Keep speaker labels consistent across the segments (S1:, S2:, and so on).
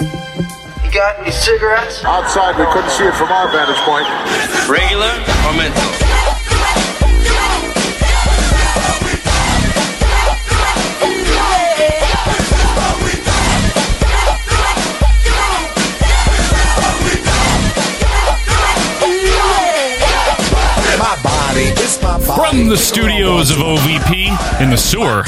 S1: You got any cigarettes?
S2: Outside, we couldn't see it from our vantage point.
S3: Regular or menthol?
S4: My body is my body.
S5: From the studios of OVP in the sewer.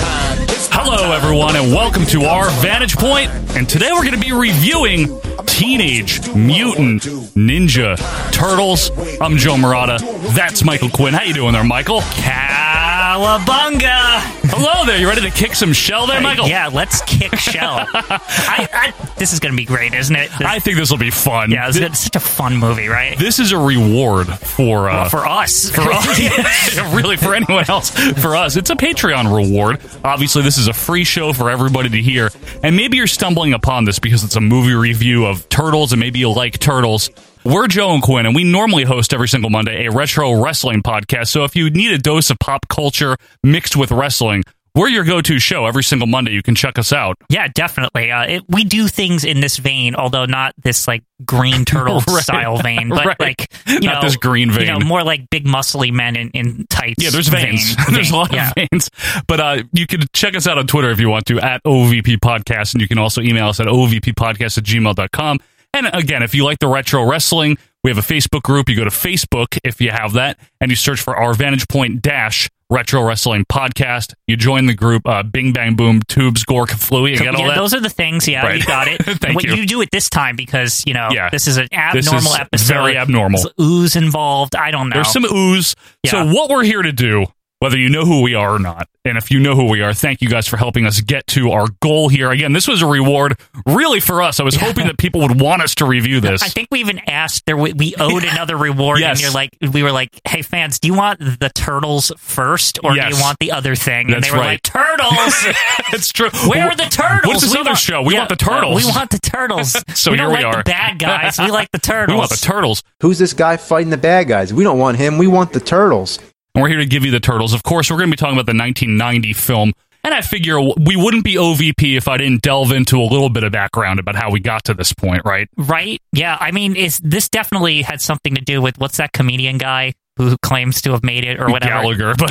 S5: Hello, everyone, and welcome to our Vantage Point. And today we're going to be reviewing Teenage Mutant Ninja Turtles. I'm Joe Murata. That's Michael Quinn. How you doing there, Michael?
S6: Cowabunga! Uh,
S5: Hello there. You ready to kick some shell there, Michael?
S6: Yeah, let's kick shell. I, I, this is going to be great, isn't it? This,
S5: I think this will be fun.
S6: yeah, this,
S5: Thi-
S6: it's such a fun movie, right?
S5: this is a reward for uh,
S6: Well, for us.
S5: for us, really for anyone else. For us, it's a Patreon reward. Obviously, this is a free show for everybody to hear. And maybe you're stumbling upon this because it's a movie review of Turtles, and maybe you like Turtles. We're Joe and Quinn, and we normally host every single Monday a retro wrestling podcast. So if you need a dose of pop culture mixed with wrestling, we're your go to show every single Monday. You can check us out.
S6: yeah, definitely. Uh, it, we do things in this vein, although not this like green turtle
S5: Right.
S6: style vein, but
S5: Right.
S6: like you
S5: Not
S6: know,
S5: this green
S6: You know,
S5: vein.
S6: more like big muscly men in, in tights.
S5: Yeah, there's veins.
S6: vein.
S5: there's a lot
S6: Yeah.
S5: of veins. But uh, you can check us out on Twitter if you want to, at OVP Podcast. And you can also email us at OVPPodcast at gmail.com. And again, if you like the retro wrestling, we have a Facebook group. You go to Facebook if you have that, and you search for our Vantage Point Dash Retro Wrestling Podcast. You join the group, uh, Bing Bang Boom, Tubes, Gore, Kaflooey. You got all
S6: yeah,
S5: that?
S6: those are the things. Yeah,
S5: Right.
S6: you got it.
S5: Thank
S6: what
S5: you.
S6: do it this time because you know
S5: Yeah.
S6: this is an
S5: This
S6: abnormal
S5: is
S6: episode.
S5: very abnormal.
S6: There's ooze involved. I don't know.
S5: There's some ooze. So
S6: Yeah.
S5: what we're here to do, whether you know who we are or not, and if you know who we are, thank you guys for helping us get to our goal here. Again, this was a reward really for us. I was hoping that people would want us to review this.
S6: I think we even asked there. We, we owed another reward,
S5: Yes.
S6: and you're like, we were like, "Hey fans, do you want the turtles first, or do
S5: Yes.
S6: you want the other thing?" and
S5: That's
S6: they were
S5: right.
S6: like, "Turtles."
S5: it's true.
S6: Where are the turtles?
S5: What's this
S6: We
S5: other
S6: want-
S5: show? We
S6: yeah,
S5: want the turtles.
S6: We want the turtles.
S5: So
S6: we don't
S5: here we
S6: like
S5: are.
S6: The bad guys. We like the turtles.
S5: We want the turtles.
S7: Who's this guy fighting the bad guys? We don't want him. We want the turtles.
S5: And we're here to give you the turtles. Of course, we're going to be talking about the 1990 film. And I figure we wouldn't be OVP if I didn't delve into a little bit of background about how we got to this point, right?
S6: right? Yeah. I mean, is this definitely had something to do with what's that comedian guy? Who claims to have made it or whatever?
S5: Gallagher, but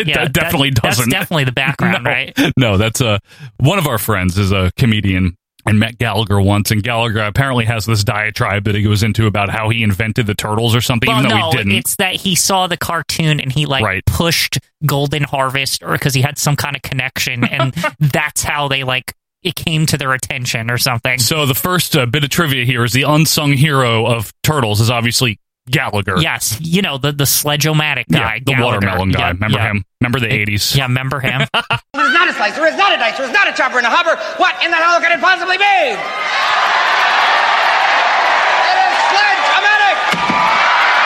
S5: it
S6: Yeah,
S5: de- definitely doesn't.
S6: That's definitely the background,
S5: no,
S6: right?
S5: No, that's uh, one of our friends is a comedian and met Gallagher once, and Gallagher apparently has this diatribe that he goes into about how he invented the turtles or something, even though
S6: no,
S5: he didn't.
S6: it's that he saw the cartoon and he like
S5: Right.
S6: pushed Golden Harvest, or because he had some kind of connection, and that's how they like it came to their attention or something.
S5: so the first uh, bit of trivia here is the unsung hero of turtles is obviously Gallagher.
S6: yes, you know the the sledge-o-matic
S5: Yeah,
S6: guy,
S5: the
S6: Gallagher.
S5: watermelon guy.
S6: Yeah,
S5: remember
S6: yeah.
S5: him? Remember the eighties?
S6: Yeah, remember him?
S8: It's not a slicer, it's not a dicer, it's not a chopper and a hopper. What in the hell could it possibly be? It is sledge-o-matic!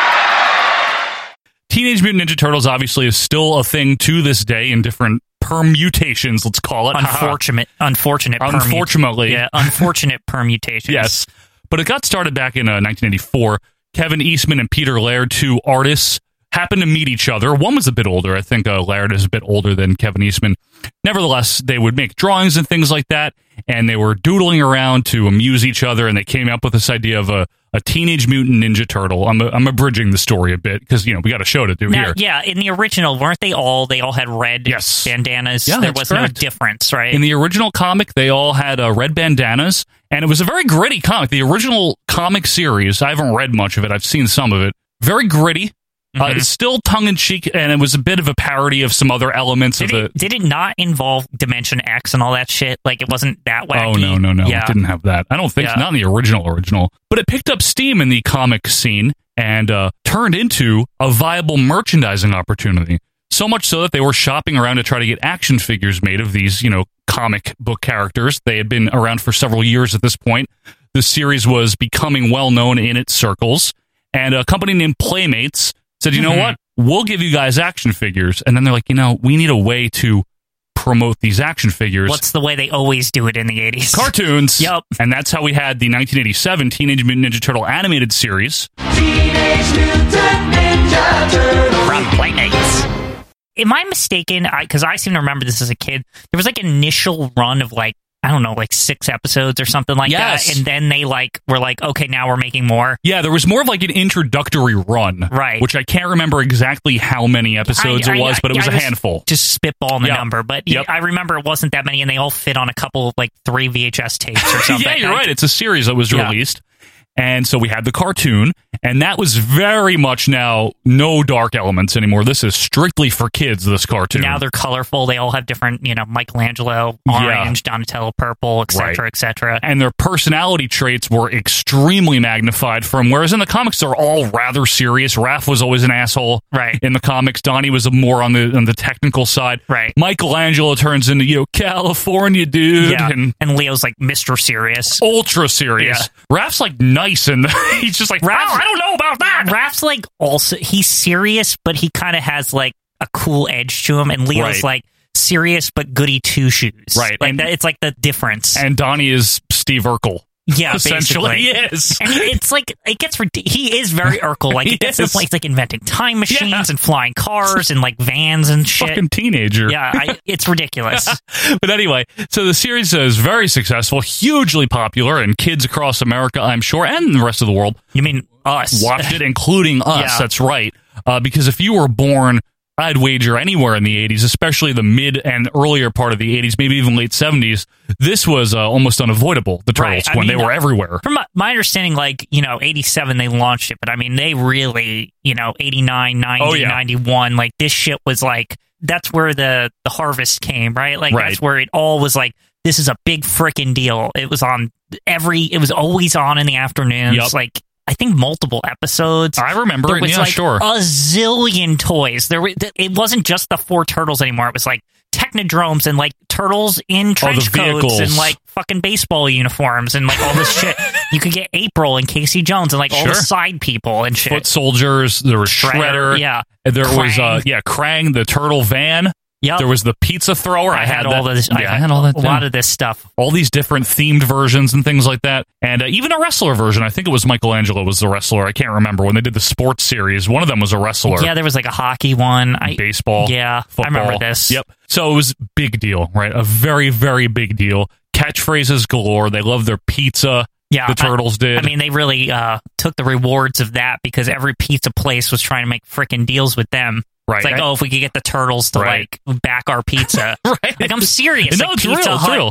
S5: Teenage Mutant Ninja Turtles obviously is still a thing to this day in different permutations. Let's call it.
S6: unfortunate, unfortunate, permu-
S5: Unfortunately.
S6: yeah, unfortunate permutations.
S5: Yes. But it got started back in uh, 1984. Kevin Eastman and Peter Laird, two artists, happened to meet each other. One was a bit older. I think uh, Laird is a bit older than Kevin Eastman. Nevertheless, they would make drawings and things like that, and they were doodling around to amuse each other, and they came up with this idea of a, a Teenage Mutant Ninja Turtle. I'm, I'm abridging the story a bit because, you know, we got a show to do
S6: Now,
S5: here.
S6: yeah, in the original, weren't they all? They all had red
S5: Yes.
S6: bandanas.
S5: Yeah,
S6: there
S5: that's
S6: was
S5: correct.
S6: no difference, right?
S5: In the original comic, they all had uh, red bandanas, and it was a very gritty comic. The original comic series, I haven't read much of it, I've seen some of it. Very gritty, uh,
S6: Mhm.
S5: it's still tongue in cheek, and it was a bit of a parody of some other elements
S6: Did
S5: of
S6: it,
S5: the.
S6: did it not involve Dimension X and all that shit? Like it wasn't that wacky.
S5: Oh no no no!
S6: Yeah,
S5: It didn't have that. I don't think
S6: Yeah.
S5: not in the original original, but it picked up steam in the comic scene and uh, turned into a viable merchandising opportunity. So much so that they were shopping around to try to get action figures made of these, you know, comic book characters. They had been around for several years at this point. The series was becoming well known in its circles, and a company named Playmates said, "You know
S6: Mhm.
S5: what? We'll give you guys action figures." And then they're like, "You know, we need a way to." promote these action figures
S6: what's the way they always do it in the eighties?
S5: cartoons.
S6: Yep.
S5: And that's how we had the 1987 Teenage Mutant Ninja Turtle animated series.
S6: from Playmates. am I mistaken? Because I, seem to remember this as a kid. There was like an initial run of like I don't know, like six episodes or something like
S5: Yes.
S6: that, and then they like were like, okay, now we're making more.
S5: Yeah, there was more of like an introductory run,
S6: Right.
S5: Which I can't remember exactly how many episodes
S6: I-
S5: it
S6: I-
S5: was, but it
S6: I-
S5: was
S6: I
S5: a
S6: just-
S5: handful.
S6: Just spitballing the
S5: Yeah.
S6: number, but
S5: Yep.
S6: I remember it wasn't that many, and they all fit on a couple of like three VHS tapes or something.
S5: yeah, you're
S6: I-
S5: right. It's a series that was
S6: Yeah.
S5: released. And so we had the cartoon, and that was very much now no dark elements anymore. This is strictly for kids, this cartoon.
S6: Now they're colorful. They all have different, you know, Michelangelo,
S5: Yeah.
S6: orange, Donatello, purple, etc.,
S5: Right.
S6: etc.
S5: and their personality traits were extremely magnified from whereas in the comics they're all rather serious. Raph was always an asshole.
S6: Right.
S5: In the comics, Donnie was more on the on the technical side.
S6: Right.
S5: Michelangelo turns into, you know, California dude
S6: Yeah.
S5: and Oh,
S6: And, Leo's like Mr. Serious.
S5: ultra serious. Raph's like nice and he's just like
S6: Raph-
S5: "Wow, I don't know about that.
S6: Raph's like also he's serious, but he kind of has like a cool edge to him, and Leo's
S5: Right.
S6: like serious but goody two shoes.
S5: Right,
S6: Like
S5: and-
S6: that, it's like the difference.
S5: And Donnie is Steve Urkel.
S6: yeah,
S5: essentially.
S6: basically.
S5: Yes.
S6: And it's like it gets rid- he is very Urkel like
S5: He
S6: it gets to the
S5: is.
S6: point he's like inventing time machines
S5: Yeah.
S6: and flying cars and like vans and shit.
S5: Fucking teenager.
S6: yeah, I, it's ridiculous.
S5: but anyway, so the series is very successful, hugely popular, and kids across America, I'm sure, and the rest of the world
S6: You mean us?
S5: watched it, including us.
S6: Yeah.
S5: That's right. Uh, because if you were born, I'd wager anywhere in the 80s, especially the mid and earlier part of the 80s, maybe even late 70s, this was uh, almost unavoidable, the
S6: Right.
S5: Turtles,
S6: I
S5: when
S6: mean,
S5: they were
S6: uh,
S5: everywhere.
S6: From my, my understanding, like, you know, 87, they launched it, but I mean, they really, you know, 89, 90,
S5: Oh, yeah.
S6: 91, like, this shit was like, that's where the, the harvest came, right? Like,
S5: Right.
S6: that's where it all was like, this is a big freaking deal. It was on every, it was always on in the afternoons.
S5: Yup.
S6: Like, I think multiple episodes.
S5: I remember
S6: there
S5: it,
S6: was
S5: yeah,
S6: like oh,
S5: sure.
S6: a zillion toys. There, were, th- it wasn't just the four turtles anymore. It was like technodromes and like turtles in trench coats
S5: vehicles.
S6: and like fucking baseball uniforms and like all this shit. You could get April and Casey Jones and like all the
S5: Sure.
S6: side people and shit.
S5: Foot Soldiers, there was Shredder.
S6: Shredder, yeah.
S5: And There was, uh,
S6: Krang.
S5: yeah, Krang, the turtle van.
S6: Yup.
S5: There was the pizza thrower. I,
S6: I had all
S5: that.
S6: this.
S5: Yeah, I had all that.
S6: A
S5: too.
S6: lot of this stuff.
S5: all these different themed versions and things like that, and uh, even a wrestler version. I think it was Michelangelo was the wrestler. I can't remember when they did the sports series. One of them was a wrestler.
S6: Yeah, there was like a hockey one. I,
S5: baseball.
S6: Yeah, I
S5: football.
S6: remember this.
S5: Yep. So it was big deal, right? A very very big deal. Catchphrases galore. They loved their pizza.
S6: Yeah,
S5: the
S6: I-
S5: turtles did.
S6: I mean, they really uh, took the rewards of that because every pizza place was trying to make freaking deals with them.
S5: Right.
S6: It's like, oh, if we could get the turtles to
S5: Right.
S6: like back our pizza.
S5: Right.
S6: Like, I'm serious.
S5: No,
S6: like,
S5: it's real,
S6: pizza
S5: it's
S6: Hut,
S5: real.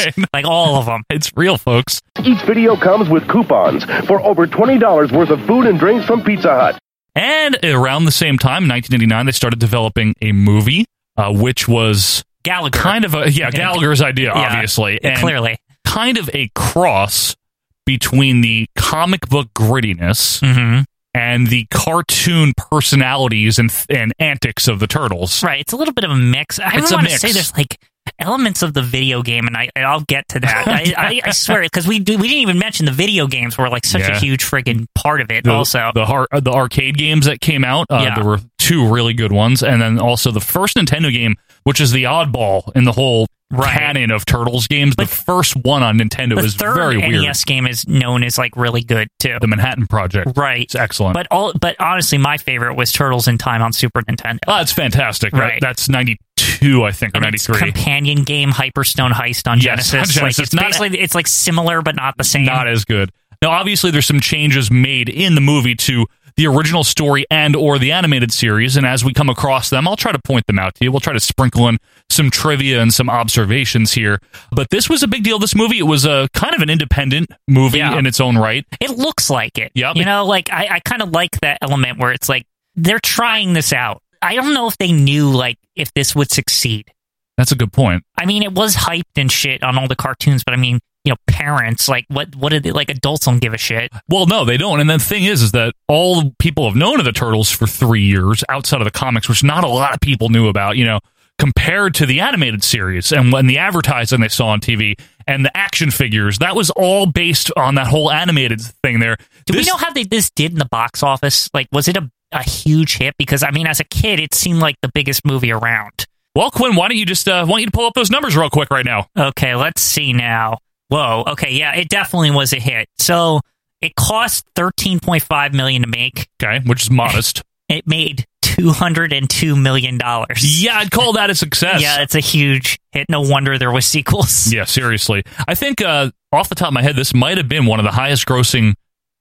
S5: Right.
S6: like all of them.
S5: it's real, folks.
S1: Each video comes with coupons for over $20 worth of food and drinks from Pizza Hut.
S5: And around the same time, 1989, they started developing a movie, uh, which was
S6: Gallagher.
S5: kind of a yeah Gallagher's idea,
S6: Yeah.
S5: obviously. And
S6: Clearly.
S5: kind of a cross between the comic book grittiness
S6: hmm
S5: and the cartoon personalities and and antics of the turtles.
S6: Right. It's a little bit of a mix. I
S5: It's
S6: really
S5: a
S6: want to
S5: mix.
S6: say there's like elements of the video game, and I and I'll get to that. I, I, I swear, because we do, we didn't even mention the video games were like such
S5: Yeah.
S6: a huge friggin' part of it.
S5: The,
S6: also,
S5: the har- uh, the arcade games that came out, uh,
S6: Yeah.
S5: there were two really good ones, and then also the first Nintendo game, which is the oddball in the whole
S6: Right.
S5: canon of turtles games. the first one on Nintendo
S6: the
S5: is
S6: third E
S5: very
S6: NES
S5: weird.
S6: game is known as like really good too.
S5: the Manhattan Project,
S6: Right.
S5: It's excellent.
S6: But all, but honestly, my favorite was Turtles in Time on Super Nintendo.
S5: oh, it's fantastic. That-
S6: Right.
S5: that's ninety two, I think, or
S6: And
S5: ninety
S6: its
S5: three.
S6: companion game Hyperstone Heist on
S5: Yes,
S6: Genesis.
S5: on Genesis.
S6: Like, it's
S5: Not a-
S6: basically it's like similar but not the same.
S5: not as good. Now, obviously, there's some changes made in the movie to the original story and or the animated series, and as we come across them, I'll try to point them out to you. We'll try to sprinkle in some trivia and some observations here. But this was a big deal. This movie, it was a kind of an independent movie
S6: Yeah.
S5: in its own right.
S6: it looks like it.
S5: Yup.
S6: You know, like I, I kind of like that element where it's like they're trying this out. I don't know if they knew like if this would succeed.
S5: That's a good point.
S6: I mean, it was hyped and shit on all the cartoons, but I mean, you know, parents like what what did they like? Adults don't give a shit.
S5: Well, no, they don't. And the thing is, is that all people have known of the Turtles for three years outside of the comics, which not a lot of people knew about, you know, compared to the animated series and when the advertising they saw on TV and the action figures. That was all based on that whole animated thing there.
S6: Do
S5: This-
S6: we know how they, this did in the box office? Like, was it a, a huge hit? Because, I mean, as a kid, it seemed like the biggest movie around.
S5: Well, Quinn, why don't you just, uh, why don't you pull up those numbers real quick right now?
S6: Okay, let's see now. Whoa. Okay. Yeah, it definitely was a hit. So it cost $13.5 million to make.
S5: Okay, which is modest.
S6: It made $2 $202 million.
S5: Yeah, I'd call that a success.
S6: Yeah, it's a huge hit. No wonder there was sequels.
S5: Yeah, seriously. I think uh, off the top of my head, this might have been one of the highest grossing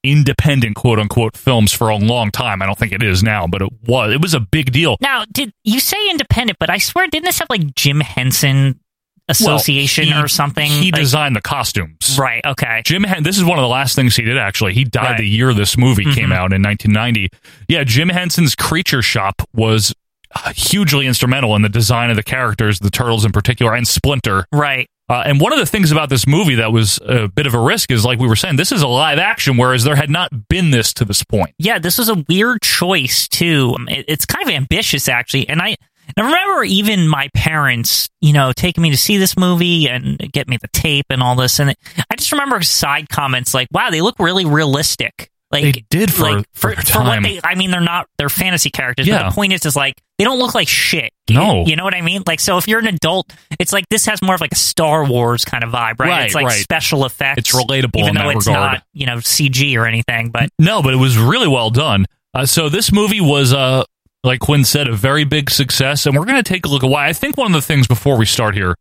S5: independent quote unquote films for a long time. I don't think it is now, but it was. It was a big deal.
S6: Now, did you say independent? But I swear, didn't this have like Jim Henson
S5: Well,
S6: Association
S5: he-
S6: or something?
S5: He
S6: Like-
S5: designed the costumes.
S6: right. Okay.
S5: Jim, Hen- this is one of the last things he did. Actually, he died
S6: Right. Mm-hmm.
S5: the year this movie came out in 1990. Yeah, Jim Henson's Creature Shop was uh, hugely instrumental in the design of the characters, the turtles in particular, and Splinter.
S6: Right.
S5: Uh, and one of the things about this movie that was a bit of a risk is, like we were saying, this is a live action, whereas there had not been this to this point.
S6: Yeah, this was a weird choice too. Um, it- It's kind of ambitious actually, and I. I remember even my parents, you know, taking me to see this movie and get me the tape and all this. And it- I just remember side comments like, "Wow, they look really realistic." Like
S5: They did for-
S6: like,
S5: for their time.
S6: what they. I mean, they're not they're fantasy characters. But
S5: Yeah.
S6: the point is, is like they don't look like shit.
S5: No.
S6: you know what I mean. Like, so if you're an adult, it's like this has more of like a Star Wars kind of vibe, right?
S5: Right,
S6: it's like
S5: right.
S6: special effects.
S5: It's relatable
S6: even
S5: in
S6: though
S5: that
S6: it's
S5: regard.
S6: not you know CG or anything. But
S5: No, but it was really well done. Uh, so this movie was, uh, like Quinn said, a very big success, and we're going to take a look at why. I think one of the things before we start here,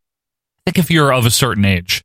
S5: I think if you're of a certain age,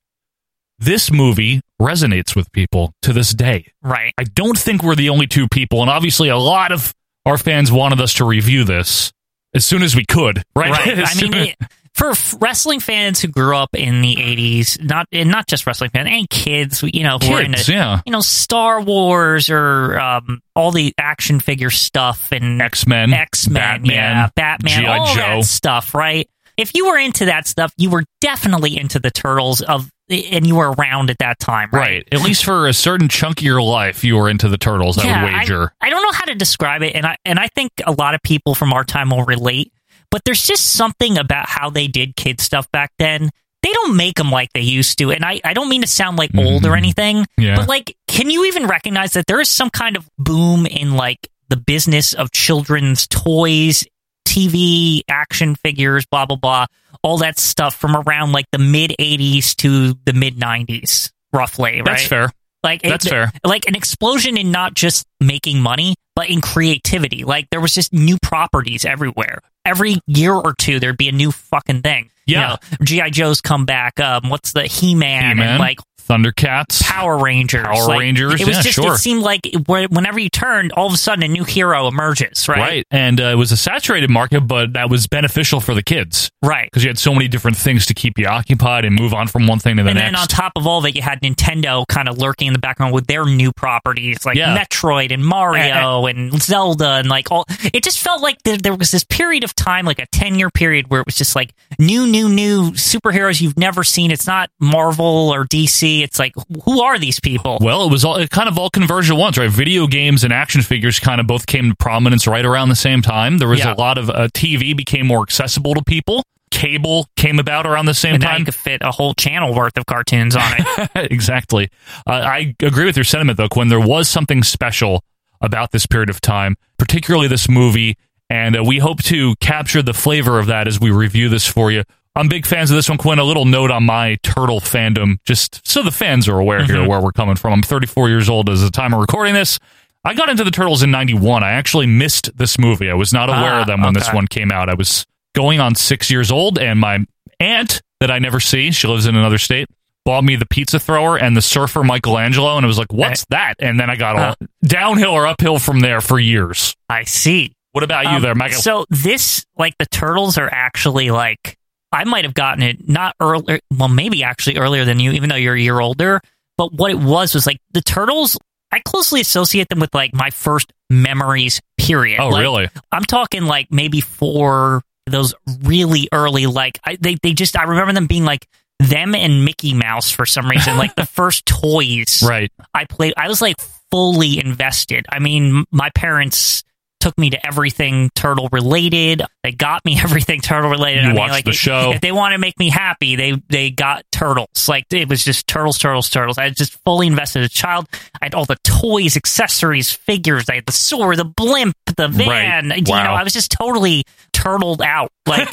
S5: this movie resonates with people to this day.
S6: right,
S5: I don't think we're the only two people, and obviously a lot of our fans wanted us to review this as soon as we could. Right?
S6: Right.
S5: As
S6: I mean,
S5: soon-
S6: it- for f- wrestling fans who grew up in the '80s, not and not just wrestling fans, and kids, you know, who are into,
S5: Kids, yeah.
S6: you know, Star Wars or um, all the action figure stuff and
S5: X Men,
S6: X Men,
S5: Batman,
S6: yeah, Batman,
S5: G.I.
S6: all
S5: Joe.
S6: that stuff, right? If you were into that stuff, you were definitely into the turtles of, and you were around at that time, right?
S5: Right. At least for a certain chunk of your life, you were into the turtles. I would
S6: I-
S5: wager.
S6: I, don't know how to describe it, and I and I think a lot of people from our time will relate. But there's just something about how they did kid stuff back then. They don't make them like they used to, and I, I don't mean to sound like old or anything,
S5: Mm-hmm. Yeah.
S6: but like, can you even recognize that there is some kind of boom in like the business of children's toys, TV, action figures, blah blah blah, all that stuff from around like the mid '80s to the mid '90s, roughly. Right?
S5: That's fair.
S6: Like it-
S5: That's fair.
S6: Like an explosion in not just making money, but in creativity. Like there was just new properties everywhere. Every year or two, there'd be a new fucking thing.
S5: Yeah.
S6: you know, GI Joe's come back. Um, what's the He Man
S5: He-Man,
S6: and like
S5: Thundercats,
S6: Power Rangers?
S5: Power
S6: Like,
S5: Rangers,
S6: It was
S5: yeah,
S6: just
S5: sure.
S6: it seemed like it- wh- whenever you turned, all of a sudden a new hero emerges. Right.
S5: And uh, it was a saturated market, but that was beneficial for the kids
S6: Right.
S5: because you had so many different things to keep you occupied and move on from one thing to the
S6: and
S5: next.
S6: then on top of all that, you had Nintendo kind of lurking in the background with their new properties like
S5: Yeah.
S6: Metroid and Mario and Zelda and like all. It just felt like there, there was this period of time, like a ten year period, where it was just like new, new, new superheroes you've never seen. It's not Marvel or DC. It's like who are these people?
S5: well, it was all it kind of all converged at once, right? Video games and action figures kind of both came to prominence right around the same time. There was
S6: Yeah.
S5: a lot of uh, TV became more accessible to people. Cable came about around the same
S6: and now
S5: time.
S6: you could fit a whole channel worth of cartoons on it.
S5: exactly. Uh, I agree with your sentiment, though, When There was something special about this period of time, particularly this movie, and uh, we hope to capture the flavor of that as we review this for you. I'm big fans of this one, Quinn. A little note on my turtle fandom, just so the fans are aware
S6: Mm-hmm.
S5: here where we're coming from. I'm 34 years old as the time of recording this. I got into the Turtles in 91. I actually missed this movie. I was not aware
S6: Ah,
S5: of them when this
S6: okay.
S5: one came out. I was going on six years old, and my aunt that I never see, she lives in another state, bought me the pizza thrower and the surfer Michelangelo, and it was like, what's that? And then I got all downhill or uphill from there for years.
S6: I see.
S5: What about you
S6: Um,
S5: there, Michael?
S6: So this, like the turtles, are actually like I might have gotten it not earlier. Well, maybe actually earlier than you, even though you're a year older. But what it was was like the turtles. I closely associate them with like my first memories. Period.
S5: oh,
S6: Like,
S5: really?
S6: I'm talking like maybe four those really early like I, they they just I remember them being like them and Mickey Mouse for some reason like the first toys
S5: Right.
S6: I played. I was like fully invested. I mean, m- my parents took me to everything turtle related. They got me everything turtle related.
S5: You
S6: I mean,
S5: watched
S6: like,
S5: the
S6: if-
S5: show.
S6: If they want to make me happy, they they got turtles. Like it was just turtles, turtles, turtles. I was just fully invested as a child. I had all the toys, accessories, figures. I had the sword, the blimp, the van.
S5: Right.
S6: You
S5: Wow.
S6: know, I was just totally turtled out. Like,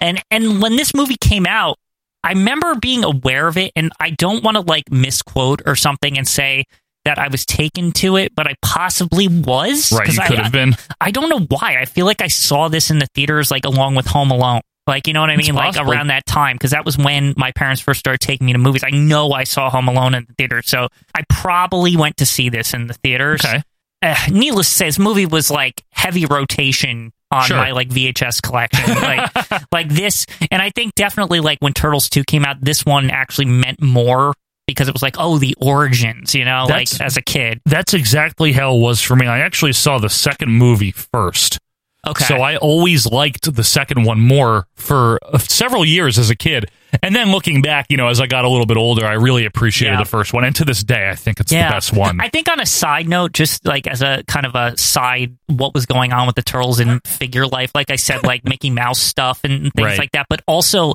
S6: and and when this movie came out. I remember being aware of it, and I don't want to like misquote or something and say that I was taken to it, but I possibly was.
S5: Right,
S6: 'cause
S5: you
S6: I-
S5: could have been.
S6: I don't know why. I feel like I saw this in the theaters, like along with Home Alone. Like, you know what I
S5: It's
S6: mean? Like
S5: possible.
S6: around that time, because that was when my parents first started taking me to movies. I know I saw Home Alone in the theater, so I probably went to see this in the theaters.
S5: Okay.
S6: Uh, needless to say, this movie was like heavy rotation on
S5: Sure.
S6: my like VHS collection, like like this. And I think definitely like when Turtles Two came out, this one actually meant more because it was like, oh, the origins, you know,
S5: That's-
S6: like as a kid.
S5: That's exactly how it was for me. I actually saw the second movie first.
S6: Okay,
S5: So I always liked the second one more for uh, several years as a kid. And then looking back, you know, as I got a little bit older, I really appreciated
S6: Yeah.
S5: the first one. And to this day, I think it's the best one.
S6: I think on a side note, just like as a kind of a side, what was going on with the turtles in figure life? Like I said, like Mickey Mouse stuff and things
S5: Right.
S6: like that, but also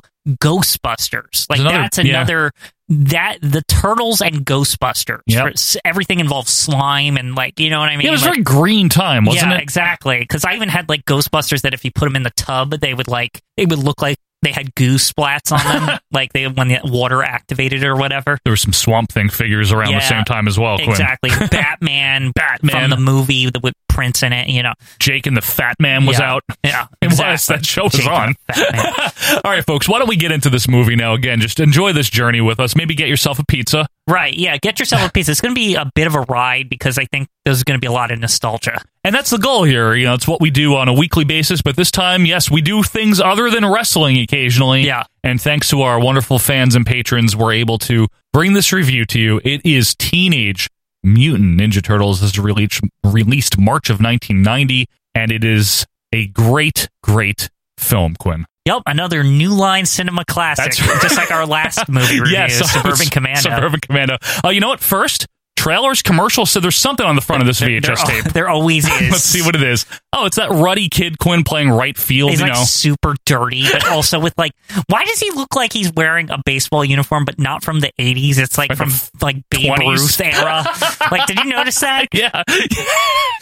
S6: Ghostbusters. Like
S5: There's another-
S6: that's
S5: yeah.
S6: another that the turtles and Ghostbusters.
S5: Yep.
S6: For s- Everything involves slime and like you know what I mean.
S5: yeah, it was
S6: Like-
S5: very green time, wasn't
S6: yeah,
S5: it?
S6: exactly. Because I even had like Ghostbusters that if you put them in the tub, they would like it would look like they had goo splats on them, like they when the water activated it or whatever.
S5: There were some Swamp Thing figures around the
S6: Yeah.
S5: same time as well. Quinn.
S6: Exactly. Batman,
S5: Batman.
S6: from the movie that with Prince in it, you know.
S5: Jake and the Fat Man was
S6: Yeah.
S5: out.
S6: Yeah.
S5: It
S6: exactly.
S5: was. That show was
S6: Jake
S5: on.
S6: and the Fat Man.
S5: All right, folks, why don't we get into this movie now? Again, just enjoy this journey with us. Maybe get yourself a pizza.
S6: right. Yeah. Get yourself a piece. It's going to be a bit of a ride because I think there's going to be a lot of nostalgia.
S5: And that's the goal here. You know, it's what we do on a weekly basis. But this time, yes, we do things other than wrestling occasionally.
S6: Yeah.
S5: And thanks to our wonderful fans and patrons, we're able to bring this review to you. It is Teenage Mutant Ninja Turtles. This is released, released March of 1990. And it is a great, great film, Quinn.
S6: Yep. Another New Line cinema classic.
S5: That's right.
S6: Just like our last movie review,
S5: Yes,
S6: Suburban Commando.
S5: Suburban Commando. Oh, you know what? First, trailers, commercials. So there's something on the front of this
S6: There- there
S5: VHS
S6: al-
S5: tape.
S6: There always is.
S5: Let's see what it is. Oh, it's that ruddy kid Quinn playing right field.
S6: He's
S5: you
S6: like
S5: know,
S6: super dirty, but also with like, why does he look like he's wearing a baseball uniform, but not from the '80s? It's like from like Babe
S5: 20s.
S6: Ruth era. like, did you notice that?
S5: yeah.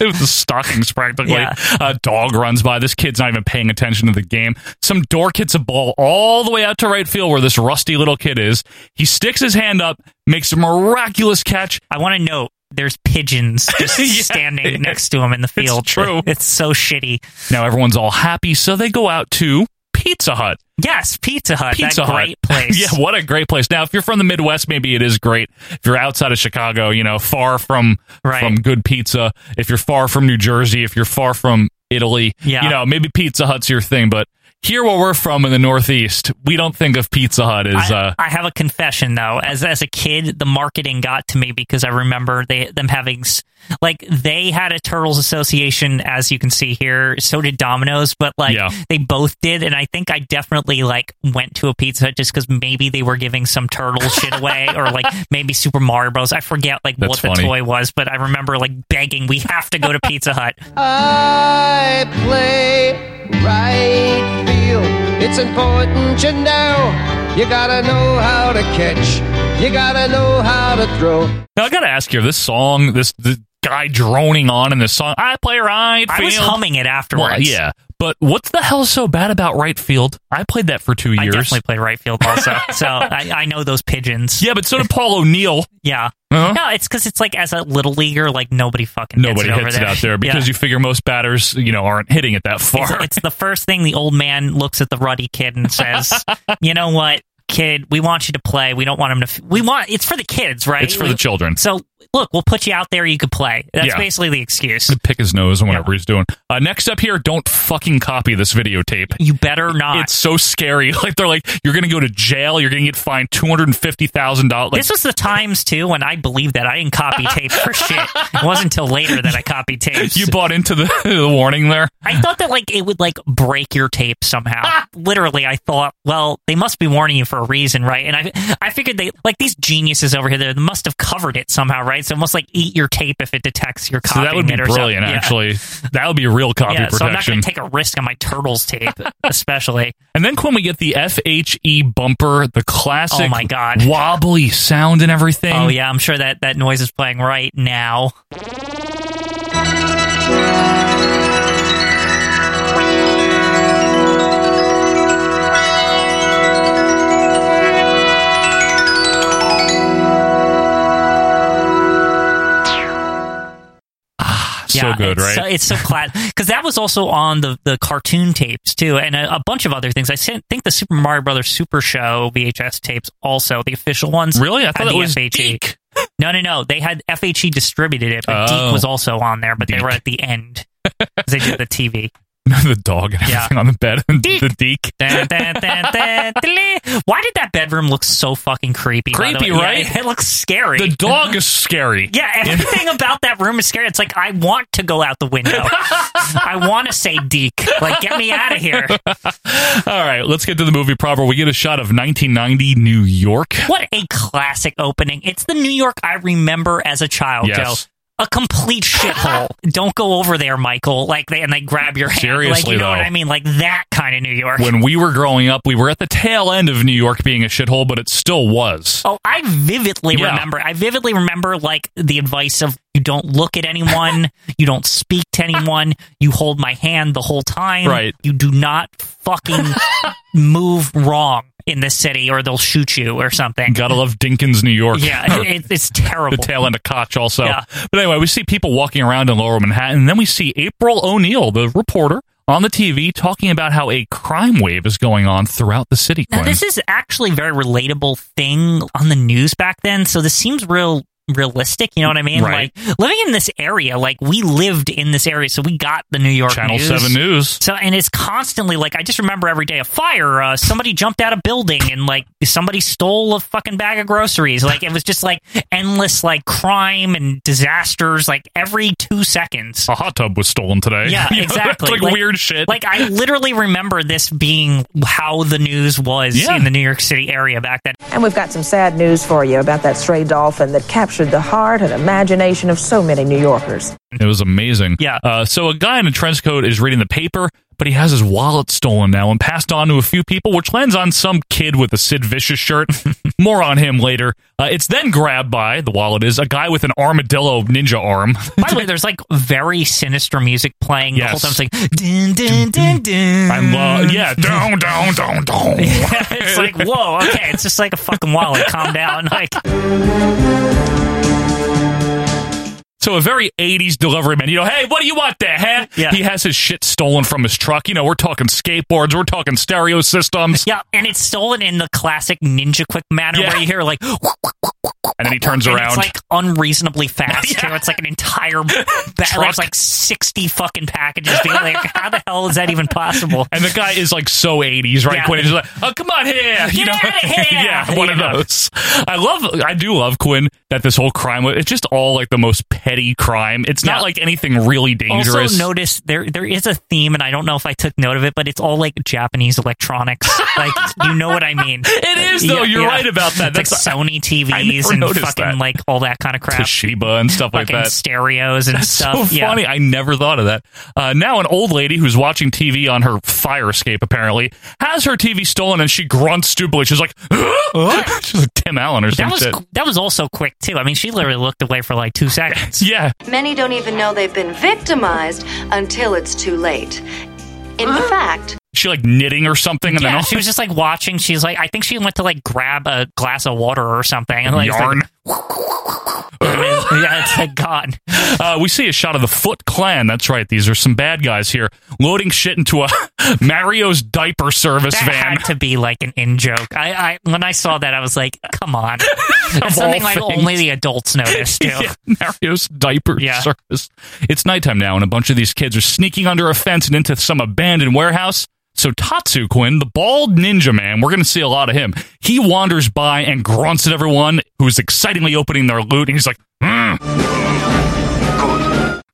S5: it was the stockings practically.
S6: Yeah.
S5: A dog runs by. This kid's not even paying attention to the game. Some dork hits a ball all the way out to right field where this rusty little kid is. He sticks his hand up, makes a miraculous catch.
S6: I want to note there's pigeons just
S5: Yeah.
S6: standing next to him in the field.
S5: true.
S6: It's so shitty.
S5: Now everyone's all happy, so they go out to Pizza Hut.
S6: Yes, Pizza Hut.
S5: Pizza
S6: that
S5: Hut.
S6: great place.
S5: yeah, what a great place. Now, if you're from the Midwest, maybe it is great. If you're outside of Chicago, you know, far from
S6: Right.
S5: from good pizza. If you're far from New Jersey, if you're far from Italy,
S6: Yeah.
S5: you know, maybe Pizza Hut's your thing. But here, where we're from in the Northeast, we don't think of Pizza Hut as.
S6: I,
S5: uh,
S6: I have a confession though. As as a kid, the marketing got to me because I remember they them having s- like they had a Turtles Association, as you can see here. So did Domino's, but like
S5: Yeah.
S6: they both did, and I think I definitely like went to a Pizza Hut just because maybe they were giving some turtle shit away, or like maybe Super Mario Bros. I forget like
S5: That's
S6: what
S5: funny.
S6: the toy was, but I remember like begging, "We have to go to Pizza Hut."
S9: I play right field. It's important you know. You gotta know how to catch. You gotta know how to throw.
S5: now, I got to ask you, this song, this, this guy droning on in this song, I play right field.
S6: I was humming it afterwards.
S5: Well, yeah. But what's the hell so bad about right field? I played that for two
S6: I
S5: years.
S6: definitely play right field also, so I, I know those pigeons.
S5: yeah, but so did Paul O'Neill.
S6: Yeah.
S5: Uh-huh.
S6: No, it's because it's like as a little leaguer, like nobody fucking
S5: nobody
S6: hits it,
S5: hits
S6: over
S5: it
S6: there.
S5: out there because you figure most batters, you know, aren't hitting it that far.
S6: It's, it's the first thing the old man looks at the ruddy kid and says, "You know what, kid? We want you to play. We don't want him to. F- we want it's for the kids, right?
S5: It's for the children.
S6: So look, we'll put you out there. You could play. That's
S5: Yeah.
S6: basically the excuse.
S5: to pick his nose and whatever he's doing. Uh, next up here, don't fucking copy this videotape.
S6: You better not.
S5: It's so scary. Like they're like, you're gonna go to jail. You're gonna get fined two hundred and fifty thousand dollars.
S6: this was the times too when I believed that I didn't copy tapes for shit. It wasn't until later that I copied tapes.
S5: you bought into the, the warning there.
S6: I thought that like it would like break your tape somehow.
S5: Ah!
S6: Literally, I thought, well, they must be warning you for a reason, right? And I, I figured they like these geniuses over here, they must have covered it somehow, right? So it must like eat your tape if it detects your
S5: So
S6: copying
S5: that would be
S6: it or something.
S5: brilliant.
S6: Yeah.
S5: Actually, that would be real copy
S6: yeah. So I'm not
S5: protection.
S6: going to take a risk on my turtles tape, especially.
S5: and then when we get the FHE bumper, the classic,
S6: Oh my God.
S5: wobbly sound and everything.
S6: Oh yeah, I'm sure that that noise is playing right now.
S5: so good,
S6: it's
S5: right?
S6: So, it's so class because that was also on the the cartoon tapes too, and a, a bunch of other things. I sen- think the Super Mario Brothers Super Show VHS tapes also the official ones.
S5: Really? I thought
S6: had
S5: that
S6: the
S5: was
S6: FHE. No, no, no. They had FHE distributed it,
S5: Oh.
S6: but Deek was also on there, but they were
S5: Deke.
S6: at the end. 'cause They did the TV.
S5: the dog and
S6: Yeah.
S5: everything on the bed and
S6: Deek.
S5: the deek.
S6: Dun, dun, dun, dun, dun. Why did that bedroom look so fucking creepy? by the
S5: Creepy,
S6: way? Yeah,
S5: right?
S6: it, it looks scary.
S5: The dog is scary.
S6: Yeah, everything about that room is scary. It's like I want to go out the window. I want to say Deke. Like, get me out of here.
S5: All right, let's get to the movie proper. We get a shot of 1990 New York.
S6: What a classic opening! It's the New York I remember as a child,
S5: Yes.
S6: Joe. A complete shithole. Don't go over there, Michael. Like, they, and they grab your hand. like,
S5: Seriously,
S6: you know what
S5: though.
S6: I mean? Like that kind of New York.
S5: When we were growing up, we were at the tail end of New York being a shithole, but it still was.
S6: Oh, I vividly
S5: Yeah.
S6: remember. I vividly remember like the advice of you don't look at anyone, you don't speak to anyone, you hold my hand the whole time.
S5: Right.
S6: You do not fucking move wrong in this city or they'll shoot you or something.
S5: Gotta love Dinkins, New York.
S6: Yeah, it, it's
S5: the
S6: terrible.
S5: tail end of Koch also.
S6: Yeah.
S5: But anyway, we see people walking around in lower Manhattan, and then we see April O'Neil, the reporter, on the TV talking about how a crime wave is going on throughout the city.
S6: Now,
S5: Quinn.
S6: this is actually a very relatable thing on the news back then, so this seems real realistic, you know what I mean?
S5: Right.
S6: Like living in this area, like we lived in this area, so we got the New York
S5: Channel
S6: news.
S5: 7 News.
S6: So and it's constantly like I just remember every day a fire, uh, somebody jumped out a building, and like somebody stole a fucking bag of groceries. Like it was just like endless like crime and disasters like every two seconds.
S5: A hot tub was stolen today.
S6: Yeah,
S5: You know,
S6: exactly.
S5: like, weird shit.
S6: Like I literally remember this being how the news was
S5: Yeah.
S6: in the New York City area back then.
S10: And we've got some sad news for you about that stray dolphin that captured the heart and imagination of so many New Yorkers.
S5: It was amazing.
S6: Yeah.
S5: Uh, so a guy in a trench coat is reading the paper, but he has his wallet stolen now and passed on to a few people, which lands on some kid with a Sid Vicious shirt. More on him later. Uh, it's then grabbed by the wallet is a guy with an armadillo ninja arm.
S6: By the way, there's like very sinister music playing
S5: Yes.
S6: the whole time. It's like dun dun dun dun.
S5: I love yeah. Down down down down.
S6: it's like whoa, okay, it's just like a fucking wallet. Calm down, like.
S5: So a very 80s delivery man, you know, hey, what do you want there, huh?
S6: Yeah.
S5: He has his shit stolen from his truck. You know, we're talking skateboards, we're talking stereo systems.
S6: Yeah, and it's stolen in the classic ninja quick manner
S5: Yeah.
S6: where you hear like,
S5: And then he turns
S6: and
S5: around.
S6: it's like unreasonably fast.
S5: Yeah.
S6: too. It's like an entire battle.
S5: Truck.
S6: There's like sixty fucking packages. Being like, how the hell is that even possible?
S5: And the guy is like so 80s, right?
S6: Yeah.
S5: Quinn is like, oh, come on here.
S6: Get outta here!
S5: yeah, one
S6: Yeah.
S5: of those. I love, I do love Quinn that this whole crime, it's just all like the most petty crime. It's
S6: Yeah.
S5: not like anything really dangerous.
S6: Also, notice there there is a theme, and I don't know if I took note of it, but it's all like Japanese electronics. like, you know what I mean?
S5: It is, though. You're right about that.
S6: It's
S5: That's-
S6: like Sony TVs
S5: never
S6: and
S5: noticed
S6: fucking
S5: that.
S6: like all that kind of crap.
S5: Toshiba and stuff like
S6: fucking
S5: that.
S6: stereos and stuff.
S5: so
S6: yeah.
S5: funny. I never thought of that. Uh, now, an old lady who's watching TV on her fire escape apparently has her TV stolen, and she grunts stupidly. She's like, she's like Tim Allen or
S6: That was
S5: something.
S6: that was also quick too. I mean, she literally looked away for like two seconds.
S5: Yeah,
S11: Many don't even know they've been victimized until it's too late. In fact,
S5: she like knitting or something, and then
S6: Yeah,
S5: all-
S6: she was just like watching. She's like, I think she went to like grab a glass of water or something, and like, it's,
S5: yarn.
S6: Like, yeah, it's like gone.
S5: Uh, we see a shot of the Foot Clan. That's right. These are some bad guys here loading shit into a Mario's diaper service
S6: That
S5: van.
S6: had to be like an in joke. I, I when I saw that, I was like, come on, that's
S5: all
S6: something like
S5: things.
S6: only the adults notice too.
S5: Yeah, Mario's diaper
S6: Yeah.
S5: service. It's nighttime now, and a bunch of these kids are sneaking under a fence and into some abandoned warehouse. So Tatsu Quinn, the bald ninja man, we're going to see a lot of him. He wanders by and grunts at everyone who's excitingly opening their loot, and he's like, "Mm."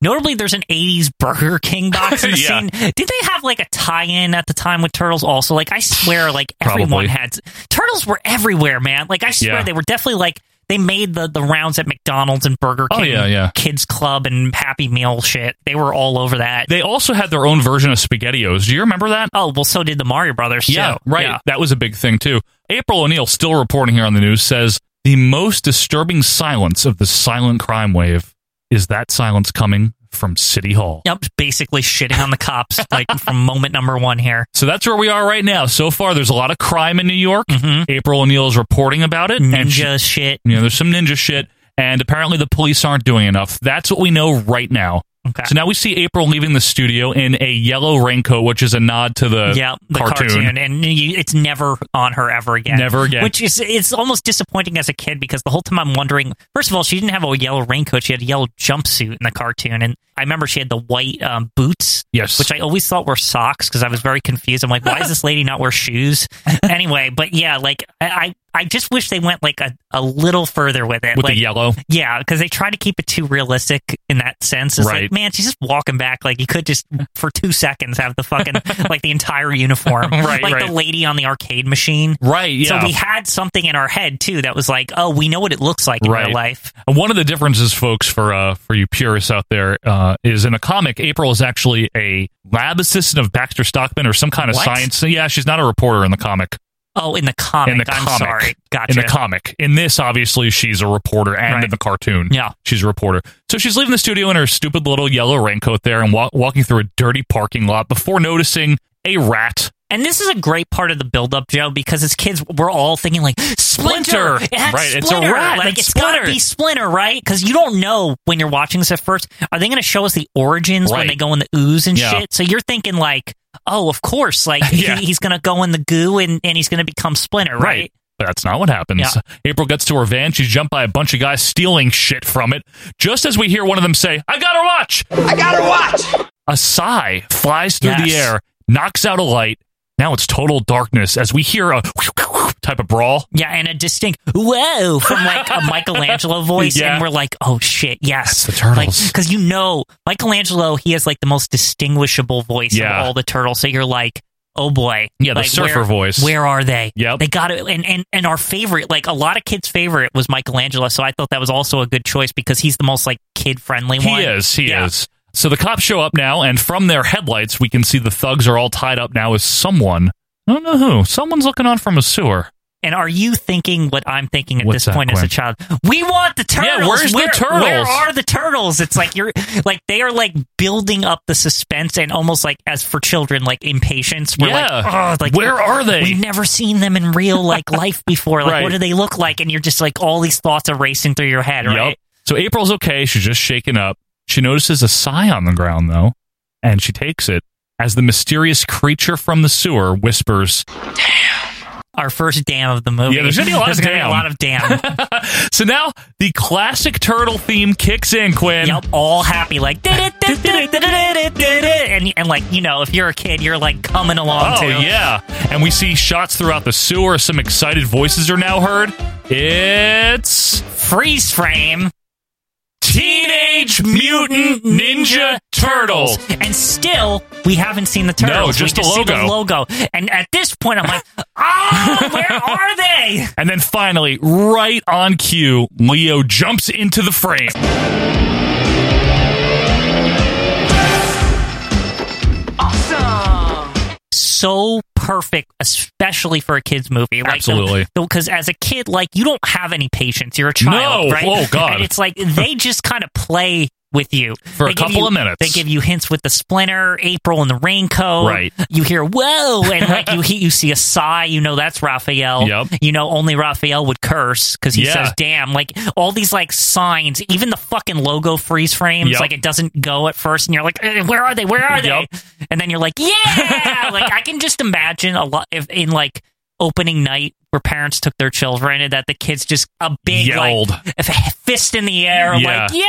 S6: Notably, there's an '80s Burger King box in the
S5: Yeah.
S6: scene. Did they have like a tie-in at the time with Turtles? Also, like I swear, like everyone
S5: Probably.
S6: had Turtles were everywhere, man. Like I swear,
S5: Yeah.
S6: they were definitely like they made the the rounds at McDonald's and Burger
S5: Oh,
S6: King,
S5: yeah, yeah.
S6: Kids Club and Happy Meal shit. They were all over that.
S5: They also had their own version of SpaghettiOs. Do you remember that?
S6: oh well, so did the Mario Brothers.
S5: Yeah,
S6: too.
S5: right. That was a big thing too. April O'Neil, still reporting here on the news, says the most disturbing silence of the silent crime wave is that silence coming from City Hall.
S6: Yep, basically shitting on the cops like from moment number one here.
S5: So that's where we are right now. So far, there's a lot of crime in New York.
S6: Mhm.
S5: April O'Neil is reporting about it, and she-
S6: Ninja shit.
S5: you know, there's some ninja shit, and apparently the police aren't doing enough. That's what we know right now.
S6: Okay.
S5: So now we see April leaving the studio in a yellow raincoat, which is a nod to the,
S6: yeah, the cartoon, and you, it's never on her ever again.
S5: Never again.
S6: Which is it's almost disappointing as a kid because the whole time I'm wondering. First of all, she didn't have a yellow raincoat; she had a yellow jumpsuit in the cartoon, and I remember she had the white um, boots,
S5: Yes.
S6: which I always thought were socks because I was very confused. I'm like, why does this lady not wear shoes? anyway, but yeah, like I. I I just wish they went like a, a little further with it.
S5: with
S6: like,
S5: the yellow.
S6: yeah, because they try to keep it too realistic in that sense. It's
S5: Right.
S6: like, man, she's just walking back. Like you could just for two seconds have the fucking like the entire uniform,
S5: Right,
S6: Like
S5: right.
S6: the lady on the arcade machine.
S5: Right. Yeah.
S6: So we had something in our head too that was like, oh, we know what it looks like in
S5: Right.
S6: real life.
S5: And one of the differences, folks, for uh, for you purists out there, uh, is in the comic, April is actually a lab assistant of Baxter Stockman or some kind of
S6: What?
S5: science. Yeah, she's not a reporter in the comic.
S6: Oh, in the comic.
S5: in the
S6: I'm
S5: comic,
S6: sorry. Gotcha.
S5: In the comic, in this, obviously, she's a reporter, and
S6: Right.
S5: in the cartoon,
S6: Yeah.
S5: she's a reporter. So she's leaving the studio in her stupid little yellow raincoat there, and wa- walking through a dirty parking lot before noticing a rat.
S6: And this is a great part of the build-up, Joe, because as kids, we're all thinking like Splinter,
S5: Splinter!
S6: It had
S5: Right, it's a
S6: Splinter!
S5: rat,
S6: Like
S5: it's
S6: it's gotta
S5: Splinter.
S6: be Splinter, right? Because you don't know when you're watching this at first. Are they going to show us the origins
S5: Right.
S6: when they go in the ooze and
S5: Yeah.
S6: shit? So you're thinking like, oh, of course, like
S5: Yeah.
S6: he, he's going to go in the goo and, and he's going to become Splinter, right?
S5: But that's not what happens.
S6: Yeah.
S5: April gets to her van. She's jumped by a bunch of guys stealing shit from it. Just as we hear one of them say, I got her watch!
S8: I got her watch.
S5: A sigh flies through the
S6: Yes.
S5: air, knocks out a light. Now it's total darkness as we hear a type of brawl.
S6: Yeah, and a distinct whoa from like a Michelangelo voice,
S5: Yeah.
S6: and we're like, oh shit, yes,
S5: That's the turtles.
S6: because you know Michelangelo, he has like the most distinguishable voice
S5: Yeah.
S6: of all the turtles. So you're like, oh boy,
S5: Yeah, the
S6: Like,
S5: surfer
S6: where-
S5: voice.
S6: Where are they?
S5: Yep.
S6: they got it. And and and our favorite, like a lot of kids' favorite, was Michelangelo. So I thought that was also a good choice because he's the most like kid friendly one.
S5: He is. He
S6: Yeah.
S5: is. So the cops show up now, and from their headlights, we can see the thugs are all tied up now as someone. I don't know who. Someone's looking on from a sewer.
S6: And are you thinking what I'm thinking at
S5: What's
S6: this
S5: that,
S6: point as a
S5: Quinn?
S6: child? We want the turtles.
S5: Yeah, where's the
S6: where,
S5: turtles?
S6: Where are the turtles? It's like you're like they are like building up the suspense and almost like as for children, like impatience. We're
S5: Yeah.
S6: like, oh, like
S5: Where are they?
S6: We've never seen them in real like life before. Like,
S5: Right.
S6: what do they look like? And you're just like all these thoughts are racing through your head, right?
S5: Yep. So April's okay. She's just shaken up. She notices a sigh on the ground, though, and she takes it as the mysterious creature from the sewer whispers.
S6: Our first damn of the movie.
S5: Yeah, there's gonna be a lot of
S6: There's gonna
S5: damn.
S6: damn.
S5: so now the classic turtle theme kicks in, Quinn.
S6: yep, all happy, like and and like you know, if you're a kid, you're like coming along
S5: Oh,
S6: too.
S5: yeah. And we see shots throughout the sewer. Some excited voices are now heard. It's.
S6: freeze frame
S5: Teenage Mutant Ninja Turtles.
S6: and still we haven't seen the turtles
S5: No,
S6: We
S5: just the
S6: see
S5: logo.
S6: logo and at this point i'm like oh where are they
S5: Ah! And then finally, right on cue, Leo jumps into the frame.
S6: so perfect especially for a kids movie like
S5: Absolutely.
S6: because as a kid like you don't have any patience you're a child
S5: No.
S6: right
S5: Oh, God.
S6: And it's like they just kind of play with you
S5: For a
S6: They give
S5: couple
S6: you-
S5: of minutes.
S6: they give you hints with the splinter april and the raincoat
S5: Right.
S6: you hear whoa and like you he- you see a sigh you know that's raphael
S5: Yep.
S6: you know only raphael would curse because he
S5: Yeah.
S6: says damn like all these like signs even the fucking logo freeze frames
S5: Yep.
S6: like it doesn't go at first and you're like "Eh, where are they where are they
S5: Yep.
S6: and then you're like, yeah, like I can just imagine a lot if in like opening night where parents took their children and that the kids just a big
S5: Yelled.
S6: like f- fist in the air,
S5: Yeah.
S6: like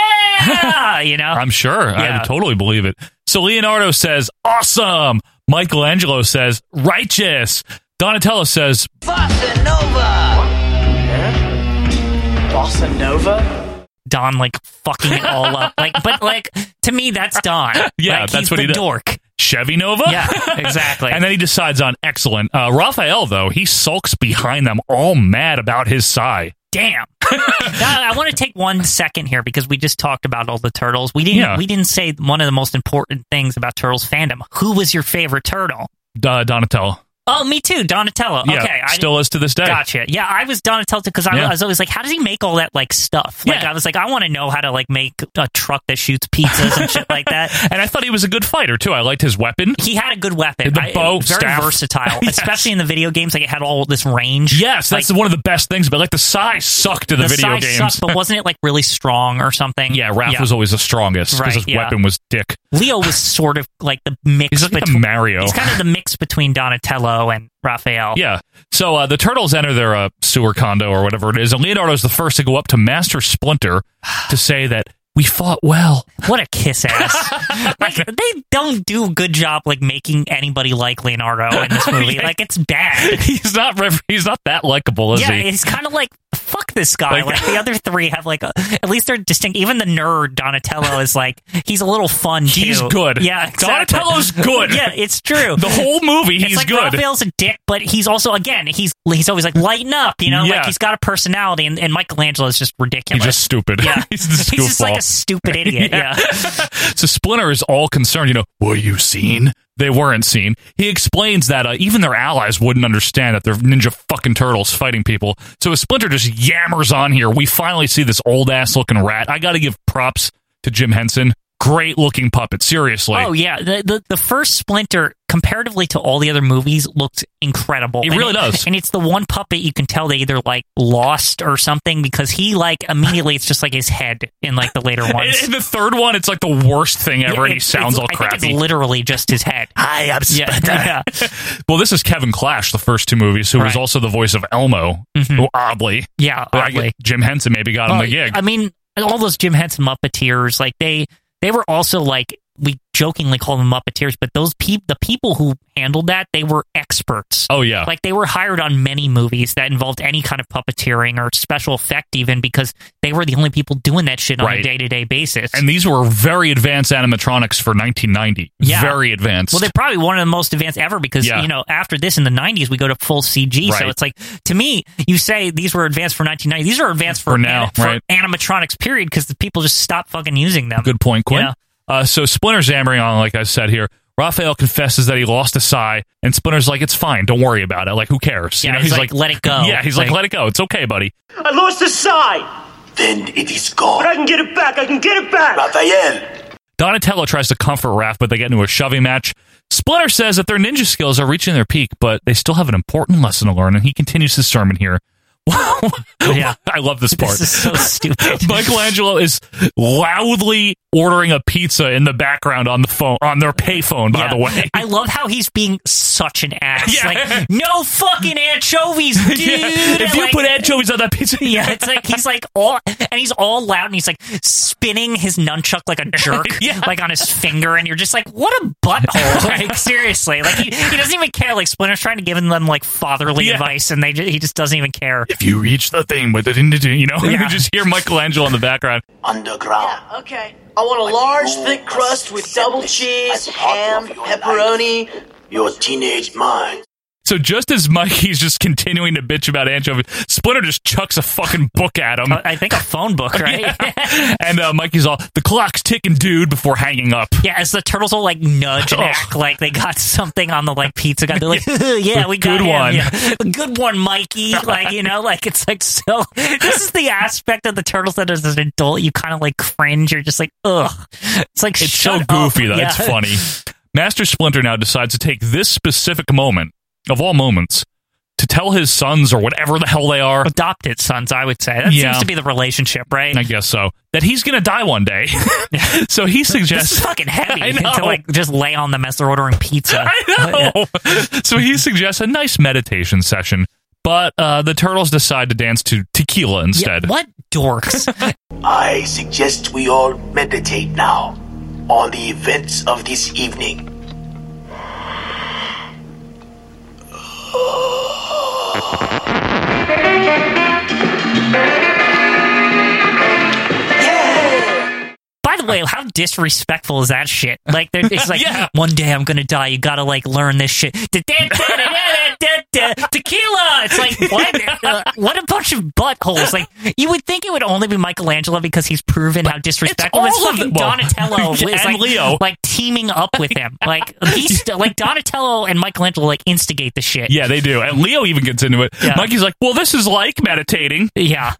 S6: yeah, you know.
S5: I'm sure.
S6: Yeah.
S5: I totally believe it. So Leonardo says, awesome. Michelangelo says, righteous. Donatello says,
S8: Bossa Nova. Bossa Nova?
S6: Don like fucking it all up, like but like to me that's Don.
S5: Yeah,
S6: Like,
S5: that's
S6: he's
S5: what
S6: the
S5: he does.
S6: dork.
S5: Chevy Nova?
S6: Yeah, exactly.
S5: and then he decides on excellent. Uh, Raphael, though, he sulks behind them, all mad about his sigh.
S6: Damn. now, I want to take one second here because we just talked about all the turtles. We didn't.
S5: Yeah.
S6: We didn't say one of the most important things about turtles fandom. Who was your favorite turtle?
S5: Uh, Donatello.
S6: Oh, me too, Donatello.
S5: Yeah,
S6: okay, I
S5: still is to this day.
S6: Gotcha. Yeah, I was Donatello because I,
S5: Yeah.
S6: was always like, how does he make all that like stuff? Like,
S5: Yeah.
S6: I was like, I want to know how to like make a truck that shoots pizzas and shit like that.
S5: And I thought he was a good fighter too. I liked his weapon.
S6: He had a good weapon,
S5: The
S6: I-
S5: bow,
S6: very
S5: staff.
S6: versatile,
S5: Yes.
S6: especially in the video games. Like, it had all this range.
S5: Yes, that's
S6: Like,
S5: one of the best things. But like the size sucked in the, video
S6: size
S5: games.
S6: sucked, but wasn't it like really strong or something?
S5: yeah, Raph was always the strongest because
S6: Right,
S5: his
S6: yeah.
S5: weapon was dick.
S6: Leo was sort of like the mix.
S5: He's like a
S6: between-
S5: Mario.
S6: He's kind of the mix between Donatello and Raphael.
S5: Yeah. So uh, the turtles enter their uh, sewer condo or whatever it is, and Leonardo's the first to go up to Master Splinter to say that we fought well.
S6: What a kiss ass! like they don't do a good job like making anybody like Leonardo in this movie. Like it's bad.
S5: He's not rev- he's not that likable, is
S6: yeah,
S5: he?
S6: it's kind of like fuck this guy.
S5: Like-
S6: Like, the other three have like a, at least they're distinct. Even the nerd Donatello is like he's a little fun.
S5: He's
S6: too.
S5: good.
S6: Yeah, exactly.
S5: Donatello's good.
S6: yeah, it's true.
S5: The whole movie,
S6: It's
S5: he's
S6: like
S5: good.
S6: Raphael's a dick, but he's also again he's he's always like lighten up, you know,
S5: Yeah.
S6: like he's got a personality, and, and Michelangelo's just ridiculous.
S5: He's just stupid.
S6: yeah,
S5: he's just,
S6: he's just like
S5: goofball.
S6: a stupid idiot.
S5: Yeah.
S6: yeah.
S5: so Splinter is all concerned. You know, were you seen? They weren't seen. He explains that uh, even their allies wouldn't understand that they're ninja fucking turtles fighting people. So as Splinter just yammers on here, we finally see this old ass looking rat. I got to give props to Jim Henson. Great looking puppet. Seriously.
S6: Oh yeah, the, the the first Splinter comparatively to all the other movies looked incredible.
S5: It
S6: And
S5: really does.
S6: and it's the one puppet you can tell they either like lost or something because he like immediately it's just like his head in like the later ones.
S5: In the third one, it's like the worst thing
S6: Yeah,
S5: ever, and he
S6: it's-
S5: sounds
S6: it's-
S5: all
S6: I think
S5: crappy.
S6: it's literally just his head.
S5: Hi, I'm
S6: Yeah, yeah.
S5: well, this is Kevin Clash, the first two movies, who was
S6: Right.
S5: also the voice of Elmo, who oddly,
S6: Yeah,
S5: Well, I
S6: oddly. Oh,
S5: guess Jim Henson maybe got him
S6: Well,
S5: the gig.
S6: I mean, all those Jim Henson Muppeteers, like they they were also like we jokingly call them Muppeteers, but those peop the people who handled that, they were experts.
S5: oh yeah,
S6: Like they were hired on many movies that involved any kind of puppeteering or special effect, even because they were the only people doing that shit on
S5: Right.
S6: a day to day basis.
S5: and these were very advanced animatronics for 1990.
S6: Yeah.
S5: very advanced.
S6: well, they're probably one of the most advanced ever because
S5: Yeah.
S6: you know after this in the '90s we go to full CG.
S5: Right.
S6: So it's like to me, you say these were advanced for 1990. These are advanced for,
S5: For now,
S6: for
S5: right.
S6: animatronics period because the people just stopped fucking using them.
S5: Good point, Quinn.
S6: Yeah.
S5: Uh, so Splinter's yammering on, like I said here. Raphael confesses that he lost a sigh, and Splinter's like, "It's fine, don't worry about it. Like, who cares?"
S6: Yeah, he's like, "Let it go."
S5: Yeah, he's like,
S6: Like-
S5: "Let it go. It's okay, buddy."
S12: I lost a side,
S4: Then it is gone.
S12: but I can get it back. I can get it back.
S4: Raphael,
S5: Donatello tries to comfort Raph, but they get into a shoving match. Splinter says that their ninja skills are reaching their peak, but they still have an important lesson to learn, and he continues his sermon here. Wow.
S6: Yeah.
S5: I love this part.
S6: This is so stupid.
S5: Michelangelo is loudly ordering a pizza in the background on the phone on their payphone, by
S6: Yeah.
S5: the way.
S6: I love how he's being such an ass.
S5: Yeah.
S6: Like, no fucking anchovies, dude.
S5: if you
S6: Like-
S5: put anchovies on that pizza,
S6: Yeah, it's like he's like all and he's all loud and he's like spinning his nunchuck like a jerk,
S5: Yeah.
S6: like on his finger, and you're just like, what a butthole! Like seriously, like he, he doesn't even care. Like Splinter's trying to give them like fatherly
S5: Yeah.
S6: advice, and they ju- he just doesn't even care.
S5: if you reach the thing with it, you know, you
S6: Yeah.
S5: just hear Michelangelo in the background.
S4: underground.
S12: Okay. I want a large, thick crust with double cheese, ham, pepperoni.
S4: Your teenage mind.
S5: So just as Mikey's just continuing to bitch about anchovies, Splinter just chucks a fucking book at him.
S6: I think a phone book, right?
S5: Yeah. and uh, Mikey's all the clock's ticking, dude. Before hanging up,
S6: Yeah, as the turtles will like nudge and
S5: Oh.
S6: act like they got something on the like pizza guy. They're like, yeah, we got
S5: Good
S6: him.
S5: one.
S6: Yeah. Good one, Mikey. Like, you know, like it's like so this is the aspect of the turtles that as an adult you kinda like cringe. You're just like, ugh. It's like
S5: it's
S6: shut
S5: so
S6: up.
S5: goofy though.
S6: Yeah.
S5: It's funny. Master Splinter now decides to take this specific moment of all moments to tell his sons or whatever the hell they are.
S6: Adopted sons, I would say. That
S5: Yeah.
S6: seems to be the relationship, right?
S5: I guess so. That he's gonna die one day. so he
S6: this is
S5: suggests.
S6: fucking
S5: I
S6: heavy
S5: know.
S6: to like just lay on them as they're ordering pizza. uh,
S5: I know. so he suggests a nice meditation session, but uh, the turtles decide to dance to tequila
S6: Yeah,
S5: instead.
S6: what dorks?
S4: I suggest we all meditate now on the events of this evening.
S6: By the way, how disrespectful is that shit? Like, they're- it's like,
S5: Yeah.
S6: one day I'm gonna die. You gotta like learn this shit. da, da, tequila. It's like what? Uh, what a bunch of buttholes. Like you would think it would only be Michelangelo because he's proven how disrespectful
S5: all
S6: it's
S5: of
S6: fucking
S5: the- well,
S6: Donatello was,
S5: and
S6: like,
S5: Leo.
S6: like teaming up with him. Like he's st- like Donatello and Michelangelo like instigate the shit.
S5: Yeah, they do. And Leo even gets into it. Mikey's like, well, this is like meditating.
S6: Yeah.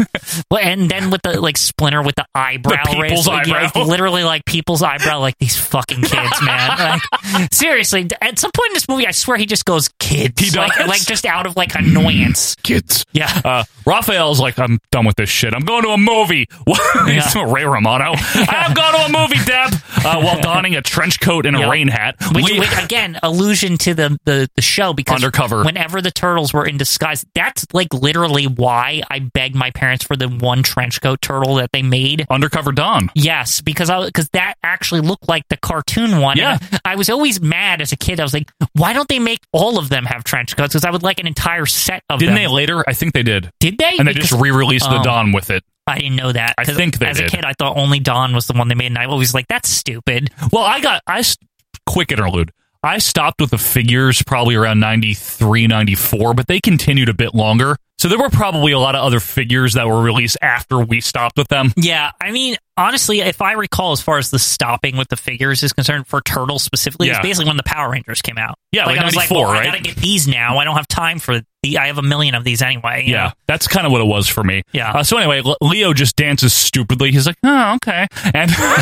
S6: Well, and then with the like splinter with the eyebrow
S5: The
S6: raise,
S5: people's
S6: like, yeah,
S5: eyebrow.
S6: it's literally like people's eyebrow, like these fucking kids, man. Like, seriously, at some point in this movie, I swear he just goes kids,
S5: He does.
S6: Like, like just out of like annoyance.
S5: Kids.
S6: Yeah.
S5: Uh, Raphael's like, I'm done with this shit. I'm going to a movie. He's Ray Romano. I'm going to a movie, Deb. Uh, while donning a trench coat and a
S6: Yeah.
S5: rain hat.
S6: Which,
S5: Le-
S6: which, again, allusion to the, the, the show because
S5: Undercover.
S6: Whenever the turtles were in disguise, that's like literally why I begged my parents for the one trench coat turtle that they made.
S5: Undercover Don.
S6: Yes, because I because that actually looked like the cartoon one.
S5: Yeah.
S6: And I, I was always mad as a kid. I was like, why don't they make all of them have trench coats? Because I would like an entire set of
S5: Didn't they
S6: them.
S5: later? I think they did.
S6: Did they?
S5: And they
S6: Because-
S5: just re released the
S6: Oh.
S5: Don with it.
S6: I didn't know that.
S5: I
S6: 'Cause
S5: think they
S6: as
S5: did.
S6: a kid, I thought only Don was the one they made, and I was like, that's stupid.
S5: Well, I got I s- quick interlude. I stopped with the figures probably around 93, 94, but they continued a bit longer. So there were probably a lot of other figures that were released after we stopped with them.
S6: Yeah, I mean, honestly, if I recall, as far as the stopping with the figures is concerned, for Turtles specifically,
S5: Yeah.
S6: it's basically when the Power Rangers came out.
S5: Yeah, like
S6: I was like,
S5: 94,
S6: well,
S5: right?
S6: I gotta get these now. I don't have time for the. I have a million of these anyway. you
S5: Yeah,
S6: know?
S5: that's kind of what it was for me.
S6: Yeah.
S5: Uh, so anyway, Le- Leo just dances stupidly. He's like, "Oh, okay." And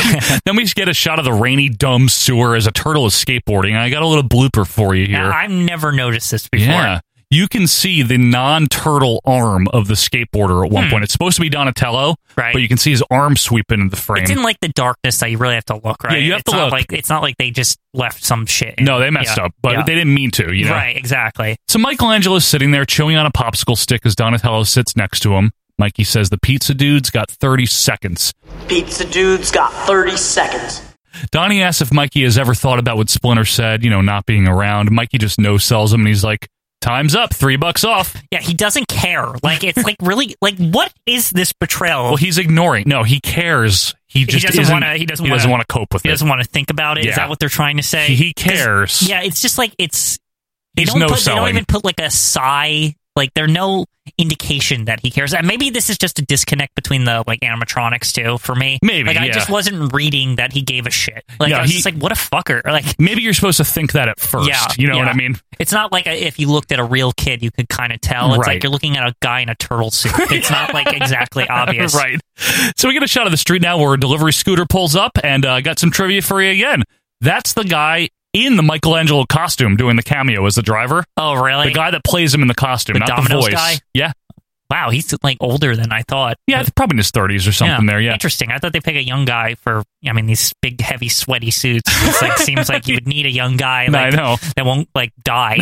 S5: then we get a shot of the rainy, dumb sewer as a turtle is skateboarding. And I got a little blooper for you
S6: Now,
S5: here.
S6: I've never noticed this before.
S5: Yeah. You can see the non turtle arm of the skateboarder at one point. It's supposed to be Donatello,
S6: Hmm. Right.
S5: but you can see his arm sweep into the frame.
S6: It's in like the darkness that you really have to look, right?
S5: Yeah, you have
S6: it's
S5: to
S6: not
S5: look.
S6: Like it's not like they just left some shit. in.
S5: no, they messed
S6: Yeah,
S5: up, but
S6: yeah.
S5: they didn't mean to, you know?
S6: Right, exactly.
S5: So Michelangelo's sitting there chewing on a popsicle stick as Donatello sits next to him. Mikey says, The pizza dude's got 30 seconds.
S12: Pizza dude's got 30 seconds.
S5: Donnie asks if Mikey has ever thought about what Splinter said, you know, not being around. Mikey just no sells him and he's like, Time's up, three bucks off.
S6: Yeah, he doesn't care. Like it's like really like what is this betrayal?
S5: Well, he's ignoring. No, he cares. He just
S6: doesn't
S5: isn't-
S6: wanna- he doesn't
S5: He doesn't
S6: wanna-
S5: want to cope with
S6: he
S5: it.
S6: doesn't want to think about it. Is
S5: Yeah.
S6: that what they're trying to say?
S5: He- he cares.
S6: Yeah, it's just like it's they
S5: He's
S6: don't
S5: no
S6: put, they
S5: selling.
S6: don't even put like a sigh. Like there's no indication that he cares. And maybe this is just a disconnect between the like animatronics too for me.
S5: Maybe,
S6: like I
S5: yeah.
S6: just wasn't reading that he gave a shit. Like
S5: Yeah,
S6: I was
S5: he-
S6: just like, what a fucker. Like
S5: Maybe you're supposed to think that at first. you know what
S6: yeah.
S5: I mean?
S6: It's not like a, if you looked at a real kid, you could kind of tell. It's
S5: Right.
S6: like you're looking at a guy in a turtle suit. It's not like exactly obvious.
S5: right. So we get a shot of the street now where a delivery scooter pulls up, and uh, I got some trivia for you again. That's the guy in the Michelangelo costume doing the cameo as the driver.
S6: Oh, really?
S5: the guy that plays him in the costume,
S6: The
S5: not
S6: Domino's
S5: the voice.
S6: guy?
S5: Yeah,
S6: wow, he's like older than I thought.
S5: yeah, it's probably in his thirties or something there. Yeah,
S6: Interesting. I thought they pick a young guy for. I mean, these big, heavy, sweaty suits. It's like seems like you would need a young guy.
S5: No,
S6: Like,
S5: I know.
S6: that won't like die.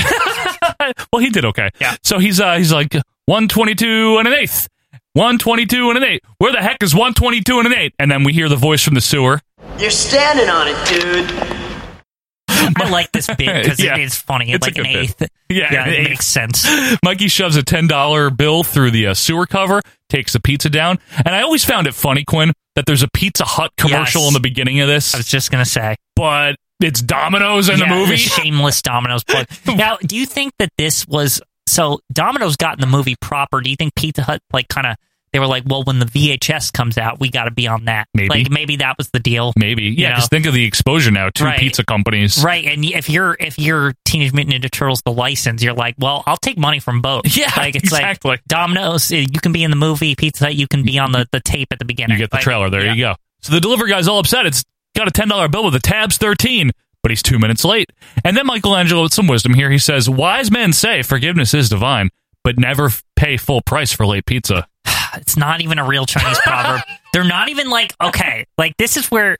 S5: well, he did okay.
S6: Yeah.
S5: So he's uh, he's like one twenty two and an eighth, one twenty two and an eighth. Where the heck is one twenty two and an eight? And then we hear the voice from the sewer.
S12: You're standing on it, dude.
S6: I like this bit because
S5: Yeah.
S6: it is funny.
S5: It's a
S6: like an
S5: good bit.
S6: eighth.
S5: Yeah, an
S6: it
S5: eighth.
S6: makes sense.
S5: Mikey shoves a ten dollar bill through the uh, sewer cover, takes the pizza down, and I always found it funny, Quinn, that there's a Pizza Hut commercial
S6: Yes.
S5: in the beginning of this,
S6: I was just gonna say.
S5: but it's Domino's in
S6: Yeah,
S5: the movie.
S6: shameless Domino's plug. now, do you think that this was so? Domino's got in the movie proper. Do you think Pizza Hut like kind of they were like, well, when the VHS comes out, we got to be on that.
S5: Maybe.
S6: like maybe that was the deal.
S5: Maybe, yeah.
S6: know.
S5: Because think of the exposure now. Two
S6: Right.
S5: pizza companies.
S6: Right, and if you're if you're Teenage Mutant Ninja Turtles the license, you're like, well, I'll take money from both.
S5: Yeah,
S6: like it's
S5: exactly.
S6: like Domino's, uh, you can be in the movie. Pizza Hut, you can be on the, the tape at the beginning.
S5: You get the
S6: Like,
S5: trailer. There
S6: yeah.
S5: you go. So the delivery guy's all upset. It's got a ten dollar bill with the tabs thirteen, but he's two minutes late. And then Michelangelo, with some wisdom here, he says, "Wise men say forgiveness is divine, but never f- pay full price for late pizza."
S6: It's not even a real Chinese proverb. They're not even like okay, like this is where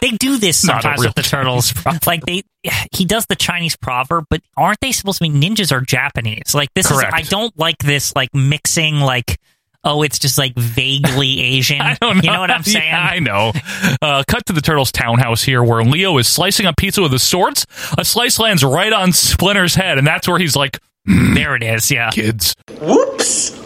S6: they do this
S5: Not a
S6: sometimes
S5: real
S6: with the turtles. Like they, he does the Chinese proverb, but aren't they supposed to be ninjas or Japanese? Like this
S5: Correct.
S6: is I don't like this like mixing like oh it's just like vaguely Asian.
S5: I don't know.
S6: You know what I'm saying?
S5: Yeah, I know. Uh, cut to the turtles' townhouse here, where Leo is slicing a pizza with his swords. A slice lands right on Splinter's head, and that's where he's like,
S6: there it is. Yeah.
S5: "Kids,
S12: Whoops.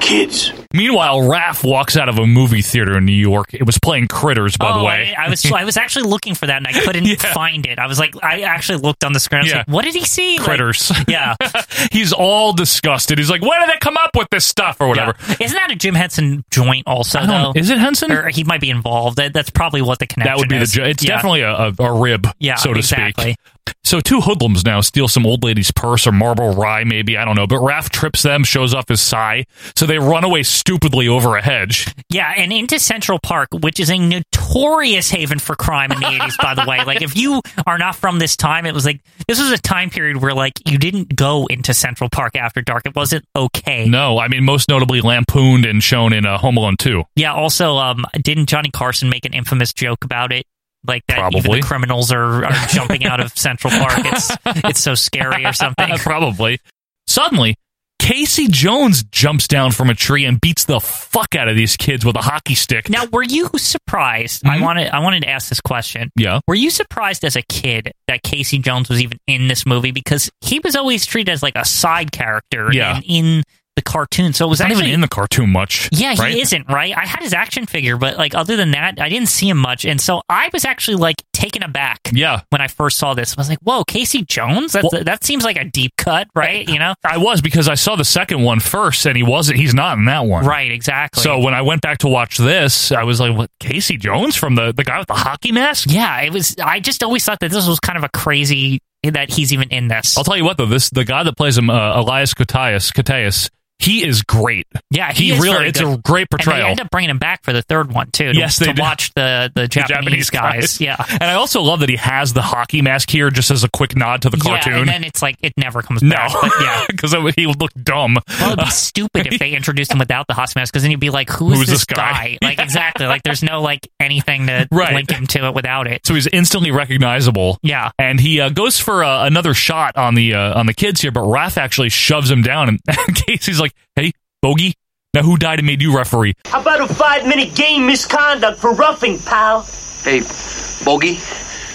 S4: Kids,
S5: Meanwhile, Raph walks out of a movie theater in New York. It was playing Critters, by
S6: oh,
S5: the way.
S6: I, I was I was actually looking for that and I couldn't find it. I was like, I actually looked on the screen. I was
S5: Yeah.
S6: like, what did he see? Like,
S5: Critters.
S6: yeah.
S5: He's all disgusted. He's like, where did they come up with this stuff or whatever?
S6: Isn't that a Jim Henson joint also,
S5: I don't-
S6: though?
S5: is it Henson?
S6: Or he might be involved. That, that's probably what the connection
S5: That would be the.
S6: is.
S5: ju- It's
S6: Yeah.
S5: definitely a, a, a rib,
S6: Yeah,
S5: so to
S6: exactly.
S5: speak. So two hoodlums now steal some old lady's purse or marble rye, maybe I don't know. But Raph trips them, shows off his sigh, so they run away stupidly over a hedge.
S6: Yeah, and into Central Park, which is a notorious haven for crime in the 80s, by the way. Like, if you are not from this time, it was like, this was a time period where, like, you didn't go into Central Park after dark. It wasn't okay.
S5: No, I mean most notably lampooned and shown in uh, Home Alone Two.
S6: Yeah, also, um, didn't Johnny Carson make an infamous joke about it? Like, that even
S5: Probably.
S6: the criminals are, are jumping out of Central Park. It's, it's so scary or something.
S5: Probably. Suddenly, Casey Jones jumps down from a tree and beats the fuck out of these kids with a hockey stick.
S6: Now, were you surprised?
S5: Hmm?
S6: I wanted I wanted to ask this question.
S5: Yeah.
S6: Were you surprised as a kid that Casey Jones was even in this movie because he was always treated as like a side character
S5: Yeah.
S6: in, in the cartoon? So it was
S5: Not
S6: actually
S5: even in the cartoon much.
S6: yeah, he
S5: right?
S6: isn't right. I had his action figure, but like other than that, I didn't see him much, and so I was actually like taken aback
S5: Yeah.
S6: when I first saw this. I was like, "Whoa, Casey Jones! That's,
S5: Well-
S6: that seems like a deep cut, right? You know,
S5: I was because I saw the second one first, and he wasn't. He's not in that one.
S6: right? Exactly.
S5: So when I went back to watch this, I was like, "What? Casey Jones from the the guy with the hockey mask?"
S6: yeah, it was. I just always thought that this was kind of a crazy that he's even in this.
S5: I'll tell you what, though, this the guy that plays him, uh, Elias Koteas, Koteas, he is great.
S6: Yeah, he, is
S5: really
S6: very
S5: it's
S6: good.
S5: a great portrayal.
S6: And they end up bringing him back for the third one too. To,
S5: Yes, they
S6: to
S5: do.
S6: watch the the
S5: The
S6: Japanese, guys. Yeah.
S5: and I also love that he has the hockey mask here, just as a quick nod to the cartoon.
S6: Yeah, and then it's like it never comes
S5: no,
S6: back. But yeah.
S5: because he looked dumb.
S6: Well, it'd be stupid if they introduced him without the hospital mask, because then you'd be like, "Who is this, guy?" Like exactly, like there's no like anything to
S5: Right.
S6: link him to it without it.
S5: so he's instantly recognizable.
S6: Yeah,
S5: and he uh, goes for uh, another shot on the uh, on the kids here, but Raph actually shoves him down, and Casey's like, "Hey, bogey, now who died and made you referee?"
S12: How about a five minute game misconduct for roughing, pal?
S13: Hey, Bogey.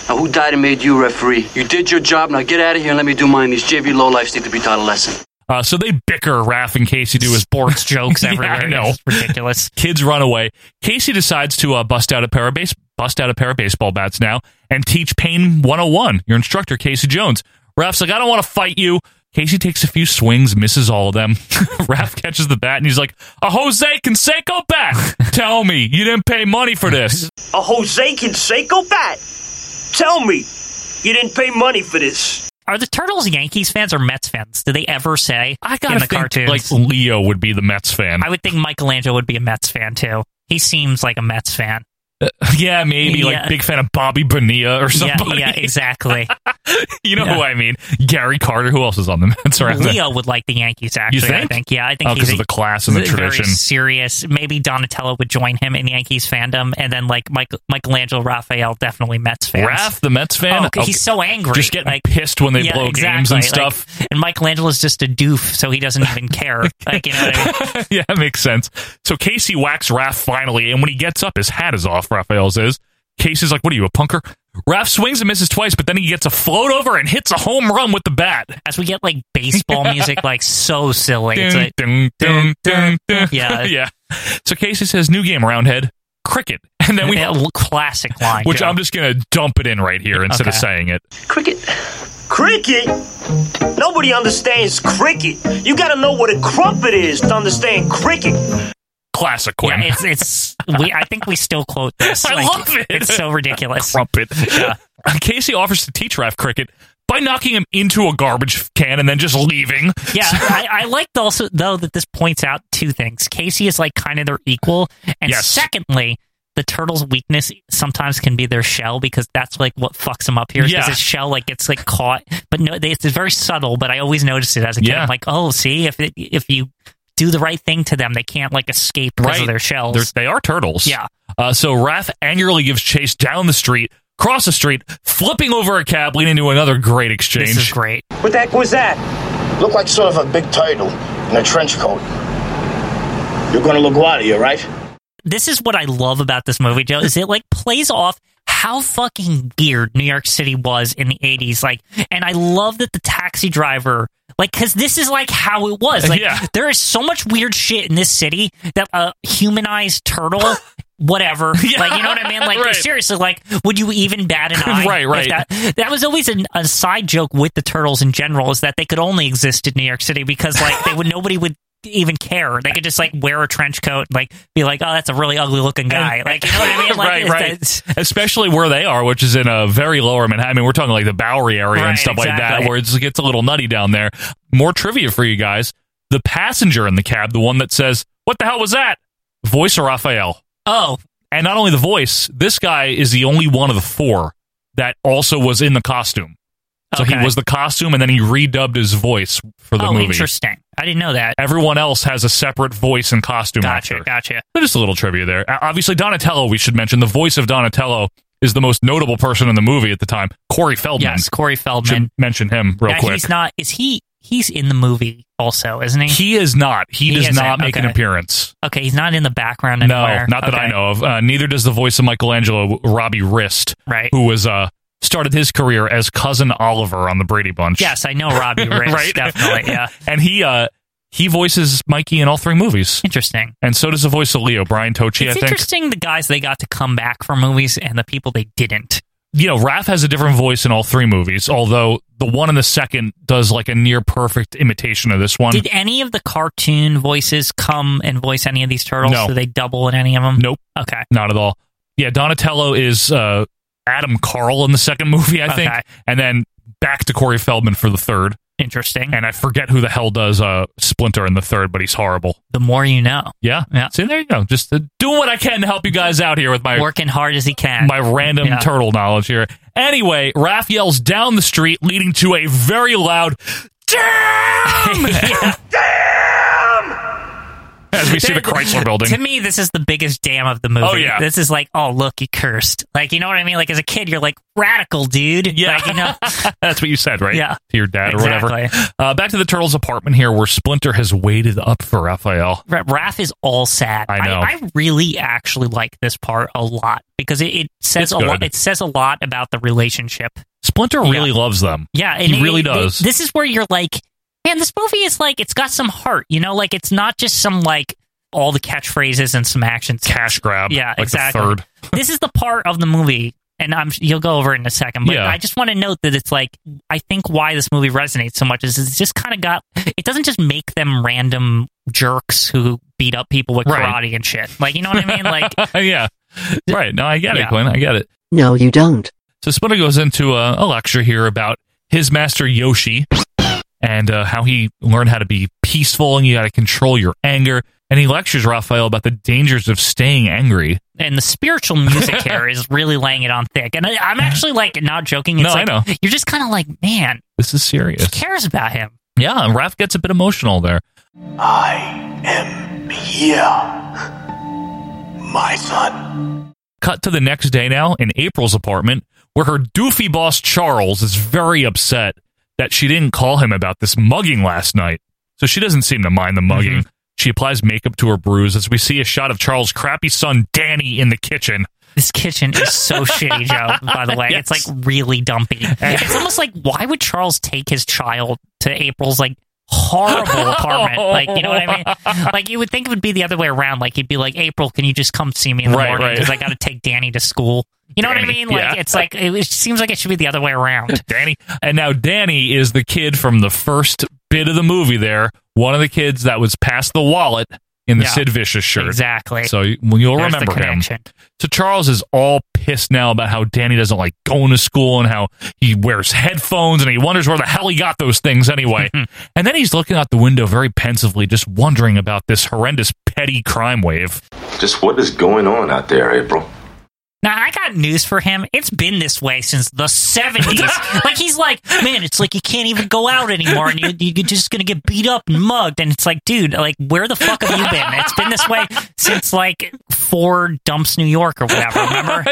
S13: Now, who died and made you referee? You did your job. Now get out of here and let me do mine. These JV lowlifes need to be taught a lesson.
S5: Uh, so they bicker. Raph and Casey do his
S6: sports jokes everywhere.
S5: I know.
S6: It's ridiculous.
S5: Kids run away. Casey decides to uh, bust out a pair of base bust out a pair of baseball bats now and teach Pain 101. Your instructor, Casey Jones. Raph's like, I don't want to fight you. Casey takes a few swings, misses all of them. Raph catches the bat and he's like, A Jose Canseco bat. Tell me, you didn't pay money for this.
S14: A Jose Canseco bat? Tell me, you didn't pay money for this.
S6: Are the turtles Yankees fans or Mets fans? Do they ever say
S5: I gotta
S6: in the
S5: think
S6: cartoons?
S5: like Leo would be the Mets fan.
S6: I would think Michelangelo would be a Mets fan too. He seems like a Mets fan.
S5: yeah, maybe
S6: Yeah.
S5: like big fan of Bobby Bonilla or somebody.
S6: Yeah, yeah, exactly.
S5: You know
S6: Yeah.
S5: who I mean? Gary Carter. Who else is on the Mets around there?
S6: Leo would like the Yankees. Actually, I
S5: think?
S6: think. Yeah, I think
S5: Oh,
S6: he's
S5: 'cause of the class and the
S6: he's very
S5: tradition.
S6: serious. Maybe Donatello would join him in Yankees fandom, and then like Mike, Michelangelo, Raphael, definitely Mets fans.
S5: Raph, the Mets fan.
S6: Oh, 'cause he's so angry.
S5: Just getting
S6: Like-
S5: pissed when they
S6: Yeah,
S5: blow
S6: exactly.
S5: games and
S6: Like,
S5: stuff.
S6: and Michelangelo's just a doof, so he doesn't even care. like you know, what I mean?
S5: yeah, that makes sense. So Casey whacks Raph finally, and when he gets up, his hat is off. Raphael's is. Casey's like, "What are you, a punker?" Raph swings and misses twice, but then he gets a float over and hits a home run with the bat.
S6: as we get like baseball music, like so silly. It's
S5: Dun,
S6: like,
S5: dun, dun, dun, dun.
S6: Yeah.
S5: yeah. So Casey says, "New game, Roundhead, cricket," and then we,
S6: a l- classic line,
S5: which
S6: Joe.
S5: I'm just gonna dump it in right here instead of
S6: Okay.
S5: saying it.
S14: Cricket? Cricket? Nobody understands cricket. You gotta know what a crumpet is to understand cricket.
S5: Classic Quinn.
S6: Yeah, it's it's. we, I think we still quote this.
S5: I
S6: Like,
S5: love it.
S6: It's so ridiculous.
S5: crumpet. Casey offers to teach Raph cricket by knocking him into a garbage can and then just leaving.
S6: Yeah, I, I like the- also though that this points out two things. Casey is like kind of their equal, and
S5: Yes.
S6: secondly, the turtle's weakness sometimes can be their shell because that's like what fucks him up here. Because
S5: Yeah.
S6: his shell like gets like caught, but no, they, it's very subtle. But I always noticed it as a kid.
S5: Yeah.
S6: I'm like, oh, see if it, if you do the right thing to them, they can't like escape because of their shells.
S5: They're- they are turtles.
S6: Yeah.
S5: Uh, so Raph angrily gives chase down the street, across the street, flipping over a cab, leading to another great exchange.
S6: this is great.
S14: What the heck was that?
S15: Look like sort of a big turtle in a trench coat. You're going to LaGuardia, right?
S6: This is what I love about this movie, Joe. Is it like plays off how fucking weird New York City was in the 80s. Like, and I love that the taxi driver, like, because this is like how it was. Like,
S5: Yeah.
S6: there is so much weird shit in this city that a humanized turtle. Whatever, like you know what I mean. Like
S5: Right.
S6: seriously, like would you even bat an eye?
S5: Right,
S6: if
S5: right.
S6: That, that was always an, a side joke with the turtles in general is that they could only exist in New York City because like they would nobody would even care. They could just like wear a trench coat, and, like be like, oh, that's a really ugly looking guy. like you know what I mean? Like,
S5: right,
S6: it's-
S5: right. Especially where they are, which is in a very lower Manhattan. I mean, we're talking like the Bowery area
S6: Right,
S5: and stuff like
S6: exactly.
S5: that, where it just gets a little nutty down there. More trivia for you guys: the passenger in the cab, the one that says, "What the hell was that?" Voice of Raphael.
S6: Oh,
S5: And not only the voice, this guy is the only one of the four that also was in the costume. So
S6: Okay.
S5: he was the costume, and then he redubbed his voice for the
S6: oh,
S5: movie.
S6: interesting. I didn't know that.
S5: Everyone else has a separate voice and costume.
S6: Gotcha,
S5: actor.
S6: gotcha.
S5: So just a little trivia there. Uh, Obviously, Donatello, we should mention the voice of Donatello is the most notable person in the movie at the time. Corey Feldman.
S6: Yes, Corey Feldman.
S5: Should mention him real
S6: Yeah,
S5: quick.
S6: He's not. Is he? He's in the movie also, isn't he?
S5: he is not. He,
S6: He
S5: does
S6: isn't,
S5: not make an
S6: okay.
S5: appearance.
S6: okay, he's not in the background
S5: No,
S6: anywhere.
S5: not that I
S6: Okay.
S5: know of. Uh, neither does the voice of Michelangelo, Robbie Rist,
S6: Right.
S5: who was uh, started his career as cousin Oliver on the Brady Bunch.
S6: Yes, I know Robbie Riggs,
S5: Right?
S6: definitely. Yeah,
S5: and he uh, he voices Mikey in all three movies,
S6: interesting.
S5: and so does the voice of Leo, Brian Tochi.
S6: it's
S5: I think
S6: interesting the guys they got to come back for movies and the people they didn't.
S5: you know, Raph has a different voice in all three movies, although the one in the second does like a near perfect imitation of this one.
S6: Did any of the cartoon voices come and voice any of these turtles?
S5: No.
S6: Do they double in any of them?
S5: nope,
S6: Okay.
S5: not at all. Yeah, Donatello is uh, Adam Carl in the second movie, I think,
S6: Okay. Mm-hmm.
S5: and then back to Corey Feldman for the third.
S6: Interesting.
S5: And I forget who the hell does uh, Splinter in the third, but he's horrible.
S6: the more you know.
S5: Yeah,
S6: Yeah.
S5: See, there you go. Just uh, doing what I can to help you guys out here with my
S6: Working hard as he can.
S5: my random
S6: Yeah.
S5: turtle knowledge here. Anyway, Raph yells down the street, leading to a very loud damn.
S6: Yeah.
S5: As we see the Chrysler Building.
S6: To me, this is the biggest damn of the movie.
S5: Oh, yeah.
S6: This is like, oh, look, he cursed. Like, you know what I mean? Like, as a kid, you're like, radical, dude.
S5: Yeah.
S6: Like, you know?
S5: That's what you said, right?
S6: Yeah.
S5: To your dad or
S6: Exactly.
S5: whatever. Uh, back to the Turtles' apartment here where Splinter has waited up for Raphael.
S6: Ra- Raph is all sad.
S5: I know.
S6: I, really actually like this part a lot because it, it says
S5: It's
S6: a
S5: good.
S6: lot. It says a lot about the relationship.
S5: Splinter really loves them.
S6: Yeah, and
S5: He
S6: it-
S5: really
S6: it-
S5: does.
S6: This is where you're like, man, this movie is like, it's got some heart. You know, like it's not just some like all the catchphrases and some action.
S5: Cash grab.
S6: Yeah,
S5: like
S6: exactly.
S5: The third.
S6: this is the part of the movie, and I'm you'll go over it in a second. But
S5: Yeah.
S6: I just want to note that it's like I think why this movie resonates so much is it's just kind of got it doesn't just make them random jerks who beat up people with
S5: Right.
S6: karate and shit. Like you know what I mean? Like
S5: yeah. Right. No, I get
S6: Yeah.
S5: it, Quinn. I get it.
S16: No, you don't.
S5: So Splinter goes into a, a lecture here about his master Yoshi and uh, how he learned how to be peaceful and you got to control your anger. And he lectures Raphael about the dangers of staying angry.
S6: and the spiritual music here is really laying it on thick. And I, I'm actually like not joking. It's
S5: No, I
S6: like,
S5: know.
S6: You're just kind of like, man,
S5: This is serious.
S6: who cares about him?
S5: Yeah, and Raph gets a bit emotional there.
S4: I am here, my son.
S5: Cut to the next day now in April's apartment, where her doofy boss Charles is very upset that she didn't call him about this mugging last night. So she doesn't seem to mind
S6: Mm-hmm.
S5: the mugging. She applies makeup to her bruise as we see a shot of Charles' crappy son Danny in the kitchen.
S6: This kitchen is so shitty, Joe. By the way, it's like really dumpy. It's almost like why would Charles take his child to April's like horrible apartment? Like you know what I mean? Like you would think it would be the other way around. Like he'd be like, April, can you just come see me in the
S5: Right,
S6: morning
S5: right.
S6: because I got to take Danny to school. You know what I
S5: Danny,
S6: mean? Like
S5: yeah.
S6: it's like it, it seems like it should be the other way around.
S5: Danny. And now Danny is the kid from the first bit of the movie there, one of the kids that was past the wallet in the
S6: Yeah.
S5: Sid Vicious shirt.
S6: Exactly.
S5: So you- well, you'll
S6: There's the
S5: remember him.
S6: connection.
S5: So Charles is all pissed now about how Danny doesn't like going to school and how he wears headphones and he wonders where the hell he got those things anyway. and then he's looking out the window very pensively, just wondering about this horrendous petty crime wave.
S17: Just what is going on out there, April?
S6: Now I got news for him. It's been this way since the seventies. like he's like, man, it's like you can't even go out anymore, and you, you're just gonna get beat up and mugged. And it's like, dude, like where the fuck have you been? It's been this way since like Ford dumps New York or whatever. Remember?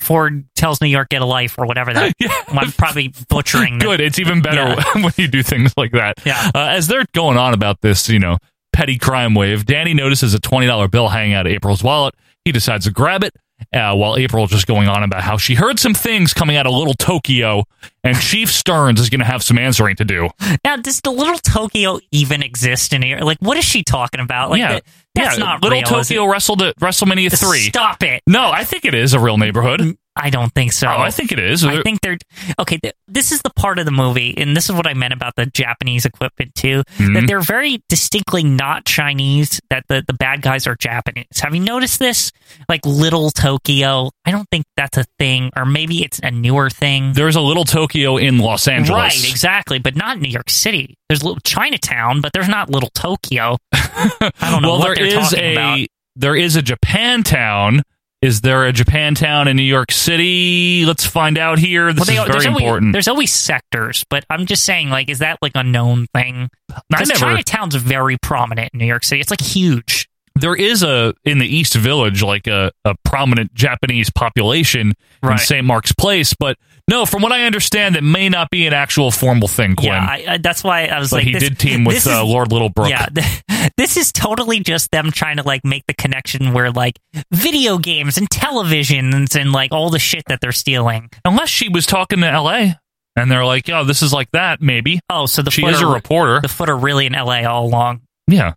S6: Ford tells New York get a life or whatever that. I'm probably butchering. the-
S5: Good. It's even better when you do things like that.
S6: Yeah.
S5: Uh, as they're going on about this, you know, petty crime wave, Danny notices a $20 bill hanging out of April's wallet. He decides to grab it uh, while April just going on about how she heard some things coming out of Little Tokyo, and Chief Stearns is going to have some answering to do.
S6: Now, does the little Tokyo even exist in here? Like, what is she talking about? Like,
S5: yeah,
S6: that- that's
S5: yeah.
S6: not
S5: Little
S6: real, is
S5: Tokyo
S6: it?
S5: wrestled at WrestleMania three.
S6: Stop it.
S5: No, I think it is a real neighborhood.
S6: I don't think so.
S5: Oh, I think it is.
S6: Mm, I think they're okay. Th- this is the part of the movie, and this is what I meant about the Japanese equipment too. That
S5: Mhm.
S6: they're very distinctly not Chinese. That the the bad guys are Japanese. Have you noticed this? Like Little Tokyo. I don't think that's a thing, or maybe it's a newer thing.
S5: there's a Little Tokyo in Los Angeles.
S6: Right, exactly, but not New York City. There's little Chinatown, but there's not little Tokyo. I don't know
S5: well,
S6: what
S5: there
S6: they're
S5: is
S6: talking
S5: a
S6: about.
S5: there is a Japantown. Is there a Japantown in New York City? Let's find out here. This
S6: they-
S5: is very
S6: there's always,
S5: important.
S6: There's always sectors, but I'm just saying, like, is that like a known thing? Because
S5: never-
S6: Chinatown's very prominent in New York City. It's like huge.
S5: there is a in the East Village like a, a prominent Japanese population in
S6: Right.
S5: St. Mark's Place, but no, from what I understand, it may not be an actual formal thing. Quinn,
S6: Yeah, I, I, that's why I was
S5: but
S6: like,
S5: he
S6: this-
S5: did team with
S6: this
S5: uh,
S6: is-
S5: Lord Littlebrook.
S6: Yeah, th- this is totally just them trying to like make the connection where like video games and televisions and like all the shit that they're stealing.
S5: Unless she was talking to L.A. and they're like, "Oh, this is like that." Maybe
S6: Oh, so the
S5: she
S6: footer,
S5: is a reporter.
S6: The foot are really in L.A. all along.
S5: Yeah.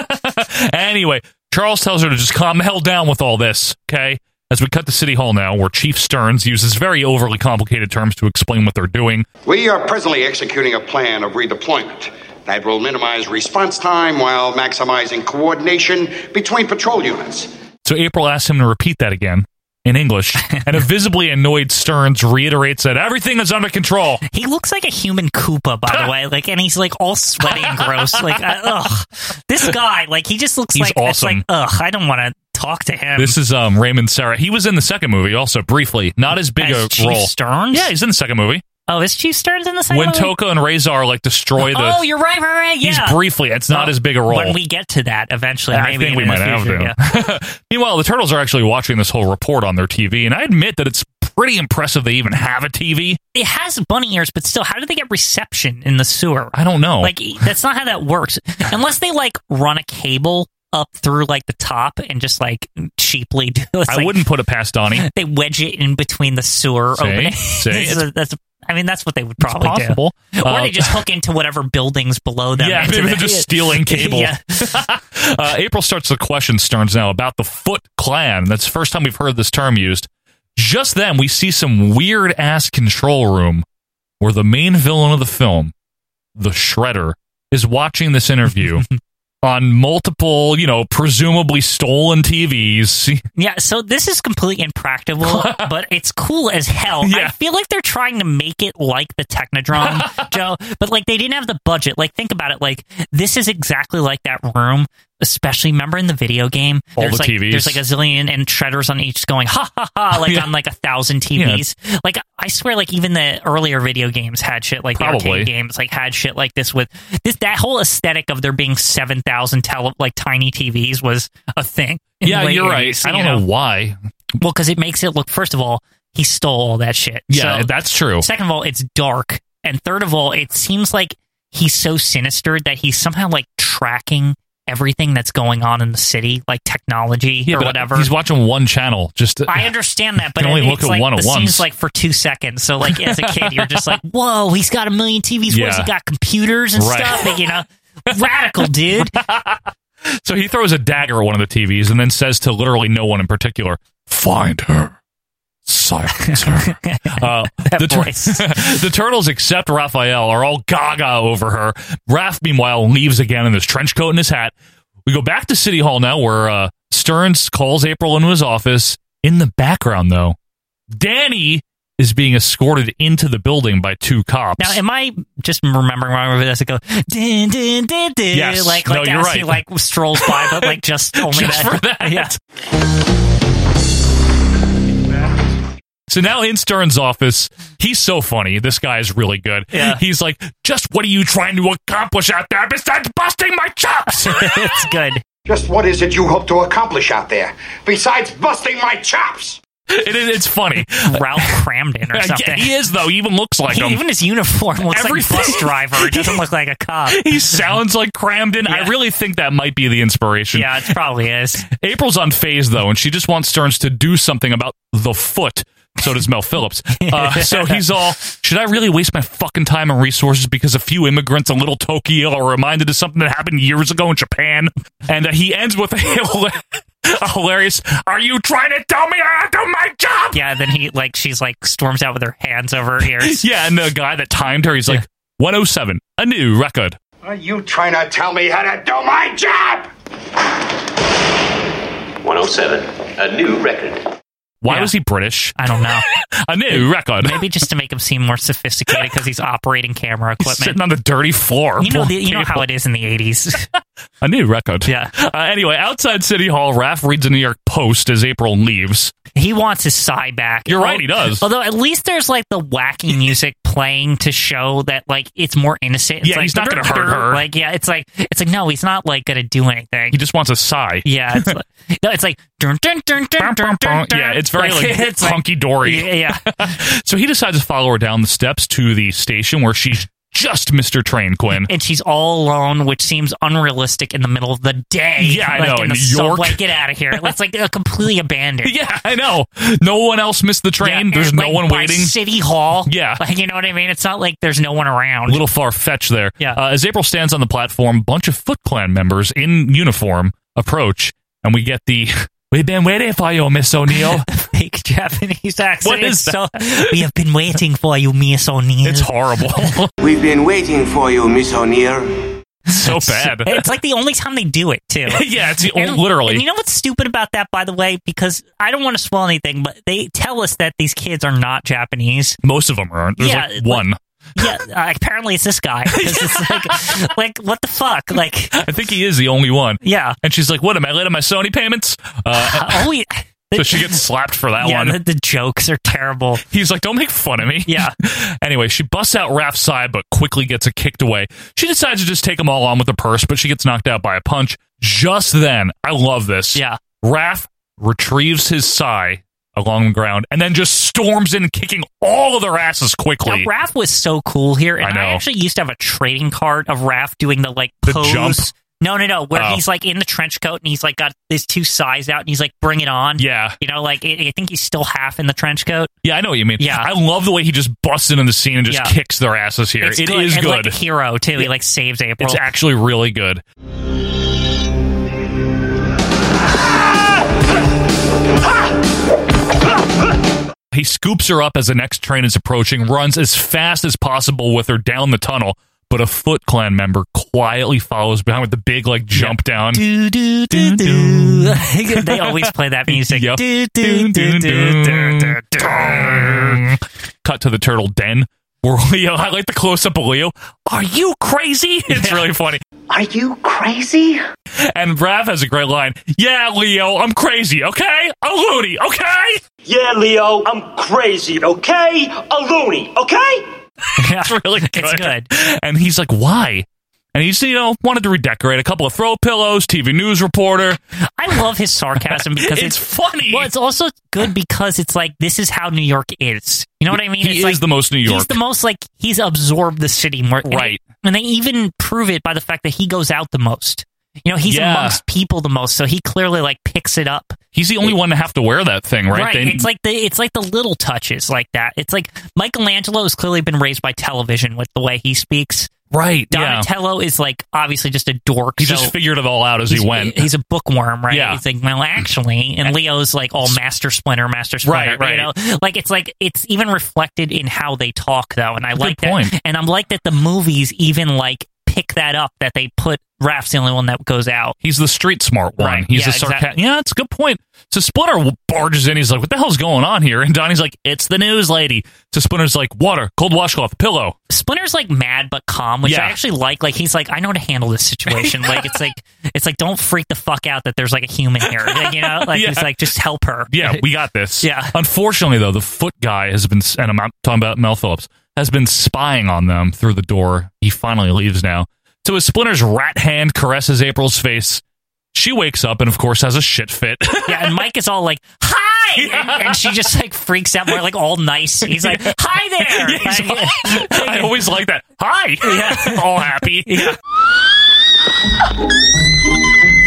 S5: anyway, Charles tells her to just calm the hell down with all this, okay? As we cut to City Hall now, where Chief Stearns uses very overly complicated terms to explain what they're doing.
S16: We are presently executing a plan of redeployment that will minimize response time while maximizing coordination between patrol units.
S5: So April asks him to repeat that again in English, and a visibly annoyed Stearns reiterates that everything is under control.
S6: He looks like a human Koopa, by the way. Like, and he's like all sweaty and gross. Like, I, ugh, this guy, like, he just looks
S5: He's
S6: like it's
S5: awesome.
S6: like, ugh, I don't want to talk to him.
S5: This is um, Raymond Sarah. He was in the second movie also briefly, not as big
S6: As
S5: a
S6: Chief
S5: role.
S6: Stearns?
S5: Yeah, he's in the second movie.
S6: oh, is Chief Stearns in the second
S5: when
S6: movie?
S5: Toka and Razor like destroy the,
S6: oh, you're right, right, right. Yeah,
S5: he's briefly. It's not
S6: Well,
S5: as big a role.
S6: When we get to that eventually,
S5: I
S6: maybe
S5: think
S6: in
S5: we
S6: the
S5: might have
S6: future,
S5: to.
S6: yeah.
S5: Meanwhile, the turtles are actually watching this whole report on their TV, and I admit that it's pretty impressive they even have a TV.
S6: It has bunny ears, but still, how do they get reception in the sewer?
S5: I don't know.
S6: Like, e- that's not how that works. Unless they like run a cable up through like the top and just like cheaply do. It's
S5: I
S6: like,
S5: wouldn't put it past Donnie. It's
S6: they wedge it in between the sewer
S5: See?
S6: opening.
S5: See?
S6: That's-
S5: It's-
S6: that's, I mean, that's what they would probably
S5: possible.
S6: do. Or
S5: Uh,
S6: they just hook into whatever buildings below them.
S5: yeah,
S6: into
S5: maybe they're
S6: the-
S5: just stealing cable.
S6: yeah.
S5: uh, April starts the question Stearns now about the Foot Clan. That's the first time we've heard this term used. Just then, we see some weird ass control room where the main villain of the film, the Shredder, is watching this interview on multiple, you know, presumably stolen TVs.
S6: Yeah, so this is completely impractical, but it's cool as hell. I
S5: Yeah.
S6: feel like they're trying to make it like the Technodrome, Joe, but like they didn't have the budget. Like, think about it. Like, this is exactly like that room, especially remember in the video game?
S5: All
S6: there's
S5: the
S6: like,
S5: TVs.
S6: There's like a zillion and shredders on each going, ha ha ha, like
S5: Yeah.
S6: on like a thousand TVs. Like, I swear, like, even the earlier video games had shit like the
S5: Probably.
S6: arcade games, like, had shit like this with this, that whole aesthetic of there being 7,000 tele, like tiny TVs was a thing. in
S5: yeah,
S6: the late
S5: you're right.
S6: 80s,
S5: I
S6: you
S5: don't know why.
S6: well, because it makes it look. First of all, he stole all that shit.
S5: Yeah,
S6: So,
S5: that's true.
S6: second of all, it's dark, and third of all, it seems like he's so sinister that he's somehow like tracking everything that's going on in the city, like technology
S5: Yeah,
S6: or
S5: but uh,
S6: whatever.
S5: He's watching one channel. Just
S6: I understand that, but
S5: can only
S6: it-
S5: look
S6: it's
S5: at
S6: like,
S5: one oh at
S6: the
S5: once.
S6: scene's like for two seconds. So, like as a kid, you're just like, "Whoa, he's got a million TVs. What has
S5: Yeah.
S6: he got? Computers and
S5: Right.
S6: stuff. Like, you know, radical dude."
S5: So he throws a dagger at one of the TVs and then says to literally no one in particular, "Find her, silence her." Uh, the, tur-
S6: voice.
S5: the turtles, except Raphael, are all gaga over her. Raph, meanwhile, leaves again in his trench coat and his hat. We go back to City Hall now, where uh, Stearns calls April into his office. In the background, though, Danny is being escorted into the building by two cops.
S6: Now, am I just remembering wrong over this? It goes, dun, dun, dun, dun,
S5: Yes.
S6: like,
S5: No,
S6: like
S5: you're
S6: as
S5: right.
S6: he like strolls by, but like just only
S5: Just
S6: that.
S5: for that.
S6: Yeah.
S5: So now in Stern's office, he's so funny. This guy is really good.
S6: Yeah.
S5: He's like, just what are you trying to accomplish out there besides busting my chops?
S6: it's good.
S16: Just what is it you hope to accomplish out there, besides busting my chops?
S5: It is. It's funny.
S6: Ralph Cramden or
S5: Yeah,
S6: something.
S5: He is though. He even looks like
S6: He-
S5: him.
S6: Even his uniform looks
S5: Everything.
S6: like a bus driver. He doesn't look like a cop.
S5: he sounds like Cramden. I really think that might be the inspiration.
S6: Yeah, it probably is.
S5: April's on phase though, and she just wants Stearns to do something about the foot. So does Mel Phillips. Uh, so he's all, should I really waste my fucking time and resources because a few immigrants in Little Tokyo are reminded of something that happened years ago in Japan? And uh, he ends with a, hila- a hilarious, "Are you trying to tell me I have to do my job?"
S6: Yeah, then he like she's like storms out with her hands over her ears.
S5: Yeah, and the guy that timed her, he's like, 107, a new record.
S16: Are you trying to tell me how to do my job?
S18: 107, a new record.
S5: Why was he British?
S6: I don't know.
S5: A new record.
S6: Maybe just to make him seem more sophisticated because he's operating camera
S5: He's
S6: equipment.
S5: sitting on the dirty floor.
S6: you know,
S5: pulling
S6: the, you know
S5: cable.
S6: how it is in the eighties.
S5: A new record. Yeah. Uh, anyway, outside City Hall, Raph reads the New York Post as April leaves.
S6: he wants his sigh back.
S5: You're right, he does.
S6: Although at least there's like the wacky music playing to show that like it's more innocent. It's
S5: Yeah,
S6: like,
S5: he's not gonna hurt her.
S6: Like yeah, it's like it's like no, he's not like gonna do anything.
S5: He just wants a sigh.
S6: Yeah, it's like, no, it's like dun, dun, dun, dun, dun, dun, dun.
S5: Yeah, it's very like, hunky dory.
S6: Yeah, yeah.
S5: So he decides to follow her down the steps to the station where she's just Mr. Train Quinn.
S6: and she's all alone, which seems unrealistic in the middle of the day.
S5: Yeah, I
S6: like
S5: know,
S6: In,
S5: in
S6: the
S5: New York.
S6: subway, get out of here. It's like uh, completely abandoned.
S5: Yeah, I know. No one else missed the train.
S6: Yeah,
S5: There's
S6: and,
S5: no
S6: like,
S5: one
S6: by
S5: waiting.
S6: City Hall.
S5: Yeah.
S6: like you know what I mean. It's not like there's no one around.
S5: A little far fetched there.
S6: Yeah.
S5: Uh, as April stands on the platform, a bunch of Foot Clan members in uniform approach, and we get the "We've been waiting for you, Miss O'Neill."
S6: fake Japanese accent.
S5: What is
S6: It's So, we have been waiting for you, Miss O'Neill.
S5: it's horrible.
S19: We've been waiting for you, Miss O'Neill.
S5: so bad.
S6: It's like the only time they do it too.
S5: yeah, it's the,
S6: And-
S5: literally.
S6: and you know what's stupid about that, by the way, because I don't want to spoil anything, but they tell us that these kids are not Japanese.
S5: Most of them aren't. There's
S6: Yeah,
S5: like one.
S6: Yeah, uh, apparently it's this guy. 'cause it's like, like what the fuck? Like,
S5: I think he is the only one.
S6: yeah.
S5: And she's like, "What am I late on my Sony payments?" Uh,
S6: Oh, yeah.
S5: so she gets slapped for that
S6: yeah,
S5: one.
S6: the, the jokes are terrible.
S5: He's like, "Don't make fun of me."
S6: Yeah.
S5: anyway, she busts out Raph's side, but quickly gets it kicked away. She decides to just take them all on with the purse, but she gets knocked out by a punch. Just then, I love this.
S6: Yeah.
S5: Raph retrieves his sigh along the ground and then just storms in, kicking all of their asses quickly.
S6: Now, Raph was so cool here, and
S5: I
S6: I,
S5: know.
S6: actually used to have a trading card of Raph doing the like
S5: The
S6: pose.
S5: jump?
S6: No, no, no. Where
S5: Oh.
S6: he's like in the trench coat and he's like got his two sides out and he's like, bring it on.
S5: yeah.
S6: You know, like I I think he's still half in the trench coat.
S5: Yeah, I know what you mean.
S6: Yeah.
S5: I love the way he just busts into the scene and just
S6: Yeah.
S5: kicks their asses here.
S6: It's
S5: It
S6: good.
S5: is
S6: and like
S5: good.
S6: a hero too. He like saves April.
S5: It's actually really good. He scoops her up as the next train is approaching, runs as fast as possible with her down the tunnel, but a Foot Clan member quietly follows behind with the big like jump down.
S6: do do do do. they always play that music.
S5: Yep.
S6: Do, do, do, do, do, do, do.
S5: Cut to the turtle den. Where Leo, I like the close up of Leo. Are you crazy? It's really funny.
S12: Are you crazy?
S5: And Rav has a great line. Yeah, Leo, I'm crazy, okay? A loony, okay?
S14: Yeah, Leo, I'm crazy, okay? A loony, okay?
S5: It's really good.
S6: It's good.
S5: And he's like, why? And he's, you know, wanted to redecorate a couple of throw pillows, TV news reporter.
S6: I love his sarcasm because
S5: It's funny.
S6: Well, it's also good because it's like this is how New York is. You know what I mean?
S5: He
S6: it's
S5: is
S6: like,
S5: the most New York.
S6: He's the most like he's absorbed the city more, and
S5: Right.
S6: They, and they even prove it by the fact that he goes out the most. You know, he's
S5: Yeah.
S6: amongst people the most, so he clearly like picks it up.
S5: He's the only one to have to wear that thing, right?
S6: Right.
S5: They-
S6: It's like the it's like the little touches like that. It's like Michelangelo has clearly been raised by television with the way he speaks.
S5: right, yeah.
S6: Donatello is like obviously just a dork.
S5: He
S6: so
S5: just figured it all out as he
S6: he's-
S5: went.
S6: He's a bookworm, right?
S5: Yeah.
S6: He's like, well, actually, and Leo's like, oh, master splinter, master splinter.
S5: Right,
S6: You know, like it's like it's even reflected in how they talk though, and I like that.
S5: point.
S6: And I'm like that the movies even like pick that up that they put Raph's the only one that goes out.
S5: He's the street smart one.
S6: Right,
S5: He's
S6: yeah,
S5: a sarcastic.
S6: exactly.
S5: Yeah, it's a good point. So Splinter barges in. He's like, "What the hell's going on here?" And Donnie's like, "It's the news lady." So Splinter's like, "Water, cold washcloth, pillow."
S6: Splinter's like mad but calm, which
S5: Yeah.
S6: I actually like. Like he's like, I know how to handle this situation. like it's like it's like don't freak the fuck out that there's like a human here. Like, you know, like
S5: Yeah.
S6: he's like just help her.
S5: Yeah, we got this.
S6: Yeah.
S5: Unfortunately, though, the foot guy has been, and I'm not talking about Mel Phillips, has been spying on them through the door. He finally leaves now. So as Splinter's rat hand caresses April's face, she wakes up and, of course, has a shit fit.
S6: yeah, and Mike is all like, "Hi, hey! And, and she just like freaks out more, like all nice. He's like, hi there.
S5: Yeah, he's
S6: Like,
S5: all- I always like that. Hi. all happy.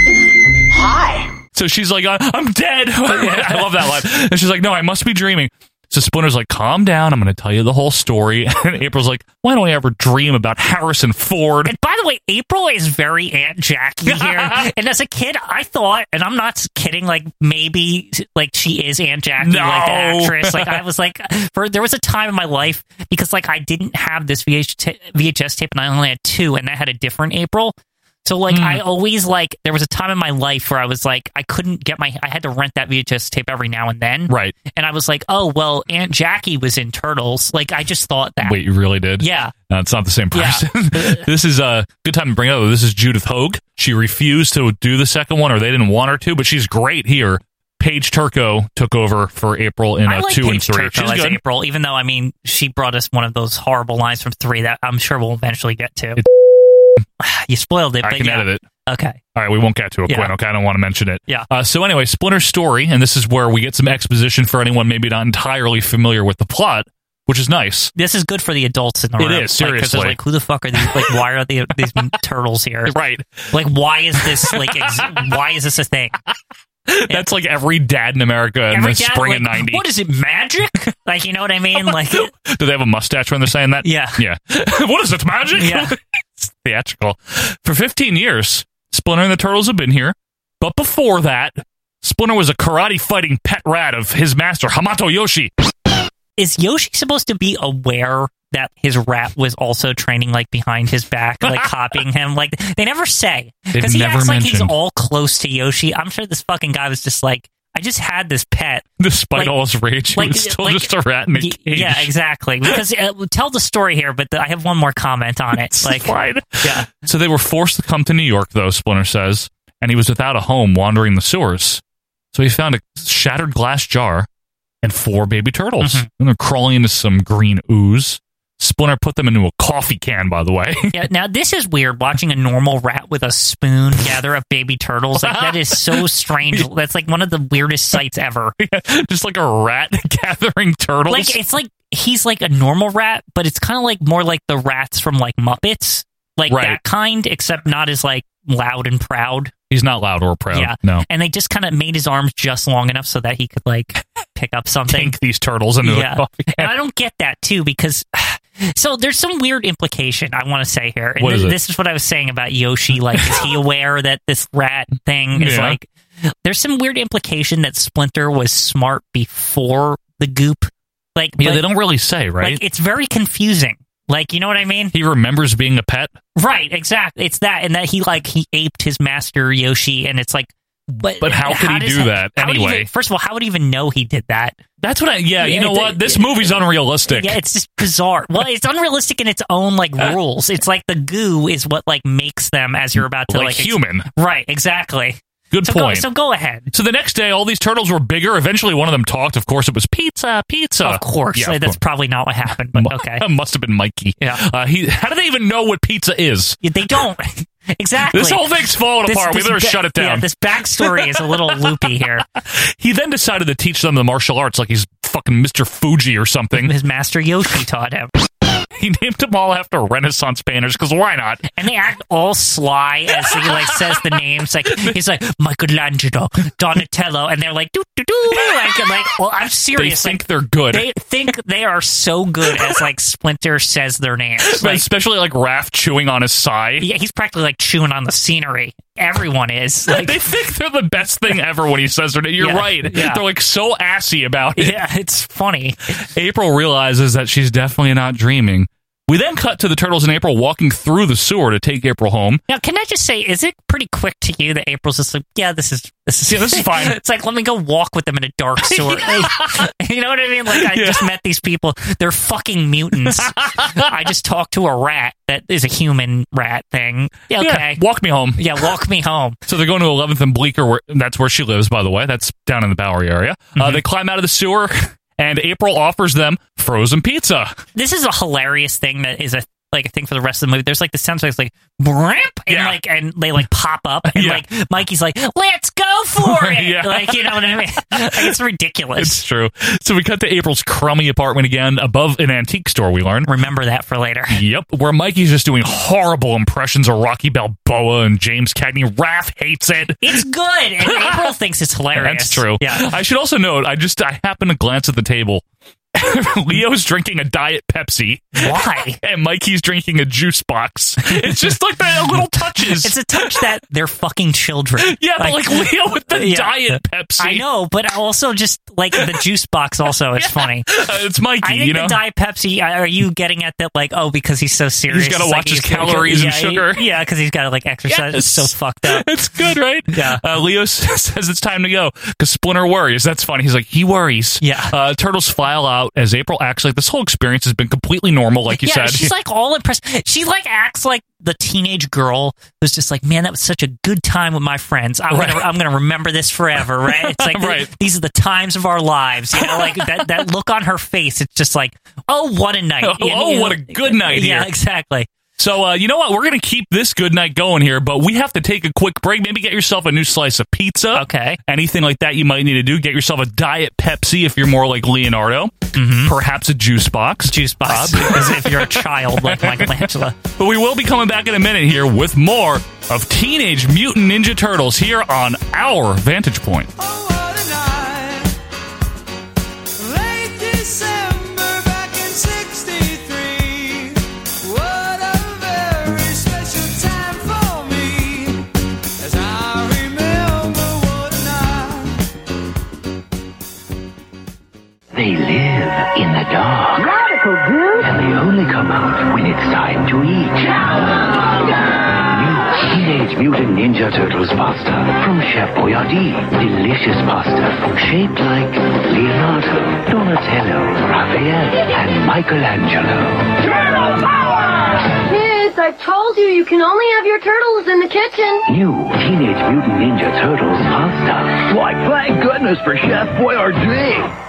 S12: Hi.
S5: So she's like, "I- I'm dead. I love that line. And she's like, no, I must be dreaming. So Splinter's like, calm down. I'm going to tell you the whole story. And April's like, why don't I ever dream about Harrison Ford?
S6: And by the way, April is very Aunt Jackie here. and as a kid, I thought, and I'm not kidding, like maybe like she is Aunt Jackie, like the
S5: No.
S6: actress. Like I was like, for there was a time in my life because like I didn't have this VH ta- VHS tape, and I only had two, and that had a different April. So like I
S5: Hmm.
S6: always like there was a time in my life where I was like I couldn't get my I had to rent that VHS tape every now and then.
S5: Right.
S6: And I was like, "Oh, well, Aunt Jackie was in Turtles." Like I just thought that.
S5: Wait, you really did?
S6: Yeah.
S5: No, Uh, it's not the same
S6: Yeah.
S5: person. this is a good time to bring it up. This is Judith Hogue. She refused to do the second one, or they didn't want her to, but she's great here. Paige Turco took over for April in
S6: I
S5: a
S6: like
S5: two and
S6: Paige
S5: three.
S6: Turco
S5: she's
S6: as
S5: good.
S6: April, even though I mean she brought us one of those horrible lines from three that I'm sure we'll eventually get to. you spoiled it.
S5: I
S6: but
S5: can
S6: yeah.
S5: edit it.
S6: Okay.
S5: All right, we won't get to it,
S6: Yeah.
S5: Quinn. Okay, I don't want to mention it.
S6: Yeah.
S5: Uh, so anyway, Splinter's story, and this is where we get some exposition for anyone maybe not entirely familiar with the plot, which is nice.
S6: This is good for the adults in the
S5: It is,
S6: room. Like, 'cause they're
S5: seriously.
S6: like, who the fuck are these? Like, why are the, these turtles here?
S5: Right.
S6: Like, why is this like? Ex- why is this a thing?
S5: That's like every dad in America in
S6: Every
S5: the
S6: dad,
S5: spring
S6: like,
S5: of '90.
S6: What is it? Magic? like, you know what I mean? Like,
S5: Do they have a mustache when they're saying that?
S6: Yeah.
S5: Yeah. what is it, magic?
S6: Yeah.
S5: it's theatrical. For 15 years, Splinter and the Turtles have been here. But before that, Splinter was a karate fighting pet rat of his master, Hamato Yoshi.
S6: is Yoshi supposed to be aware that his rat was also training like behind his back, like copying him? Like they never say
S5: They've
S6: he
S5: never
S6: acts like
S5: mentioned.
S6: he's all close to Yoshi. I'm sure this fucking guy was just like, I just had this pet.
S5: Despite
S6: Like-
S5: all his rage, he
S6: like-
S5: was still
S6: like-
S5: just a rat in a
S6: Y-
S5: cage.
S6: Yeah, exactly. Because uh, tell the story here, but the, I have one more comment on it. Like,
S5: fine.
S6: yeah,
S5: So they were forced to come to New York, though, Splinter says, and he was without a home wandering the sewers. So he found a shattered glass jar and four baby turtles.
S6: Mm-hmm.
S5: And they're crawling into some green ooze. Splinter put them into a coffee can, by the way.
S6: yeah. Now this is weird. Watching a normal rat with a spoon gather up baby turtles, like that is so strange. That's like one of the weirdest sights ever.
S5: just like a rat gathering turtles.
S6: Like it's like he's like a normal rat, but it's kind of like more like the rats from like Muppets, like
S5: Right.
S6: that kind, except not as like loud and proud.
S5: He's not loud or proud.
S6: Yeah.
S5: No.
S6: And they just kind of made his arms just long enough so that he could like pick up something.
S5: Tank these turtles into a
S6: Yeah.
S5: coffee can.
S6: And I don't get that too because so there's some weird implication I want to say here. And
S5: What
S6: this,
S5: is it?
S6: this is what I was saying about Yoshi. Like, is he aware that this rat thing is
S5: Yeah.
S6: like? There's some weird implication that Splinter was smart before the goop. Like,
S5: Yeah,
S6: but-
S5: they don't really say, right?
S6: like it's very confusing. Like you know what I mean?
S5: he remembers being a pet.
S6: Right, exactly. It's that, and that he like he aped his master Yoshi, and it's like, but
S5: But how could he
S6: does
S5: do that
S6: how would he
S5: anyway?
S6: even- first of all, how would he even know he did that?
S5: That's what I. Yeah, you
S6: Yeah,
S5: know
S6: it's-
S5: what? This movie's unrealistic.
S6: Yeah, it's just bizarre. Well, it's unrealistic in its own like
S5: Uh.
S6: rules. It's like the goo is what like makes them as you're about to
S5: Like
S6: like, ex-
S5: human.
S6: right, exactly.
S5: Good
S6: so Go,
S5: point.
S6: so go ahead.
S5: So the next day, all these turtles were bigger. Eventually, one of them talked. Of course, it was pizza, pizza.
S6: Of course,
S5: Uh, yeah, of
S6: that's
S5: course.
S6: probably not what happened, but okay.
S5: That must have been Mikey.
S6: Yeah.
S5: Uh, he. How do they even know what pizza is?
S6: Yeah, They don't exactly.
S5: This whole thing's falling
S6: This-
S5: apart.
S6: this
S5: we better
S6: ba-
S5: shut it
S6: Yeah,
S5: down.
S6: this backstory is a little loopy here.
S5: he then decided to teach them the martial arts, like he's fucking Mr. Fuji or something.
S6: His master Yoshi taught him,
S5: he named them all after Renaissance painters because why not?
S6: and they act all sly as he like says the names. Like he's like Michelangelo, Donatello, and they're like doo doo doo. Like, and, like well, I'm
S5: They
S6: serious. like,
S5: think they're good.
S6: they think they are so good as like Splinter says their names.
S5: But
S6: Like,
S5: especially like Raph chewing on his side.
S6: yeah, he's practically like chewing on the scenery. Everyone is like,
S5: they think they're the best thing ever when he says their name. You're
S6: Yeah,
S5: right.
S6: yeah.
S5: They're like so assy about it.
S6: yeah, it's funny.
S5: April realizes that she's definitely not dreaming. We then cut to the turtles and April walking through the sewer to take April home.
S6: Now, can I just say, is it pretty quick to you that April's just like, yeah, this is this is
S5: Yeah, this is fine.
S6: it's like, let me go walk with them in a dark sewer. you know what I mean? Like, I
S5: Yeah.
S6: just met these people; they're fucking mutants. I just talked to a rat that is a human rat thing. Yeah,
S5: Yeah,
S6: okay,
S5: walk me home.
S6: yeah, walk me home.
S5: So they're going to 11th and Bleecker. Where, that's where she lives, by the way. That's down in the Bowery area. Uh, they climb out of the sewer, and April offers them frozen pizza.
S6: this is a hilarious thing that is a like a thing for the rest of the movie. There's like the sound effects like bramp and
S5: Yeah.
S6: like and they like pop up and
S5: Yeah.
S6: like Mikey's like, Let's go for it
S5: Yeah.
S6: Like you know what I mean? Like, it's ridiculous.
S5: It's true. So we cut to April's crummy apartment again, above an antique store, we learn.
S6: Remember that for later.
S5: Yep, where Mikey's just doing horrible impressions of Rocky Balboa and James Cagney. Raph hates it.
S6: It's good and April thinks it's hilarious.
S5: That's true.
S6: Yeah.
S5: I should also note, I just I happen to glance at the table. Leo's drinking a diet Pepsi.
S6: Why?
S5: And Mikey's drinking a juice box. It's just like the little touches.
S6: It's a touch that they're fucking children.
S5: yeah, but like, Leo with the
S6: yeah.
S5: diet Pepsi.
S6: I know, but also just like the juice box also is funny.
S5: Uh, it's Mikey,
S6: I think
S5: you know.
S6: the Diet Pepsi. Are you getting at that? Like, oh, because he's so serious,
S5: gotta
S6: it's
S5: watch his calories and
S6: yeah,
S5: sugar.
S6: He, yeah, because he's got to like exercise. It's so
S5: Yes.
S6: fucked up.
S5: it's good, right?
S6: Yeah.
S5: Uh, Leo s- says it's time to go because Splinter worries. That's funny. He's like, he worries.
S6: Yeah.
S5: Uh, turtles file out as April acts like this whole experience has been completely normal, like you
S6: yeah,
S5: said.
S6: she's like all impressed. She like acts like the teenage girl who's just like, man, that was such a good time with my friends. I'm gonna,
S5: Right.
S6: I'm gonna remember this forever, right? It's like
S5: Right.
S6: these are the times of our lives. You know, like that that look on her face. It's just like, oh, what a night.
S5: Oh,
S6: You know,
S5: oh,
S6: you know?
S5: what a good night
S6: Yeah,
S5: here.
S6: exactly.
S5: So uh, you know what? We're gonna keep this good night going here, but we have to take a quick break. Maybe get yourself a new slice of pizza.
S6: Okay.
S5: Anything like that you might need to do. Get yourself a diet Pepsi if you're more like Leonardo. Perhaps a juice box.
S6: Mm-hmm.
S5: Uh,
S6: Juice box, as if you're a child like Michelangelo.
S5: But we will be coming back in a minute here with more of Teenage Mutant Ninja Turtles here on our Vantage Point.
S9: Late December back in 63. What a very special time for me. As I remember what a night.
S20: They live in the dark. Radical dude. And they only come out when it's time to eat. New Teenage Mutant Ninja Turtles pasta from Chef Boyardee. Delicious pasta shaped like Leonardo, Donatello, Raphael, and Michelangelo. Turtle power!
S21: Kids, I told you you can only have your turtles in the kitchen.
S20: New Teenage Mutant Ninja Turtles pasta. Why, thank goodness for Chef Boyardee.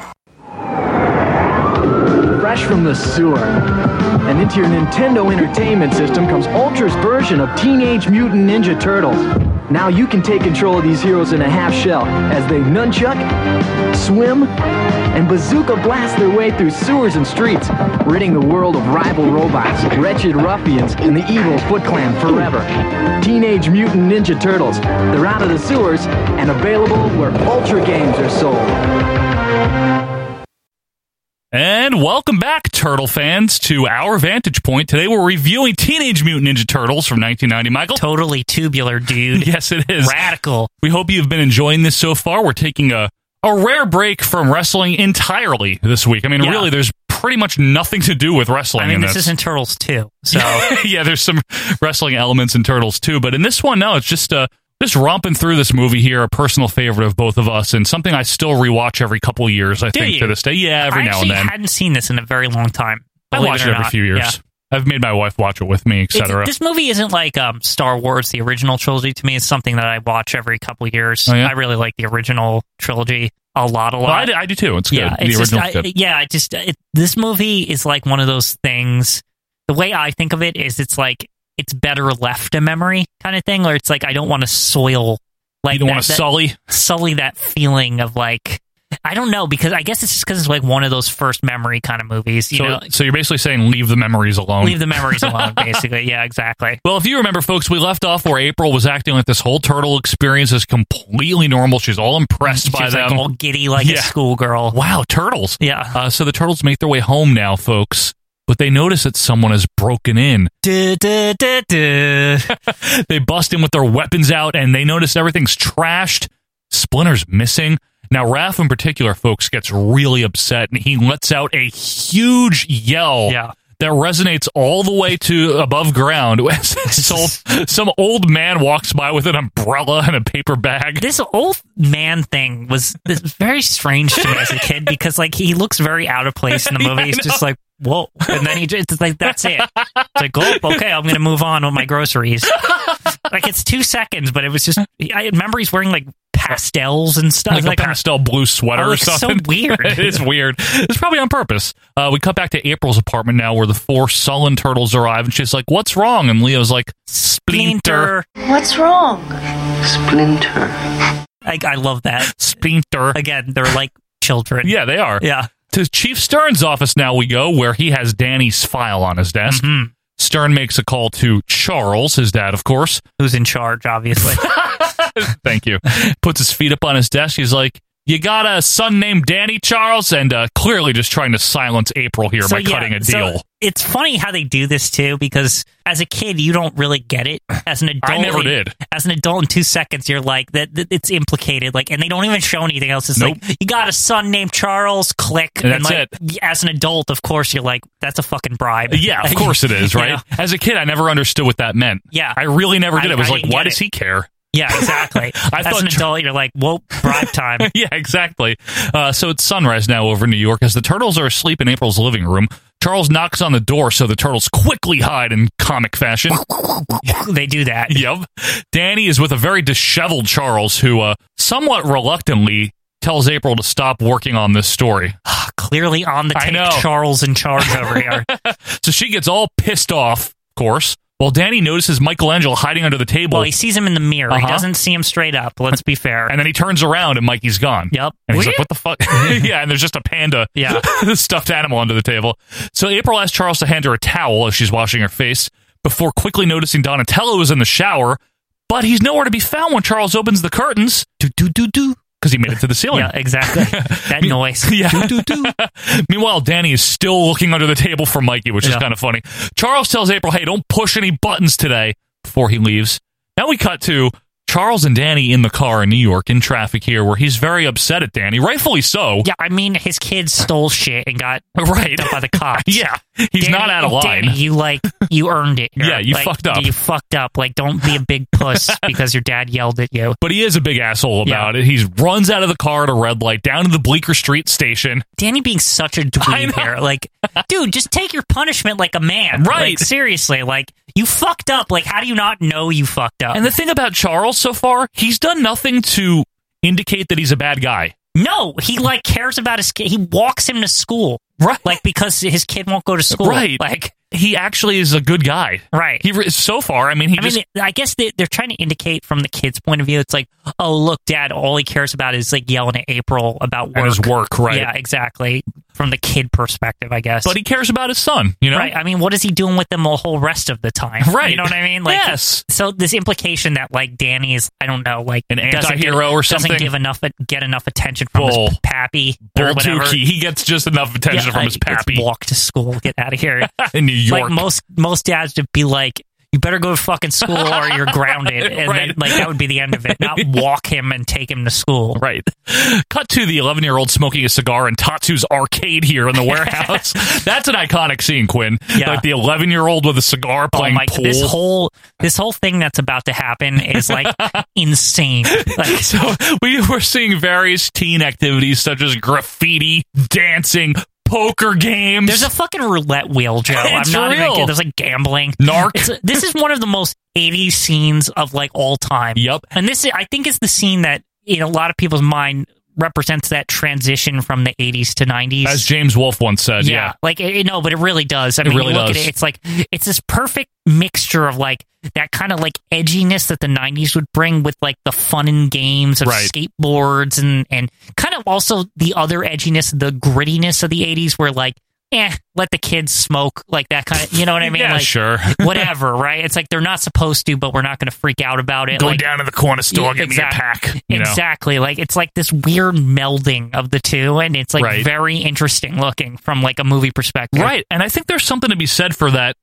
S22: Fresh from the sewer and into your Nintendo Entertainment System comes Ultra's version of Teenage Mutant Ninja Turtles. Now you can take control of these heroes in a half shell as they nunchuck, swim, and bazooka blast their way through sewers and streets, ridding the world of rival robots, wretched ruffians, and the evil Foot Clan forever. Teenage Mutant Ninja Turtles. They're out of the sewers and available where Ultra games are sold.
S5: And welcome back, Turtle fans, to our Vantage Point. Today we're reviewing Teenage Mutant Ninja Turtles from 1990. Michael?
S6: Totally tubular, dude.
S5: yes, it is.
S6: Radical.
S5: We hope you've been enjoying this so far. We're taking a, a rare break from wrestling entirely this week. I mean,
S6: Yeah.
S5: really, there's pretty much nothing to do with wrestling
S6: I mean,
S5: in
S6: this isn't Turtles too. So
S5: yeah, there's some wrestling elements in Turtles too, but in this one, no, it's just uh, just romping through this movie here, a personal favorite of both of us, and something I still rewatch every couple years. I
S6: Do
S5: think
S6: you?
S5: to this day, yeah, every
S6: I
S5: now
S6: actually
S5: and then.
S6: hadn't seen this in a very long time.
S5: I
S6: believe
S5: watch
S6: it
S5: it
S6: or
S5: every
S6: not.
S5: few
S6: Yeah.
S5: years. I've made my wife watch it with me,
S6: It's-
S5: etc.
S6: This movie isn't like um, Star Wars, the original trilogy. To me, it's something that I watch every couple of years.
S5: Oh, yeah?
S6: I really like the original trilogy a lot, a lot.
S5: Well, I, do- I do too. It's good.
S6: yeah,
S5: the
S6: it's just,
S5: original's
S6: I,
S5: good.
S6: yeah. I just it, this movie is like one of those things. The way I think of it is, it's like it's better left a memory kind of thing, or it's like I don't want to soil. Like
S5: you don't
S6: that-
S5: want to
S6: that-
S5: sully.
S6: sully that feeling of like I don't know because I guess it's just because it's like one of those first memory kind of movies. You
S5: So,
S6: know,
S5: so you're basically saying leave the memories alone.
S6: leave the memories alone, basically. Yeah, exactly.
S5: Well, if you remember, folks, we left off where April was acting like this whole turtle experience is completely normal. She's all impressed by
S6: She's
S5: them.
S6: like "Oh, all giddy like
S5: Yeah.
S6: a schoolgirl.
S5: Wow, turtles.
S6: Yeah.
S5: Uh, so the turtles make their way home now, folks. But they notice that someone has broken in.
S6: Du, du, du, du.
S5: They bust in with their weapons out, and they notice everything's trashed. Splinter's missing. Now, Raph in particular, folks, gets really upset, and he lets out a huge yell.
S6: Yeah.
S5: That resonates all the way to above ground. so some old man walks by with an umbrella and a paper bag.
S6: This old man thing was this was very strange to me as a kid because like he looks very out of place in the
S5: Yeah,
S6: movie.
S5: I
S6: He's just
S5: know.
S6: like, whoa. And then he just it's like that's it. It's like, oh, okay, I'm gonna move on with my groceries. like it's two seconds, but it was just I remember he's wearing like pastels and stuff.
S5: like a
S6: Like, I'm-
S5: pastel blue sweater
S6: I
S5: or
S6: look so
S5: something.
S6: weird.
S5: it's weird. It's probably on purpose. Uh, we cut back to April's apartment now, where the four sullen turtles arrive, and she's like, "What's wrong?" And Leo's like, "Splinter,
S21: What's wrong?
S5: splinter,
S6: I, I love that.
S5: splinter."
S6: Again, they're like children.
S5: Yeah, they are.
S6: Yeah.
S5: To Chief Stern's office now we go, where he has Danny's file on his desk.
S6: Mm-hmm.
S5: Stern makes a call to Charles, his dad, of course,
S6: who's in charge, obviously.
S5: Thank you. Puts his feet up on his desk. He's like, "You got a son named Danny Charles," and uh, clearly just trying to silence April here by
S6: yeah,
S5: cutting a
S6: so
S5: deal.
S6: it's funny how they do this too, because as a kid you don't really get it. As an adult,
S5: I never
S6: you-
S5: did.
S6: As an adult, in two seconds you're like that. that it's implicated, like, and they don't even show anything else. It's like you got a son named Charles. Click.
S5: And that's
S6: like, As an adult, of course, you're like, that's a fucking bribe.
S5: Yeah, of course it is,
S6: You
S5: right?
S6: know?
S5: As a kid, I never understood what that meant.
S6: Yeah.
S5: I really never did.
S6: I-
S5: I, was
S6: I
S5: like,
S6: didn't
S5: why
S6: get
S5: does
S6: it.
S5: he care?
S6: Yeah, exactly.
S5: I
S6: as
S5: thought
S6: an adult, you're like, whoa, bribe time.
S5: yeah, exactly. Uh, so it's sunrise now over in New York as the turtles are asleep in April's living room. Charles knocks on the door, so the turtles quickly hide in comic fashion.
S6: they do that.
S5: Yep. Danny is with a very disheveled Charles, who uh, somewhat reluctantly tells April to stop working on this story.
S6: Ah, Clearly on the
S5: I
S6: tape,
S5: know.
S6: Charles in charge over here.
S5: so she gets all pissed off, of course, while Danny notices Michelangelo hiding under the table.
S6: Well, he sees him in the mirror. He
S5: Uh-huh.
S6: doesn't see him straight up. Let's be fair.
S5: and then he turns around and Mikey's gone.
S6: Yep.
S5: And he's like, what the fuck? yeah, and there's just a panda,
S6: Yeah.
S5: stuffed animal under the table. So April asks Charles to hand her a towel as she's washing her face before quickly noticing Donatello is in the shower, but he's nowhere to be found when Charles opens the curtains. Do, do, do, do. Because he made it to the ceiling.
S6: Oh, Yeah, exactly. That noise.
S5: Yeah. Meanwhile, Danny is still looking under the table for Mikey, which is
S6: Yeah.
S5: kind of funny. Charles tells April, hey, don't push any buttons today before he leaves. Now we cut to Charles and Danny in the car in New York in traffic here, where he's very upset at Danny, rightfully so.
S6: Yeah, I mean, his kid stole shit and got
S5: Right.
S6: picked up by the cops.
S5: Yeah. He's
S6: Danny-
S5: not out of line.
S6: Danny, you like you earned it. here.
S5: Yeah, you
S6: Like,
S5: fucked up.
S6: You fucked up. Like, don't be a big puss because your dad yelled at you.
S5: But he is a big asshole about it. He runs out of the car at a red light down to the Bleecker Street station.
S6: Danny being such a dweeb here, like, dude, just take your punishment like a man.
S5: Right.
S6: Like, seriously, like you fucked up. Like, how do you not know you fucked up?
S5: And the thing about Charles so far, he's done nothing to indicate that he's a bad guy.
S6: no, he like cares about his kid. He walks him to school, right? Like because his kid won't go to school,
S5: Right.
S6: Like,
S5: He actually is a good guy.
S6: right.
S5: He re- so far, I mean, he
S6: I
S5: just
S6: mean, I guess they, they're trying to indicate from the kid's point of view. It's like, oh, look, dad, all he cares about is like yelling at April about work.
S5: and his work, right?
S6: Yeah, exactly. From the kid perspective, I guess.
S5: But he cares about his son, you know.
S6: right. I mean, what is he doing with them the whole rest of the time?
S5: Right.
S6: You know what I mean? Like,
S5: Yes.
S6: So this implication that like Danny is, I don't know, like
S5: An
S6: doesn't
S5: anti-hero
S6: get-
S5: or something?
S6: doesn't give enough get enough attention from
S5: Bull.
S6: his pappy or
S5: Bull
S6: whatever.
S5: Tukey, he gets just enough attention
S6: Yeah,
S5: from his
S6: like, let's
S5: pappy
S6: Walk to school. Get out of here.
S5: in New York.
S6: Like most most dads would be like, you better go to fucking school or you're grounded, and
S5: Right.
S6: then like that would be the end of it. Not walk him and take him to school.
S5: Right. Cut to the 11 year old smoking a cigar in Tatsu's arcade here in the warehouse. That's an iconic scene, Quinn.
S6: Yeah.
S5: Like the 11 year old with a cigar
S6: Oh
S5: playing
S6: my!
S5: pool.
S6: This whole this whole thing that's about to happen is like insane. Like
S5: so we were seeing various teen activities such as graffiti, dancing, poker games.
S6: there's a fucking roulette wheel, Joe.
S5: It's
S6: I'm not
S5: real.
S6: even kidding. There's like gambling.
S5: Narc.
S6: It's- this is one of the most 80s scenes of like all time.
S5: Yep.
S6: And this, is, I think, is the scene that in a lot of people's mind represents that transition from the 80s to 90s.
S5: As James Wolfe once said,
S6: yeah.
S5: yeah.
S6: Like, it, it- no, but it really does. I
S5: It
S6: mean,
S5: really
S6: you look
S5: does.
S6: at it, it's like, it's this perfect mixture of like that kind of like edginess that the 90s would bring with like the fun and games of
S5: Right.
S6: skateboards and, and kind of also the other edginess, the grittiness of the 80s where like, eh, let the kids smoke, like that kind of, you know what I mean?
S5: Yeah,
S6: like,
S5: sure.
S6: whatever, right? It's like they're not supposed to, but we're not going to freak out about it.
S5: Go
S6: like,
S5: down to the corner store,
S6: Yeah,
S5: get me a
S6: exact-
S5: pack. You know?
S6: exactly. Like it's like this weird melding of the two, and it's like
S5: Right.
S6: very interesting looking from like a movie perspective.
S5: Right. And I think there's something to be said for that.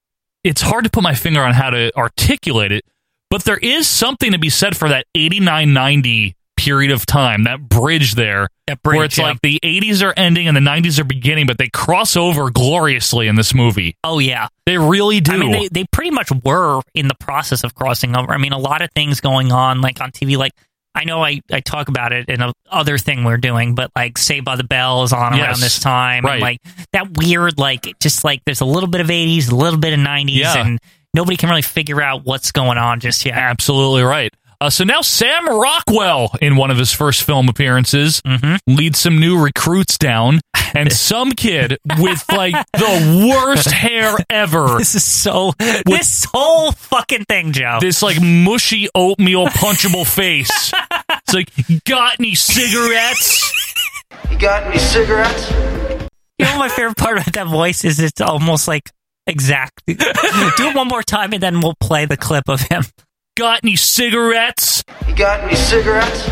S5: It's hard to put my finger on how to articulate it, but there is something to be said for that 89 90 period of time, that bridge there,
S6: That bridge,
S5: where it's
S6: yeah.
S5: like the 80s are ending and the 90s are beginning, but they cross over gloriously in this movie.
S6: Oh yeah.
S5: They really do.
S6: I mean, they, they pretty much were in the process of crossing over. I mean, a lot of things going on, like on TV. Like, I know I, I talk about it in a other thing we're doing, but like Saved by the Bell is on
S5: Yes.
S6: around this time.
S5: Right.
S6: And like that weird, like, just like there's a little bit of 80s, a little bit of 90s,
S5: Yeah.
S6: and nobody can really figure out what's going on just yet.
S5: Absolutely right. Uh, so now Sam Rockwell, in one of his first film appearances,
S6: Mm-hmm.
S5: leads some new recruits down, and some kid with like the worst hair ever. This
S6: is so. this whole fucking thing, Joe.
S5: This like mushy oatmeal punchable face. It's like, "You got any cigarettes?
S19: You got any cigarettes?
S6: You know, what my favorite part about that voice is it's almost like exact. Do it one more time, and then we'll play the clip of him.
S5: Got any cigarettes?
S19: You got any cigarettes?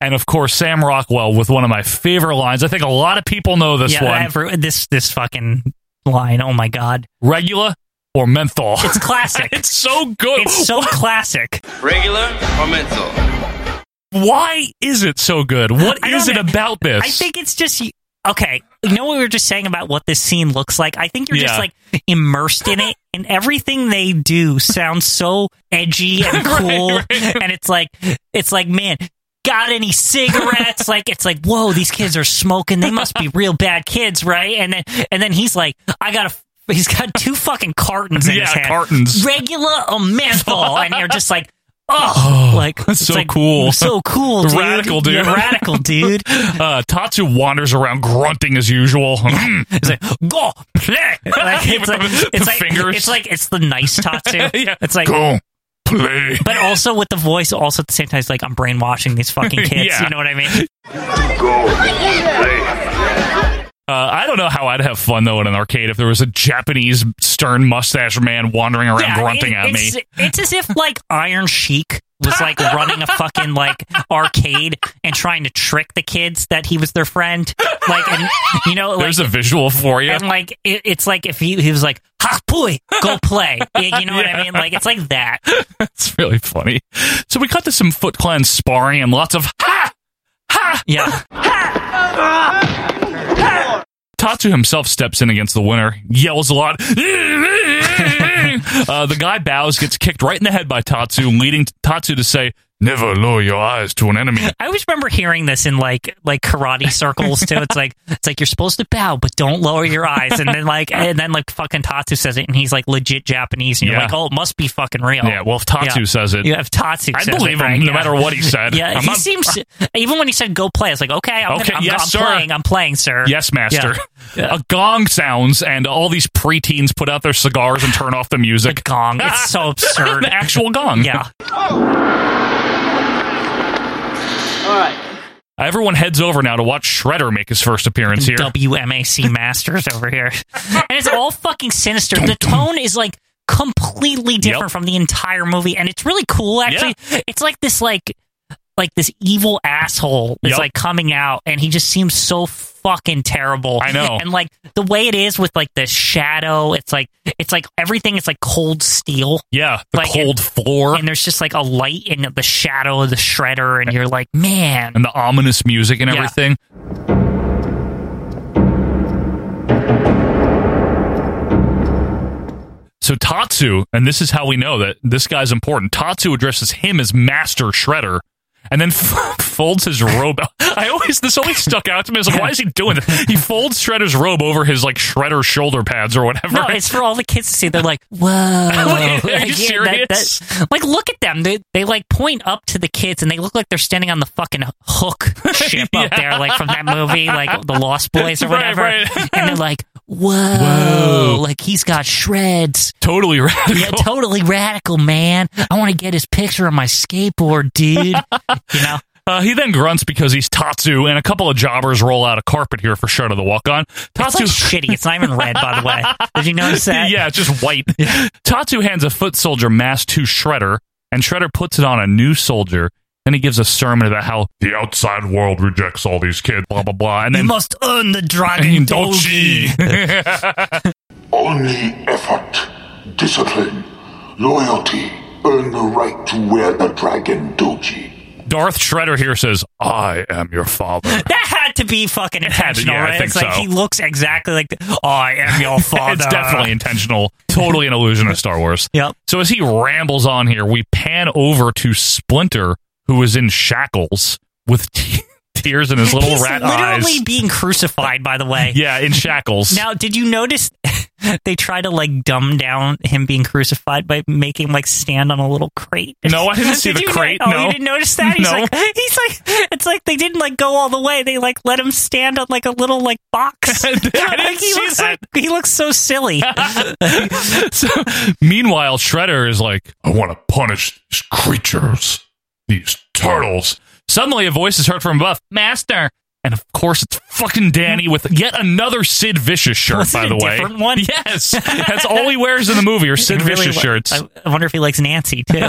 S5: And of course, Sam Rockwell with one of my favorite lines. I think a lot of people know this
S6: yeah,
S5: one.
S6: every- this this fucking line. Oh my god,
S5: Regular or menthol?
S6: it's classic.
S5: it's so good.
S6: It's so classic.
S19: Regular or menthol?
S5: Why is it so good? What
S6: I don't
S5: is it
S6: know.
S5: about this?
S6: I think it's just okay. You know what we were just saying about what this scene looks like? I think you're
S5: Yeah.
S6: just like immersed in it, and everything they do sounds so edgy and
S5: Right,
S6: cool.
S5: right.
S6: And it's like, it's like, man, got any cigarettes? like, it's like, whoa, these kids are smoking. They must be real bad kids, right? And then, and then he's like, I got to He's got two fucking cartons in
S5: Yeah,
S6: his hand.
S5: cartons.
S6: Regular or menthol. and you're just like, oh,
S5: Oh,
S6: like,
S5: that's
S6: it's
S5: so
S6: like,
S5: cool.
S6: So cool, dude.
S5: Radical dude.
S6: You're radical, dude.
S5: uh, Tatsu wanders around grunting as usual.
S6: It's like go play. Like, it's like it's
S5: The
S6: like
S5: fingers.
S6: it's like it's the nice Tatsu.
S5: Yeah.
S6: It's like
S5: Go play.
S6: But also with the voice, also at the same time, it's like I'm brainwashing these fucking kids.
S5: Yeah.
S6: You know what I mean?
S5: Uh, I don't know how I'd have fun though in an arcade if there was a Japanese stern mustache man wandering around
S6: Yeah,
S5: grunting
S6: it-
S5: at me.
S6: it's, It's as if like Iron Sheik was like running a fucking like arcade and trying to trick the kids that he was their friend. Like, and you know, like,
S5: There's a visual for you.
S6: And like it, it's like if he, he was like, "Ha, boy, go play." You, you know what I mean? Like it's like that.
S5: It's really funny. So we cut to some Foot Clan sparring and lots of ha ha.
S6: Yeah.
S5: Tatsu himself steps in against the winner, yells a lot. uh, the guy bows, gets kicked right in the head by Tatsu, leading Tatsu to say, "Never lower your eyes to an enemy."
S6: I always remember hearing this in like like karate circles too. It's like it's like you're supposed to bow, but don't lower your eyes. And then like and then like fucking Tatsu says it, and he's like legit Japanese, and you're
S5: Yeah.
S6: like, oh, it must be fucking real.
S5: Yeah, well, if Tatsu
S6: Yeah.
S5: says it,
S6: Yeah, if Tatsu,
S5: I
S6: says
S5: believe
S6: it,
S5: him,
S6: right?
S5: no
S6: Yeah.
S5: matter what he said.
S6: Yeah,
S5: I'm
S6: he
S5: not-
S6: seems even when he said go play, it's like okay, I'm,
S5: Okay,
S6: gonna, I'm,
S5: yes,
S6: I'm
S5: sir.
S6: playing, I'm playing, sir.
S5: Yes, master.
S6: Yeah. Yeah.
S5: A gong sounds, and all these preteens put out their cigars and turn off the music.
S6: Gong, it's so absurd.
S5: the actual gong.
S6: yeah,
S12: All right.
S5: Everyone heads over now to watch Shredder make his first appearance here.
S6: WMAC masters over here, and it's all fucking sinister. The tone is like completely different from the entire movie, and it's really cool. Actually, it's like this like like this evil asshole is
S5: Yep.
S6: like coming out, and he just seems so fucking terrible.
S5: I know.
S6: and like the way it is with like the shadow, it's like it's like everything is like cold steel.
S5: Yeah, the
S6: Like,
S5: cold floor
S6: And there's just like a light in the shadow of the shredder, and you're like, man,
S5: and the ominous music and
S6: Yeah.
S5: everything. So Tatsu, and this is how we know that this guy's important. Tatsu addresses him as Master Shredder. And then folds his robe. out. I always this always stuck out to me. I was like, why is he doing this? He folds Shredder's robe over his like Shredder shoulder pads or whatever.
S6: No, it's for all the kids to see. They're like, whoa.
S5: Wait, are you
S6: Like,
S5: serious?
S6: like, look at them. They, they like point up to the kids and they look like they're standing on the fucking hook ship up
S5: Yeah.
S6: there, like from that movie, like The Lost Boys or
S5: Right,
S6: whatever.
S5: right.
S6: And they're like, whoa.
S5: Whoa.
S6: Like, he's got shreds.
S5: totally radical.
S6: Yeah, totally radical, man. I want to get his picture on my skateboard, dude. you know?
S5: Uh, he then grunts because he's Tatsu, and a couple of jobbers roll out a carpet here for Shredder to walk on.
S6: That's
S5: Tatsu,
S6: like shitty. It's not even red, by the way. Did you notice that?
S5: yeah, it's just white. Tatsu hands a foot soldier mask to Shredder, and Shredder puts it on a new soldier. Then he gives a sermon about how the outside world rejects all these kids, blah blah blah, and
S6: You
S5: then
S6: must earn the dragon doji.
S2: Only effort, discipline, loyalty earn the right to wear the dragon doji.
S5: Darth Shredder here says, "I am your father."
S6: That had to be fucking
S5: had to-
S6: intentional,
S5: yeah, I
S6: right?
S5: think
S6: it's like
S5: so.
S6: he looks exactly like, "Oh, I am your father.
S5: It's definitely intentional. Totally an illusion of Star Wars.
S6: Yep.
S5: So as he rambles on here, we pan over to Splinter, who is in shackles with te- tears in his little
S6: He's
S5: rat
S6: literally
S5: eyes.
S6: being crucified, by the way.
S5: Yeah, in shackles.
S6: Now, did you notice? they try to like dumb down him being crucified by making him, like stand on a little crate.
S5: No, I didn't see
S6: Did
S5: the
S6: you know-
S5: crate,
S6: Oh,
S5: no.
S6: you didn't notice that? He's
S5: No.
S6: like, he's like, it's like they didn't like go all the way. They like let him stand on like a little like box. I like, he looks like he looks so silly.
S5: so, meanwhile, Shredder is like, I want to punish these creatures, these turtles. Suddenly, a voice is heard from above, Master. And of course, it's fucking Danny with yet another Sid Vicious shirt.
S6: Was it
S5: by
S6: a
S5: the way,
S6: different one?
S5: Yes, that's all he wears in the movie are Sid
S6: It really
S5: Vicious
S6: wa-
S5: shirts.
S6: I, I wonder if he likes Nancy too.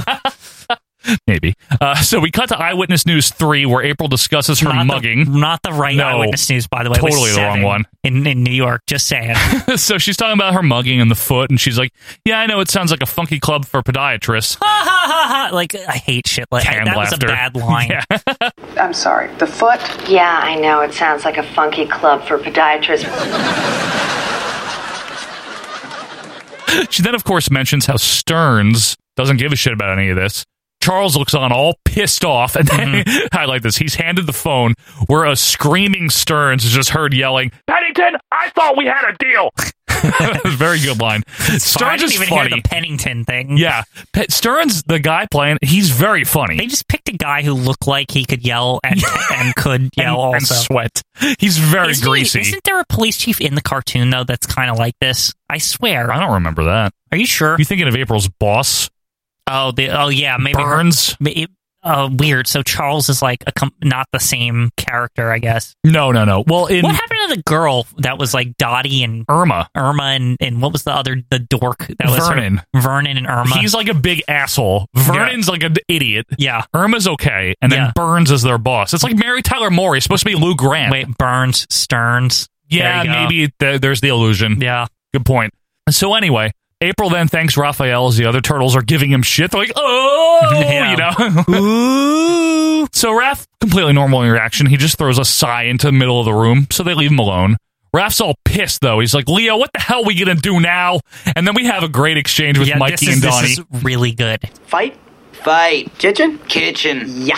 S5: Maybe. Uh, so we cut to Eyewitness News 3, where April discusses her mugging.
S6: not the right
S5: No.
S6: eyewitness news, by the way. It was
S5: Totally the wrong
S6: seven
S5: one.
S6: in in New York. Just saying.
S5: so she's talking about her mugging in the foot, and she's like, Yeah, I know it sounds like a funky club for podiatrists.
S6: like, I hate shit like
S5: Canned
S6: that.
S5: laughter.
S6: was a bad line.
S3: I'm sorry, the foot?
S11: Yeah, I know. It sounds like a funky club for podiatrists.
S5: She then, of course, mentions how Stearns doesn't give a shit about any of this. Charles looks on all pissed off, and then
S6: Mm-hmm.
S5: I like this. He's handed the phone where a screaming Stearns is just heard yelling, Pennington, I thought we had a deal. Very good line.
S6: Fine, I
S5: Stearns
S6: didn't
S5: is
S6: even
S5: funny.
S6: hear the Pennington thing.
S5: Yeah, Pe- Stearns, the guy playing, he's very funny.
S6: They just picked a guy who looked like he could yell and and could yell
S5: and,
S6: also.
S5: and sweat. He's very
S6: Isn't he-
S5: greasy.
S6: isn't there a police chief in the cartoon though that's kind of like this? I swear.
S5: I don't remember that.
S6: Are you sure?
S5: You thinking of April's boss?
S6: Oh, the oh yeah, maybe
S5: Burns?
S6: ma- It, uh, weird. So Charles is like a com- not the same character, I guess.
S5: No, no, no. Well, in
S6: what happened to the girl that was like Dottie and
S5: Irma,
S6: Irma and, and what was the other the dork that was her-
S5: Vernon.
S6: Vernon and Irma.
S5: He's like a big asshole. Vernon's like an idiot.
S6: yeah.
S5: Irma's okay, and then
S6: Yeah.
S5: Burns is their boss. It's like Mary Tyler Moore. He's supposed to be Lou Grant.
S6: Wait, Burns, Stearns.
S5: yeah,
S6: There you go.
S5: maybe th- there's the illusion.
S6: Yeah.
S5: Good point. So anyway, April then thanks Raphael as the other turtles are giving him shit. They're like, oh,
S6: Yeah.
S5: you know. Ooh. So Raph, completely normal interaction. He just throws a sigh into the middle of the room, so they leave him alone. Raph's all pissed though. He's like, Leo, what the hell we gonna do now? And then we have a great exchange with
S6: Yeah,
S5: Mikey
S6: this
S5: and
S6: is,
S5: Donnie.
S6: This is really good.
S12: Fight? Fight. Kitchen? Kitchen. Yeah.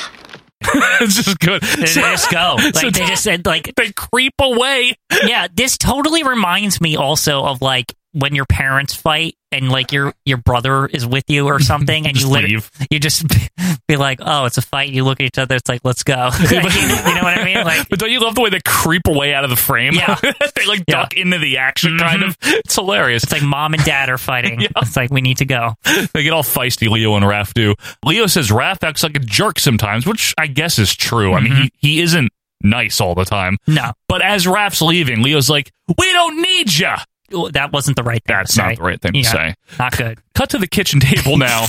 S5: it's just good.
S6: They
S5: So-
S6: just go. Like
S5: so
S6: they just said like
S5: they creep away.
S6: yeah, this totally reminds me also of like when your parents fight and like your your brother is with you or something and you
S5: Just
S6: lit-
S5: leave.
S6: you just be like, "Oh, it's a fight." You look at each other, it's like, "Let's go." Like, you know what I mean? Like
S5: But don't you love the way they creep away out of the frame?
S6: Yeah. Mm-hmm.
S5: they like duck into the action kind of. It's hilarious.
S6: it's like mom and dad are fighting. It's like we need to go.
S5: they get all feisty, Leo and Raph do. Leo says Raph acts like a jerk sometimes, which I guess is true. I
S6: Mm-hmm.
S5: mean, he, he isn't nice all the time.
S6: No.
S5: But as Raph's leaving, Leo's like, we don't need you.
S6: Well, That wasn't the right thing.
S5: That's
S6: to
S5: not
S6: say.
S5: the right thing to
S6: Yeah,
S5: say.
S6: Not good.
S5: Cut to the kitchen table now.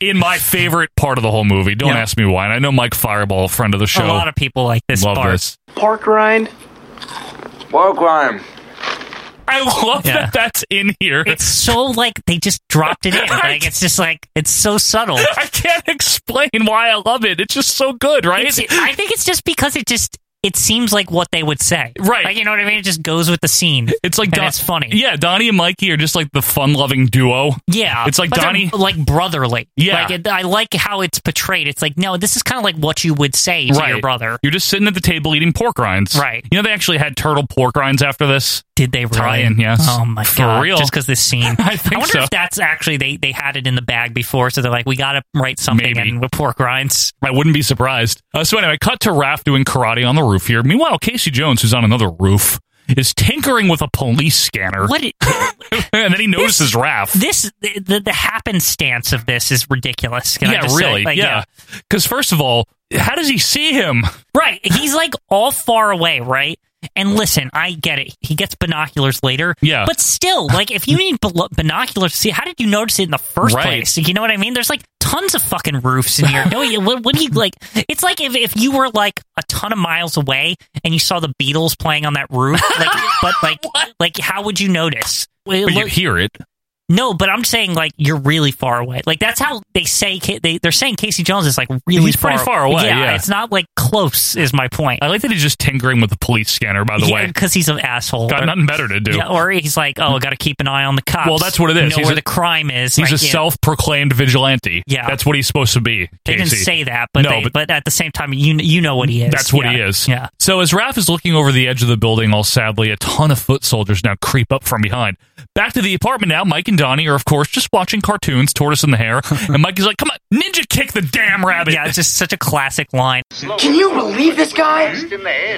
S5: In my favorite part of the whole movie. Don't
S6: Yeah.
S5: ask me why. And I know Mike Fireball, friend of the show,
S6: A lot of people like this
S5: love
S6: part.
S5: this.
S12: Pork rind? Pork rind.
S5: I love
S6: Yeah.
S5: that that's in here.
S6: It's so like they just dropped it in. Like it's just like it's so subtle.
S5: I can't explain why I love it. It's just so good, right?
S6: It's- I think it's just because it just it seems like what they would say,
S5: Right.
S6: Like, you know what I mean? It just goes with the scene.
S5: It's like
S6: and
S5: Don-
S6: it's funny.
S5: Yeah, Donnie and Mikey are just like the fun-loving duo.
S6: Yeah,
S5: It's like
S6: but they're,
S5: Donnie-
S6: like brotherly.
S5: Yeah.
S6: like it, I like how it's portrayed. It's like no, this is kind of like what you would say to your brother.
S5: You're just sitting at the table eating pork rinds.
S6: Right.
S5: You know they actually had turtle pork rinds after this.
S6: Did they really?
S5: Tie-in, yes.
S6: Oh my
S5: For
S6: god!
S5: real.
S6: Just because this scene,
S5: I think
S6: wonder
S5: so.
S6: if that's actually they they had it in the bag before, so they're like, we got to write something
S5: Maybe.
S6: in with pork rinds.
S5: I wouldn't be surprised. Uh, so anyway, cut to Raph doing karate on the roof here. Meanwhile, Casey Jones, who's on another roof, is tinkering with a police scanner.
S6: What? It,
S5: and then he notices Raph.
S6: this the, the happenstance of this is ridiculous. Can I
S5: yeah,
S6: just say?
S5: really.
S6: Like,
S5: yeah. Because first of all, how does he see him?
S6: Right. He's like all far away, right? And listen, I get it. He gets binoculars later.
S5: Yeah.
S6: But still, like, if you need blo- binoculars to see, how did you notice it in the first
S5: Right.
S6: place? You know what I mean? There's like tons of fucking roofs in here. No, you- what would he like? It's like if, if you were like a ton of miles away and you saw the Beatles playing on that roof, like, but like, like, how would you notice? Well,
S5: But you
S6: look-
S5: hear it.
S6: no, but I'm saying like you're really far away. Like that's how they say Ca- they they're saying Casey Jones is like really
S5: He's pretty far away, yeah.
S6: it's not like close, is my point.
S5: I like that he's just tinkering with the police scanner, by the way.
S6: because he's an asshole.
S5: Got
S6: Or-
S5: nothing better to do.
S6: Yeah, or he's like, oh, I got to keep an eye on the cops.
S5: Well, that's what it is.
S6: Know
S5: He's
S6: where
S5: a-
S6: the crime is.
S5: He's
S6: like,
S5: a
S6: you know.
S5: self-proclaimed vigilante.
S6: Yeah.
S5: that's what he's supposed to be.
S6: They didn't
S5: Casey.
S6: say that, but
S5: No,
S6: they,
S5: but-
S6: but, at the same time, you you know what he is.
S5: That's what
S6: Yeah.
S5: he is.
S6: Yeah.
S5: So as Raph is looking over the edge of the building, all sadly, a ton of foot soldiers now creep up from behind. Back to the apartment now. Mike and Donnie are, of course, just watching cartoons, Tortoise and the Hare, and Mike is like, "Come on, ninja kick the damn rabbit!"
S6: Yeah, it's just such a classic line.
S12: Can you believe this guy?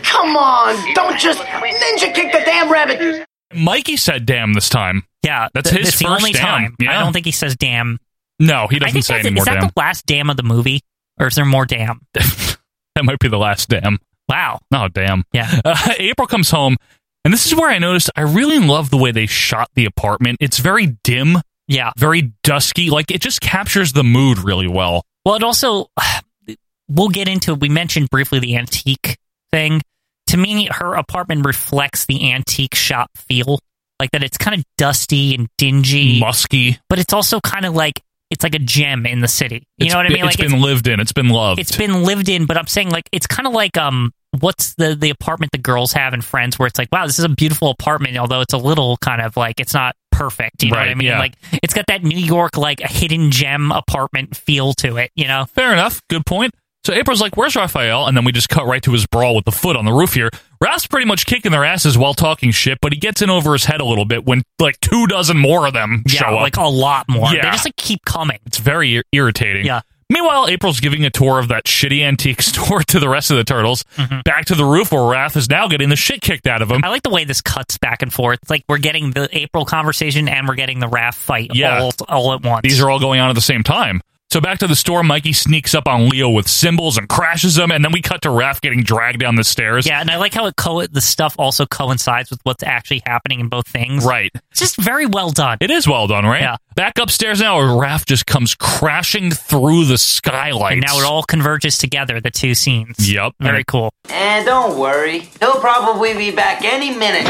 S12: Come on, don't just ninja kick the damn rabbit.
S5: Mikey said "damn" this time.
S6: Yeah,
S5: That's
S6: th-
S5: his
S6: it's the
S5: first
S6: only
S5: damn.
S6: time.
S5: Yeah.
S6: I don't think he says damn.
S5: No, he
S6: I
S5: doesn't
S6: think
S5: say
S6: that's it.
S5: any more
S6: Is that
S5: damn.
S6: the last damn of the movie, or is there more damn?
S5: that might be the last damn.
S6: Wow.
S5: Oh, damn.
S6: Yeah.
S5: Uh, April comes home, and this is where I noticed I really love the way they shot the apartment. It's very dim,
S6: Yeah.
S5: very dusky. Like, it just captures the mood really well.
S6: Well, it also we'll get into. We mentioned briefly the antique thing. To me, her apartment reflects the antique shop feel, like that. It's kind of dusty and dingy,
S5: Mm-hmm. Musky.
S6: but it's also kind of like it's like a gem in the city. You
S5: It's
S6: know what I
S5: be-
S6: mean? Like
S5: it's been lived in, it's been loved.
S6: it's been lived in, but I'm saying like it's kind of like um, what's the the apartment the girls have in Friends, where it's like, wow, this is a beautiful apartment, although it's a little kind of like it's not perfect. You know what I
S5: Right,
S6: mean?
S5: yeah.
S6: Like it's got that New York like a hidden gem apartment feel to it. You know?
S5: Fair enough. Good point. So April's like, "Where's Raphael?" And then we just cut right to his brawl with the foot on the roof here. Ralph's pretty much kicking their asses while talking shit, but he gets in over his head a little bit when like two dozen more of them
S6: Yeah,
S5: show up.
S6: like a lot more.
S5: Yeah.
S6: They just like keep coming.
S5: It's very ir- irritating.
S6: Yeah.
S5: Meanwhile, April's giving a tour of that shitty antique store to the rest of the turtles. Back to the roof where Raph is now getting the shit kicked out of him.
S6: Mm-hmm. I like the way this cuts back and forth. It's like we're getting the April conversation and we're getting the Raph fight
S5: Yeah.
S6: all, all at once.
S5: These are all going on at the same time. So back to the store, Mikey sneaks up on Leo with cymbals and crashes him, and then we cut to Raph getting dragged down the stairs.
S6: yeah, and I like how it co- the stuff also coincides with what's actually happening in both things.
S5: Right.
S6: It's just very well done.
S5: It is well done, right?
S6: Yeah.
S5: Back upstairs now, where Raph just comes crashing through the skylights.
S6: and now it all converges together, the two scenes.
S5: Yep.
S6: Very cool.
S12: And don't worry, he'll probably be back any minute.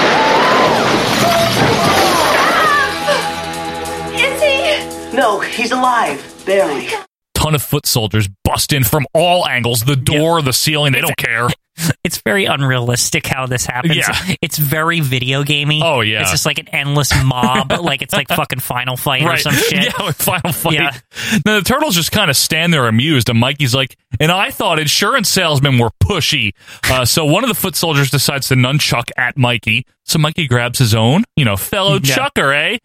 S11: Is he?
S12: No, he's alive, barely.
S5: ton of foot soldiers bust in from all angles the door, the ceiling, they don't care.
S6: It's very unrealistic how this happens.
S5: Yeah.
S6: It's very video gamey.
S5: Oh, yeah.
S6: It's just like an endless mob. like it's like fucking Final Fight or some shit.
S5: Yeah, with Final Fight.
S6: Yeah.
S5: Now, the turtles just kind of stand there amused, and Mikey's like, and I thought insurance salesmen were pushy. Uh, so one of the foot soldiers decides to nunchuck at Mikey. So Mikey grabs his own, you know, fellow
S6: Yeah.
S5: chucker, eh?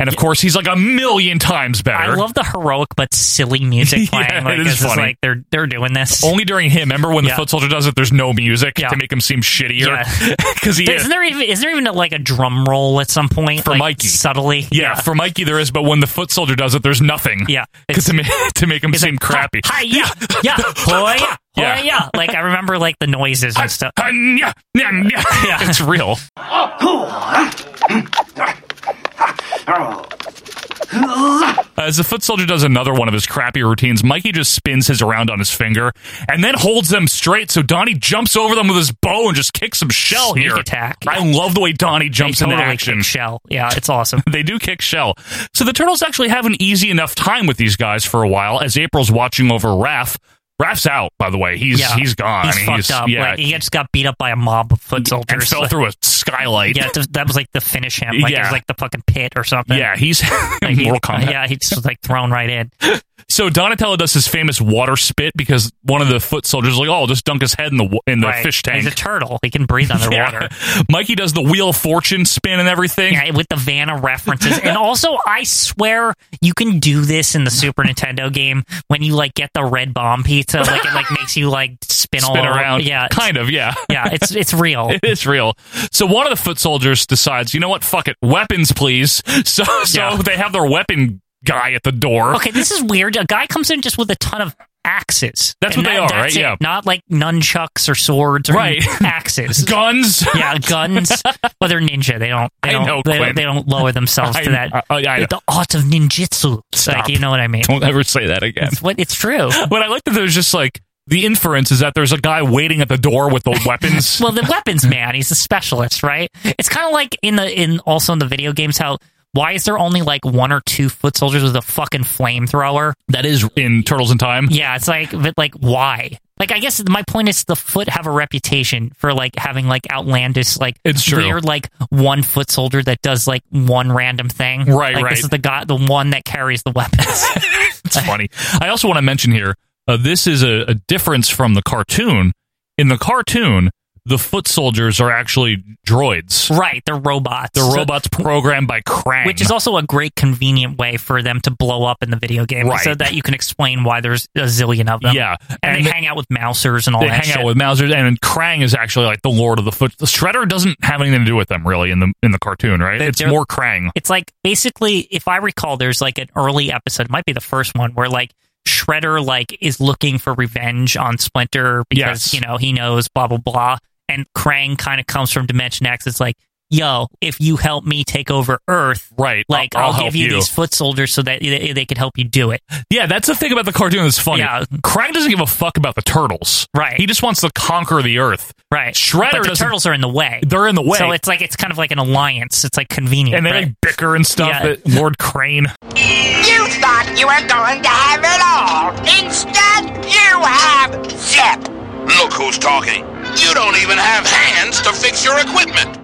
S5: And of course, he's like a million times better.
S6: I love the heroic but silly music
S5: Yeah,
S6: playing. like
S5: it is
S6: this
S5: funny. Oh,
S6: like they're they're doing this.
S5: Only during him. Remember when the
S6: Yeah.
S5: foot soldier does it? There's no music
S6: Yeah.
S5: to make him seem shittier because he is.
S6: Isn't there even is there even a, like a drum roll at some point
S5: For
S6: like,
S5: Mikey.
S6: subtly?
S5: yeah, for Mikey there is, but when the foot soldier does it, there's nothing.
S6: Yeah.
S5: 'Cause to, ma- to make him
S6: It's
S5: seem
S6: like,
S5: crappy.
S6: Hi, yeah, yeah, hoy,
S5: Yeah.
S6: hoy, yeah. Like I remember like the noises and stuff.
S5: yeah, it's real. As the foot soldier does another one of his crappy routines, Mikey just spins his around on his finger and then holds them straight. So Donnie jumps over them with his bow and just kicks some shell
S6: Sneak
S5: here.
S6: attack.
S5: I love the way Donnie
S6: They
S5: jumps into
S6: totally
S5: action.
S6: kick Shell. Yeah, it's awesome.
S5: They do kick shell. So the turtles actually have an easy enough time with these guys for a while as April's watching over Raph. Raph's out, by the way. He's
S6: Yeah.
S5: he's gone.
S6: He's
S5: I mean,
S6: fucked up.
S5: Yeah,
S6: Like, he just got beat up by a mob of foot soldiers.
S5: and fell
S6: Like,
S5: through a skylight.
S6: yeah, th- that was like the finish him. Like it
S5: Yeah.
S6: was like the fucking pit or something.
S5: Yeah, he's
S6: Like, he-
S5: Mortal Kombat.
S6: Yeah, he just was like thrown right in.
S5: So Donatello does his famous water spit because one of the foot soldiers is like, oh, I'll just dunk his head in the wa- in the
S6: Right.
S5: fish tank.
S6: He's a turtle. He can breathe
S5: Yeah.
S6: underwater.
S5: Mikey does the wheel of fortune spin and everything.
S6: Yeah, with the Vanna references. and also, I swear you can do this in the Super Nintendo game when you like get the red bomb pizza. Like it like makes you like spin, all
S5: spin
S6: over-
S5: around.
S6: Yeah, it's-
S5: kind of. Yeah,
S6: yeah, it's it's real.
S5: It is real. So one of the foot soldiers decides, you know what? Fuck it, weapons, please. So so
S6: Yeah.
S5: they have their weapon guy at the door.
S6: Okay, this is weird. A guy comes in just with a ton of axes.
S5: That's
S6: And
S5: what they are, right?
S6: it.
S5: Yeah.
S6: Not like nunchucks or swords or
S5: Right.
S6: axes.
S5: Guns.
S6: yeah, guns. Well, they're ninja. They don't. They
S5: I
S6: don't.
S5: know,
S6: they,
S5: Quinn.
S6: don't they don't lower themselves
S5: I-
S6: to that.
S5: I- I know.
S6: the art of ninjutsu.
S5: Stop.
S6: Like you know what I mean.
S5: Don't ever say that again.
S6: It's what it's true.
S5: But I like that there's just like the inference is that there's a guy waiting at the door with the weapons.
S6: well the weapons man he's a specialist right it's kind of like in the in also in the video games how Why is there only like one or two foot soldiers with a fucking flamethrower?
S5: That is in Turtles in Time.
S6: Yeah, it's like, but like, why? Like, I guess my point is the foot have a reputation for like having like outlandish, like
S5: It's true.
S6: weird, like one foot soldier that does like one random thing.
S5: Right,
S6: like,
S5: right.
S6: This is the guy, the one that carries the weapons.
S5: It's funny. I also want to mention here uh, this is a, a difference from the cartoon. In the cartoon, the foot soldiers are actually droids.
S6: right, they're robots.
S5: They're
S6: So-
S5: robots programmed by Krang.
S6: which is also a great convenient way for them to blow up in the video game,
S5: Right.
S6: so that you can explain why there's a zillion of them.
S5: Yeah.
S6: and,
S5: And
S6: they
S5: they-
S6: hang out with mousers and all
S5: they
S6: that.
S5: hang
S6: shit.
S5: out with Mausers, and Krang is actually like the Lord of the Foot. The Shredder doesn't have anything to do with them, really, in the in the cartoon, right?
S6: They're-
S5: it's
S6: they're-
S5: more Krang.
S6: It's like basically, if I recall, there's like an early episode, it might be the first one, where like Shredder like is looking for revenge on Splinter because
S5: Yes.
S6: you know he knows blah blah blah, and Krang kind of comes from Dimension X. It's like. Yo, if you help me take over Earth,
S5: right?
S6: Like
S5: I'll-
S6: I'll,
S5: I'll help
S6: give you,
S5: you.
S6: these foot soldiers so that they, they could help you do it.
S5: Yeah, that's the thing about the cartoon that's funny.
S6: Yeah.
S5: Krang doesn't give a fuck about the turtles.
S6: Right.
S5: He just wants to conquer the Earth.
S6: Right.
S5: Shredder
S6: But the
S5: doesn't-
S6: turtles are in the way.
S5: They're in the way.
S6: So it's like it's kind of like an alliance. It's like convenient.
S5: and they
S6: right?
S5: like bicker and stuff.
S6: Yeah.
S5: But Lord Crane.
S1: You thought you were going to have it all. Instead, you have zip.
S7: Look who's talking. You don't even have hands to fix your equipment.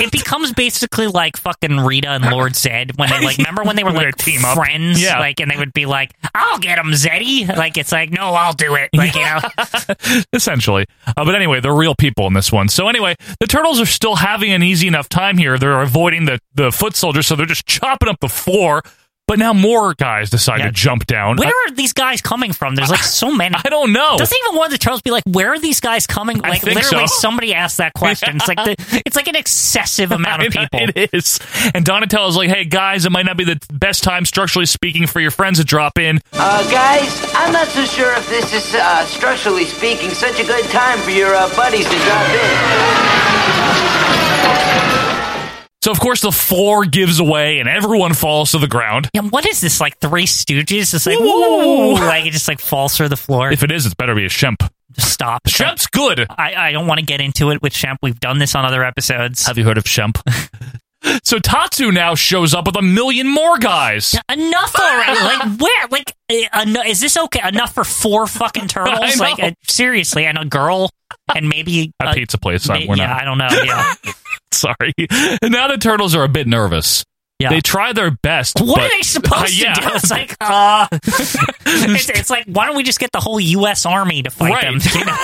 S6: it becomes basically like fucking Rita and Lord Zed when they like remember when they were
S5: When they
S6: like
S5: team up.
S6: friends
S5: Yeah.
S6: like and they would be like I'll get him Zeddy like it's like no I'll do it like you know
S5: essentially. Uh, but anyway, they're real people in this one. So anyway, the turtles are still having an easy enough time here. They're avoiding the the foot soldiers, so they're just chopping up the floor. But now more guys decide
S6: Yeah.
S5: to jump down.
S6: where
S5: I,
S6: are these guys coming from there's like so many
S5: I don't know.
S6: doesn't even one of the turtles be like where are these guys coming
S5: I
S6: like
S5: think
S6: literally
S5: so.
S6: somebody asked that question it's like the, it's like an excessive amount of
S5: I know,
S6: people
S5: It is. And Donatello's like, "Hey guys, it might not be the best time structurally speaking for your friends to drop in."
S12: Uh, guys, I'm not so sure if this is, uh, structurally speaking, such a good time for your uh, buddies to drop in.
S5: So of course the floor gives away and everyone falls to the ground.
S6: yeah what is this like three stooges it's like
S5: Whoa, whoa, whoa,
S6: woo,
S5: whoa.
S6: like it just like falls through the floor
S5: If it is, it's better be a shemp.
S6: just stop
S5: Shemp's good.
S6: I, I don't want to get into it with Shemp. We've done this on other episodes.
S5: Have you heard of Shemp? so Tatsu now shows up with a million more guys.
S6: Enough already. like where? Like eh, eno- is this okay? Enough for four fucking
S5: I
S6: turtles?
S5: know.
S6: Like uh, seriously, and a girl, and maybe
S5: At
S6: uh,
S5: pizza place,
S6: ma-
S5: we're
S6: yeah,
S5: not.
S6: I don't know. Yeah,
S5: Sorry. And now the turtles are a bit nervous.
S6: Yeah.
S5: They try their best.
S6: what
S5: but-
S6: are they supposed
S5: Uh, yeah.
S6: to do? It's like, uh, it's, it's like, why don't we just get the whole U.S. Army to fight
S5: Right.
S6: them? You know?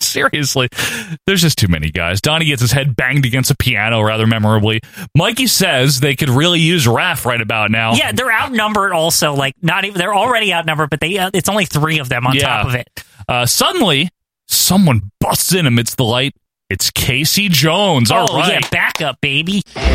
S5: Seriously, there's just too many guys. Donnie gets his head banged against a piano rather memorably. Mikey says they could really use Raph right about now.
S6: Yeah, they're outnumbered. Also, like, not even they're already outnumbered, but they uh, it's only three of them on
S5: Yeah.
S6: top of it.
S5: Uh, suddenly, someone busts in amidst the light. It's Casey Jones. All
S6: oh
S5: right.
S6: yeah, backup, baby.
S13: Now,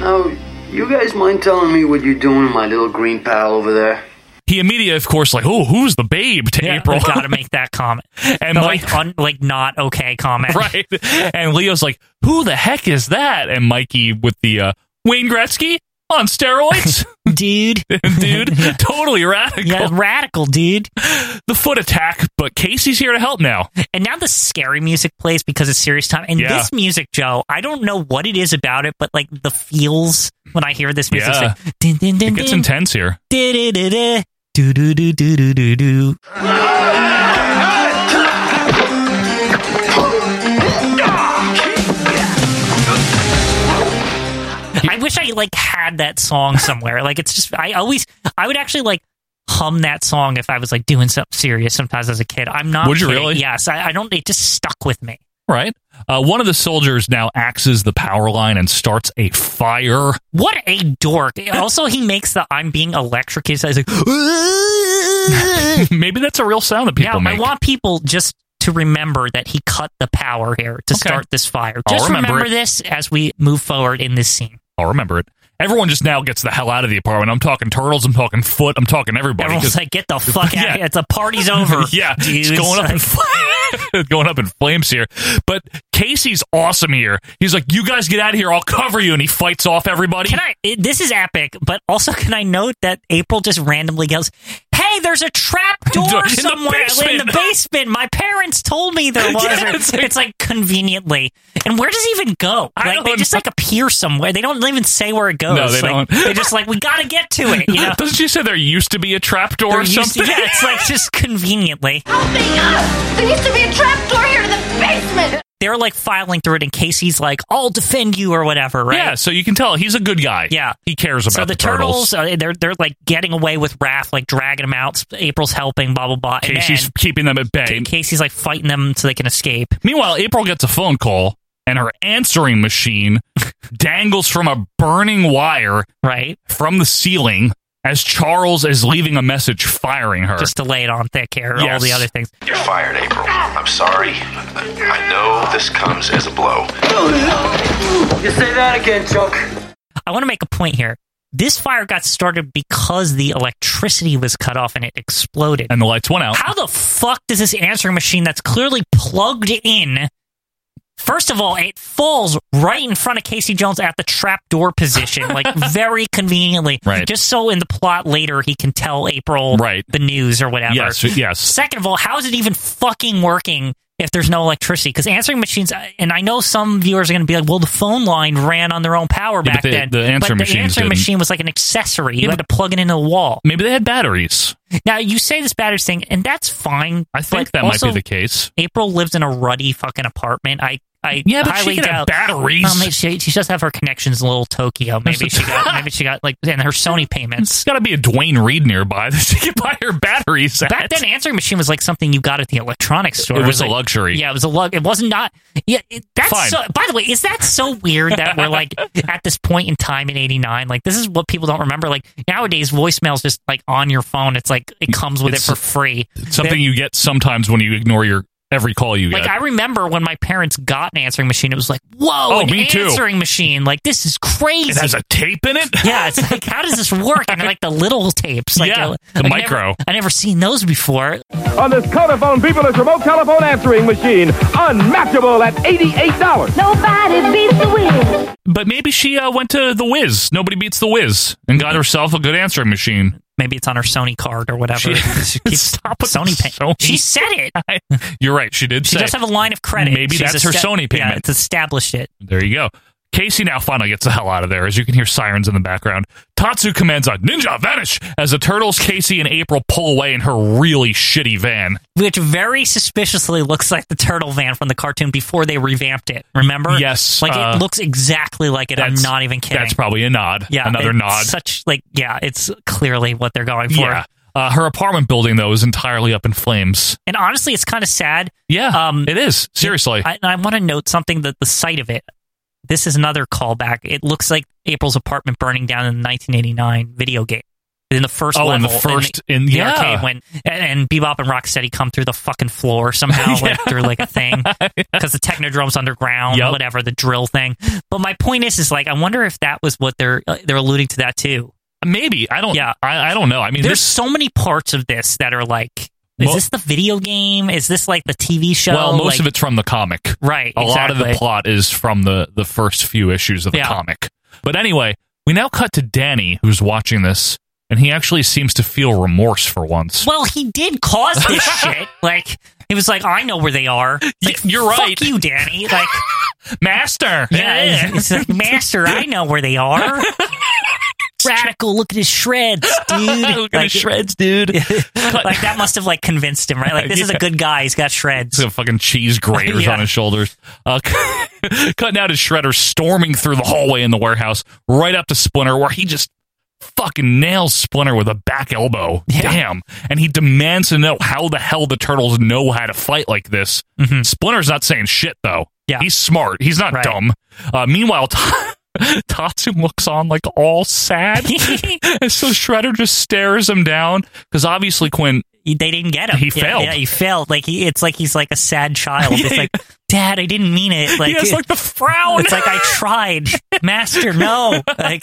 S13: Oh, you guys mind telling me what you're doing, my little green pal over there?
S5: He immediately, of course, like, oh, who's the babe to April?
S6: got to make that comment.
S5: And
S6: The,
S5: Mike-
S6: like, un, like not okay comment.
S5: right? And Leo's like, "Who the heck is that?" And Mikey with the uh, Wayne Gretzky on steroids,
S6: dude.
S5: dude, totally radical.
S6: Yeah, radical, dude.
S5: The foot attack, but Casey's here to help now.
S6: And now the scary music plays because it's serious time. And
S5: Yeah.
S6: this music, Joe, I don't know what it is about it, but like the feels when I hear this music,
S5: Yeah.
S6: it's like, din, din, din,
S5: It gets
S6: din,
S5: intense here.
S6: di- di- di- di, do do do do do do do. I wish I like had that song somewhere. Like it's just I always I would actually like hum that song if I was like doing something serious sometimes as a kid. I'm not
S5: Would you
S6: kidding.
S5: really?
S6: Yes. I, I don't it just stuck with me.
S5: Right? Uh, one of the soldiers now axes the power line and starts a fire.
S6: What a dork. Also he makes the I'm being electrocuted. So I was like
S5: Maybe that's a real sound that people
S6: Now,
S5: make.
S6: I want people just to remember that he cut the power here to
S5: Okay.
S6: start this fire.
S5: I'll
S6: Just
S5: remember it.
S6: this as we move forward in this scene.
S5: I'll remember it. Everyone just now gets the hell out of the apartment. I'm talking turtles. I'm talking foot. I'm talking everybody. 'cause-
S6: Everyone's like, get the fuck out
S5: Yeah.
S6: of here. The party's over.
S5: yeah,
S6: dude.
S5: it's going up in flames. going up in flames here. But Spacey's awesome here. He's like, "You guys get out of here. I'll cover you," and he fights off everybody.
S6: Can I? It, this is epic, but also can I note that April just randomly goes, "Hey, there's a trap
S5: In
S6: door
S5: the
S6: somewhere in the
S5: basement."
S6: basement. My parents told me there was."
S5: Yeah,
S6: Or-
S5: it's
S6: it's,
S5: like-
S6: like, conveniently, and where does it even go?
S5: I
S6: Like they
S5: don't
S6: just like appear somewhere. They don't even say where it goes.
S5: No, they don't.
S6: Like, They're just like, "We got to get to it." You know.
S5: Doesn't she say there used to be a trapdoor
S6: They're
S5: or
S6: used to-
S5: something?
S6: yeah, it's like just conveniently.
S21: There used to be a trapdoor here in the basement.
S6: They're like filing through it in case he's like, "I'll defend you" or whatever, right?
S5: Yeah, so you can tell he's a good guy.
S6: Yeah.
S5: He cares about
S6: so the, turtles, uh, they're they're like getting away with Raph, like dragging him out. April's helping, blah blah blah. And
S5: Casey's
S6: then
S5: keeping them at bay.
S6: Casey's like fighting them so they can escape.
S5: Meanwhile, April gets a phone call and her answering machine dangles from a burning wire
S6: right
S5: from the ceiling as Charles is leaving a message firing her.
S6: Just to lay it on thick hair, all
S5: Yes.
S6: the other things.
S18: You're fired, April. I'm sorry. I know this comes as a blow.
S12: You say that again, Chuck.
S6: I want to make a point here. This fire got started because the electricity was cut off and it exploded.
S5: and the lights went out.
S6: How the fuck does this answering machine that's clearly plugged in? First of all, it falls right in front of Casey Jones at the trapdoor position, like very conveniently.
S5: Right.
S6: Just so in the plot later he can tell April
S5: Right.
S6: the news or whatever.
S5: Yes, yes.
S6: Second of all, how is it even fucking working if there's no electricity? Because answering machines, uh, and I know some viewers are going to be like, well, the phone line ran on their own power
S5: Yeah,
S6: back
S5: but the-
S6: then.
S5: the answering
S6: but the
S5: machines
S6: answering
S5: didn't.
S6: machine was like an accessory. You
S5: Yeah,
S6: had to plug it into the wall.
S5: Maybe they had batteries.
S6: Now you say this batteries thing, and that's fine.
S5: I think
S6: but
S5: that
S6: also,
S5: might be the case.
S6: April lives in a ruddy fucking apartment. I, I
S5: Yeah, but she
S6: highly
S5: can have
S6: doubt
S5: batteries.
S6: Well, maybe she, she does have her connections in little Tokyo. Maybe she got maybe she got like and her Sony payments.
S5: There's got to be a Dwayne Reed nearby that she can buy her batteries at.
S6: Back then, answering machine was like something you got at the electronics store.
S5: It was a
S6: like-
S5: luxury.
S6: Yeah, it was a lug. It wasn't not. Yeah, it, that's
S5: Fine.
S6: so. By the way, is that so weird that we're like at this point in time in '89? Like this is what people don't remember. Like nowadays, voicemails just like on your phone. It's like it comes with
S5: It's
S6: it for free.
S5: Something you get sometimes when you ignore your every call you
S6: Like
S5: get.
S6: I remember when my parents got an answering machine, it was like, "Whoa,
S5: Oh,
S6: an
S5: me too.
S6: answering machine! Like this is crazy."
S5: it has a tape in it.
S6: yeah, it's like, how does this work? And like the little tapes, like
S5: Yeah,
S6: uh,
S5: the
S6: I've never-
S5: micro.
S6: I never seen those before.
S9: On this Colorphone People's remote telephone answering machine, unmatchable at $88.
S21: Nobody beats the wind.
S5: But maybe she uh, went to the Wiz. Nobody beats the Wiz, and
S6: Mm-hmm.
S5: got herself a good answering machine.
S6: Maybe it's on her Sony card or
S5: She-
S6: whatever. She keeps-
S5: Stop with
S6: Sony pay-
S5: Sony.
S6: She said it.
S5: You're right. She did
S6: She
S5: say
S6: does have a line of credit.
S5: Maybe
S6: She's
S5: that's her
S6: esta-
S5: Sony
S6: Yeah,
S5: payment.
S6: it's established it.
S5: There you go. Casey now finally gets the hell out of there as you can hear sirens in the background. Tatsu commands a ninja vanish as the turtles, Casey, and April pull away in her really shitty van.
S6: Which very suspiciously looks like the turtle van from the cartoon before they revamped it. Remember?
S5: Yes,
S6: Like
S5: uh,
S6: it looks exactly like it. I'm
S5: That's-
S6: not even kidding.
S5: That's probably a nod.
S6: yeah,
S5: Another
S6: it's
S5: nod.
S6: Such like yeah, it's clearly what they're going for.
S5: yeah. Uh, her apartment building, though, is entirely up in flames.
S6: And honestly, it's kind of sad.
S5: Yeah.
S6: Um,
S5: it is. Seriously.
S6: I, I want to note something that the site of it. This is another callback. It looks like April's apartment burning down in the 1989 video game. In the first
S5: Oh, in
S6: level,
S5: the first- in-
S6: the
S5: yeah.
S6: arcade, when and, and Bebop and Rocksteady come through the fucking floor somehow, like through like a thing, because the Technodrome's underground,
S5: Yep.
S6: whatever the drill thing. But my point is, is like I wonder if that was what they're uh, they're alluding to that too.
S5: Maybe. I don't
S6: Yeah.
S5: I, I don't know. I mean,
S6: There's
S5: this,
S6: so many parts of this that are like, is
S5: Mo-
S6: this the video game? Is this like the TV show?
S5: well, most
S6: Like-
S5: of it's from the comic.
S6: right.
S5: A lot of the
S6: exactly.
S5: plot is from the, the first few issues of the
S6: Yeah.
S5: comic. But anyway, we now cut to Danny, who's watching this, and he actually seems to feel remorse for once.
S6: Well, he did cause this shit. Like he was like, I know where they are. It's
S5: Y-
S6: Like,
S5: you're right.
S6: Fuck you, Danny. Like,
S5: Master!
S6: yeah, he's, he's like, Master, I know where they are. Radical, look at his shreds, dude.
S5: Look at his shreds, dude.
S6: like that must have like convinced him, right? Like this is
S5: Yeah.
S6: a good guy. He's got
S5: He's
S6: shreds.
S5: got fucking cheese graters
S6: Yeah.
S5: on his shoulders. Uh, cutting out his shredder, storming through the hallway in the warehouse, right up to Splinter, where he just fucking nails Splinter with a back elbow. Damn. And he demands to know how the hell the turtles know how to fight like this. Splinter's not saying shit, though.
S6: Mm-hmm. Yeah.
S5: He's smart. He's not
S6: Right.
S5: dumb. Uh, meanwhile, Tatsu looks on like all sad. and so Shredder just stares him down because obviously Quinn
S6: They didn't get him.
S5: He
S6: Yeah,
S5: failed.
S6: Yeah, he failed. Like he, it's like he's like a sad child. It's like Dad, I didn't mean it. Like
S5: Yeah, it's like the frown.
S6: It's like I tried, Master. No, like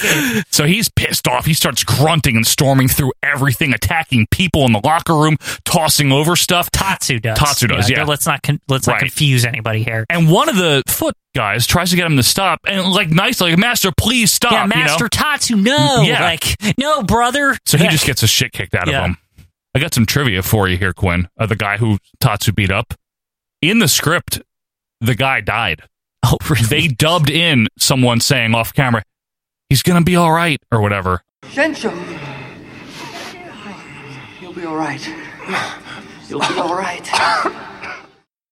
S5: So he's pissed off. He starts grunting and storming through everything, attacking people in the locker room, tossing over stuff.
S6: Tatsu does.
S5: Tatsu does, yeah.
S6: Let's not con- let's
S5: Right.
S6: not confuse anybody here.
S5: And one of the foot guys tries to get him to stop, and like nice, like Master, please stop.
S6: yeah,
S5: uh, you know?
S6: Master Tatsu. No,
S5: Yeah.
S6: like no, brother.
S5: So he
S6: Yeah.
S5: just gets his shit kicked out
S6: Yeah.
S5: of him. I got some trivia for you here, Quinn. Uh, the guy who Tatsu beat up in the script, the guy died.
S6: Oh, really?
S5: They dubbed in someone saying off camera, "He's gonna be all right" or whatever.
S8: Shensho! You'll be alright. You'll be alright.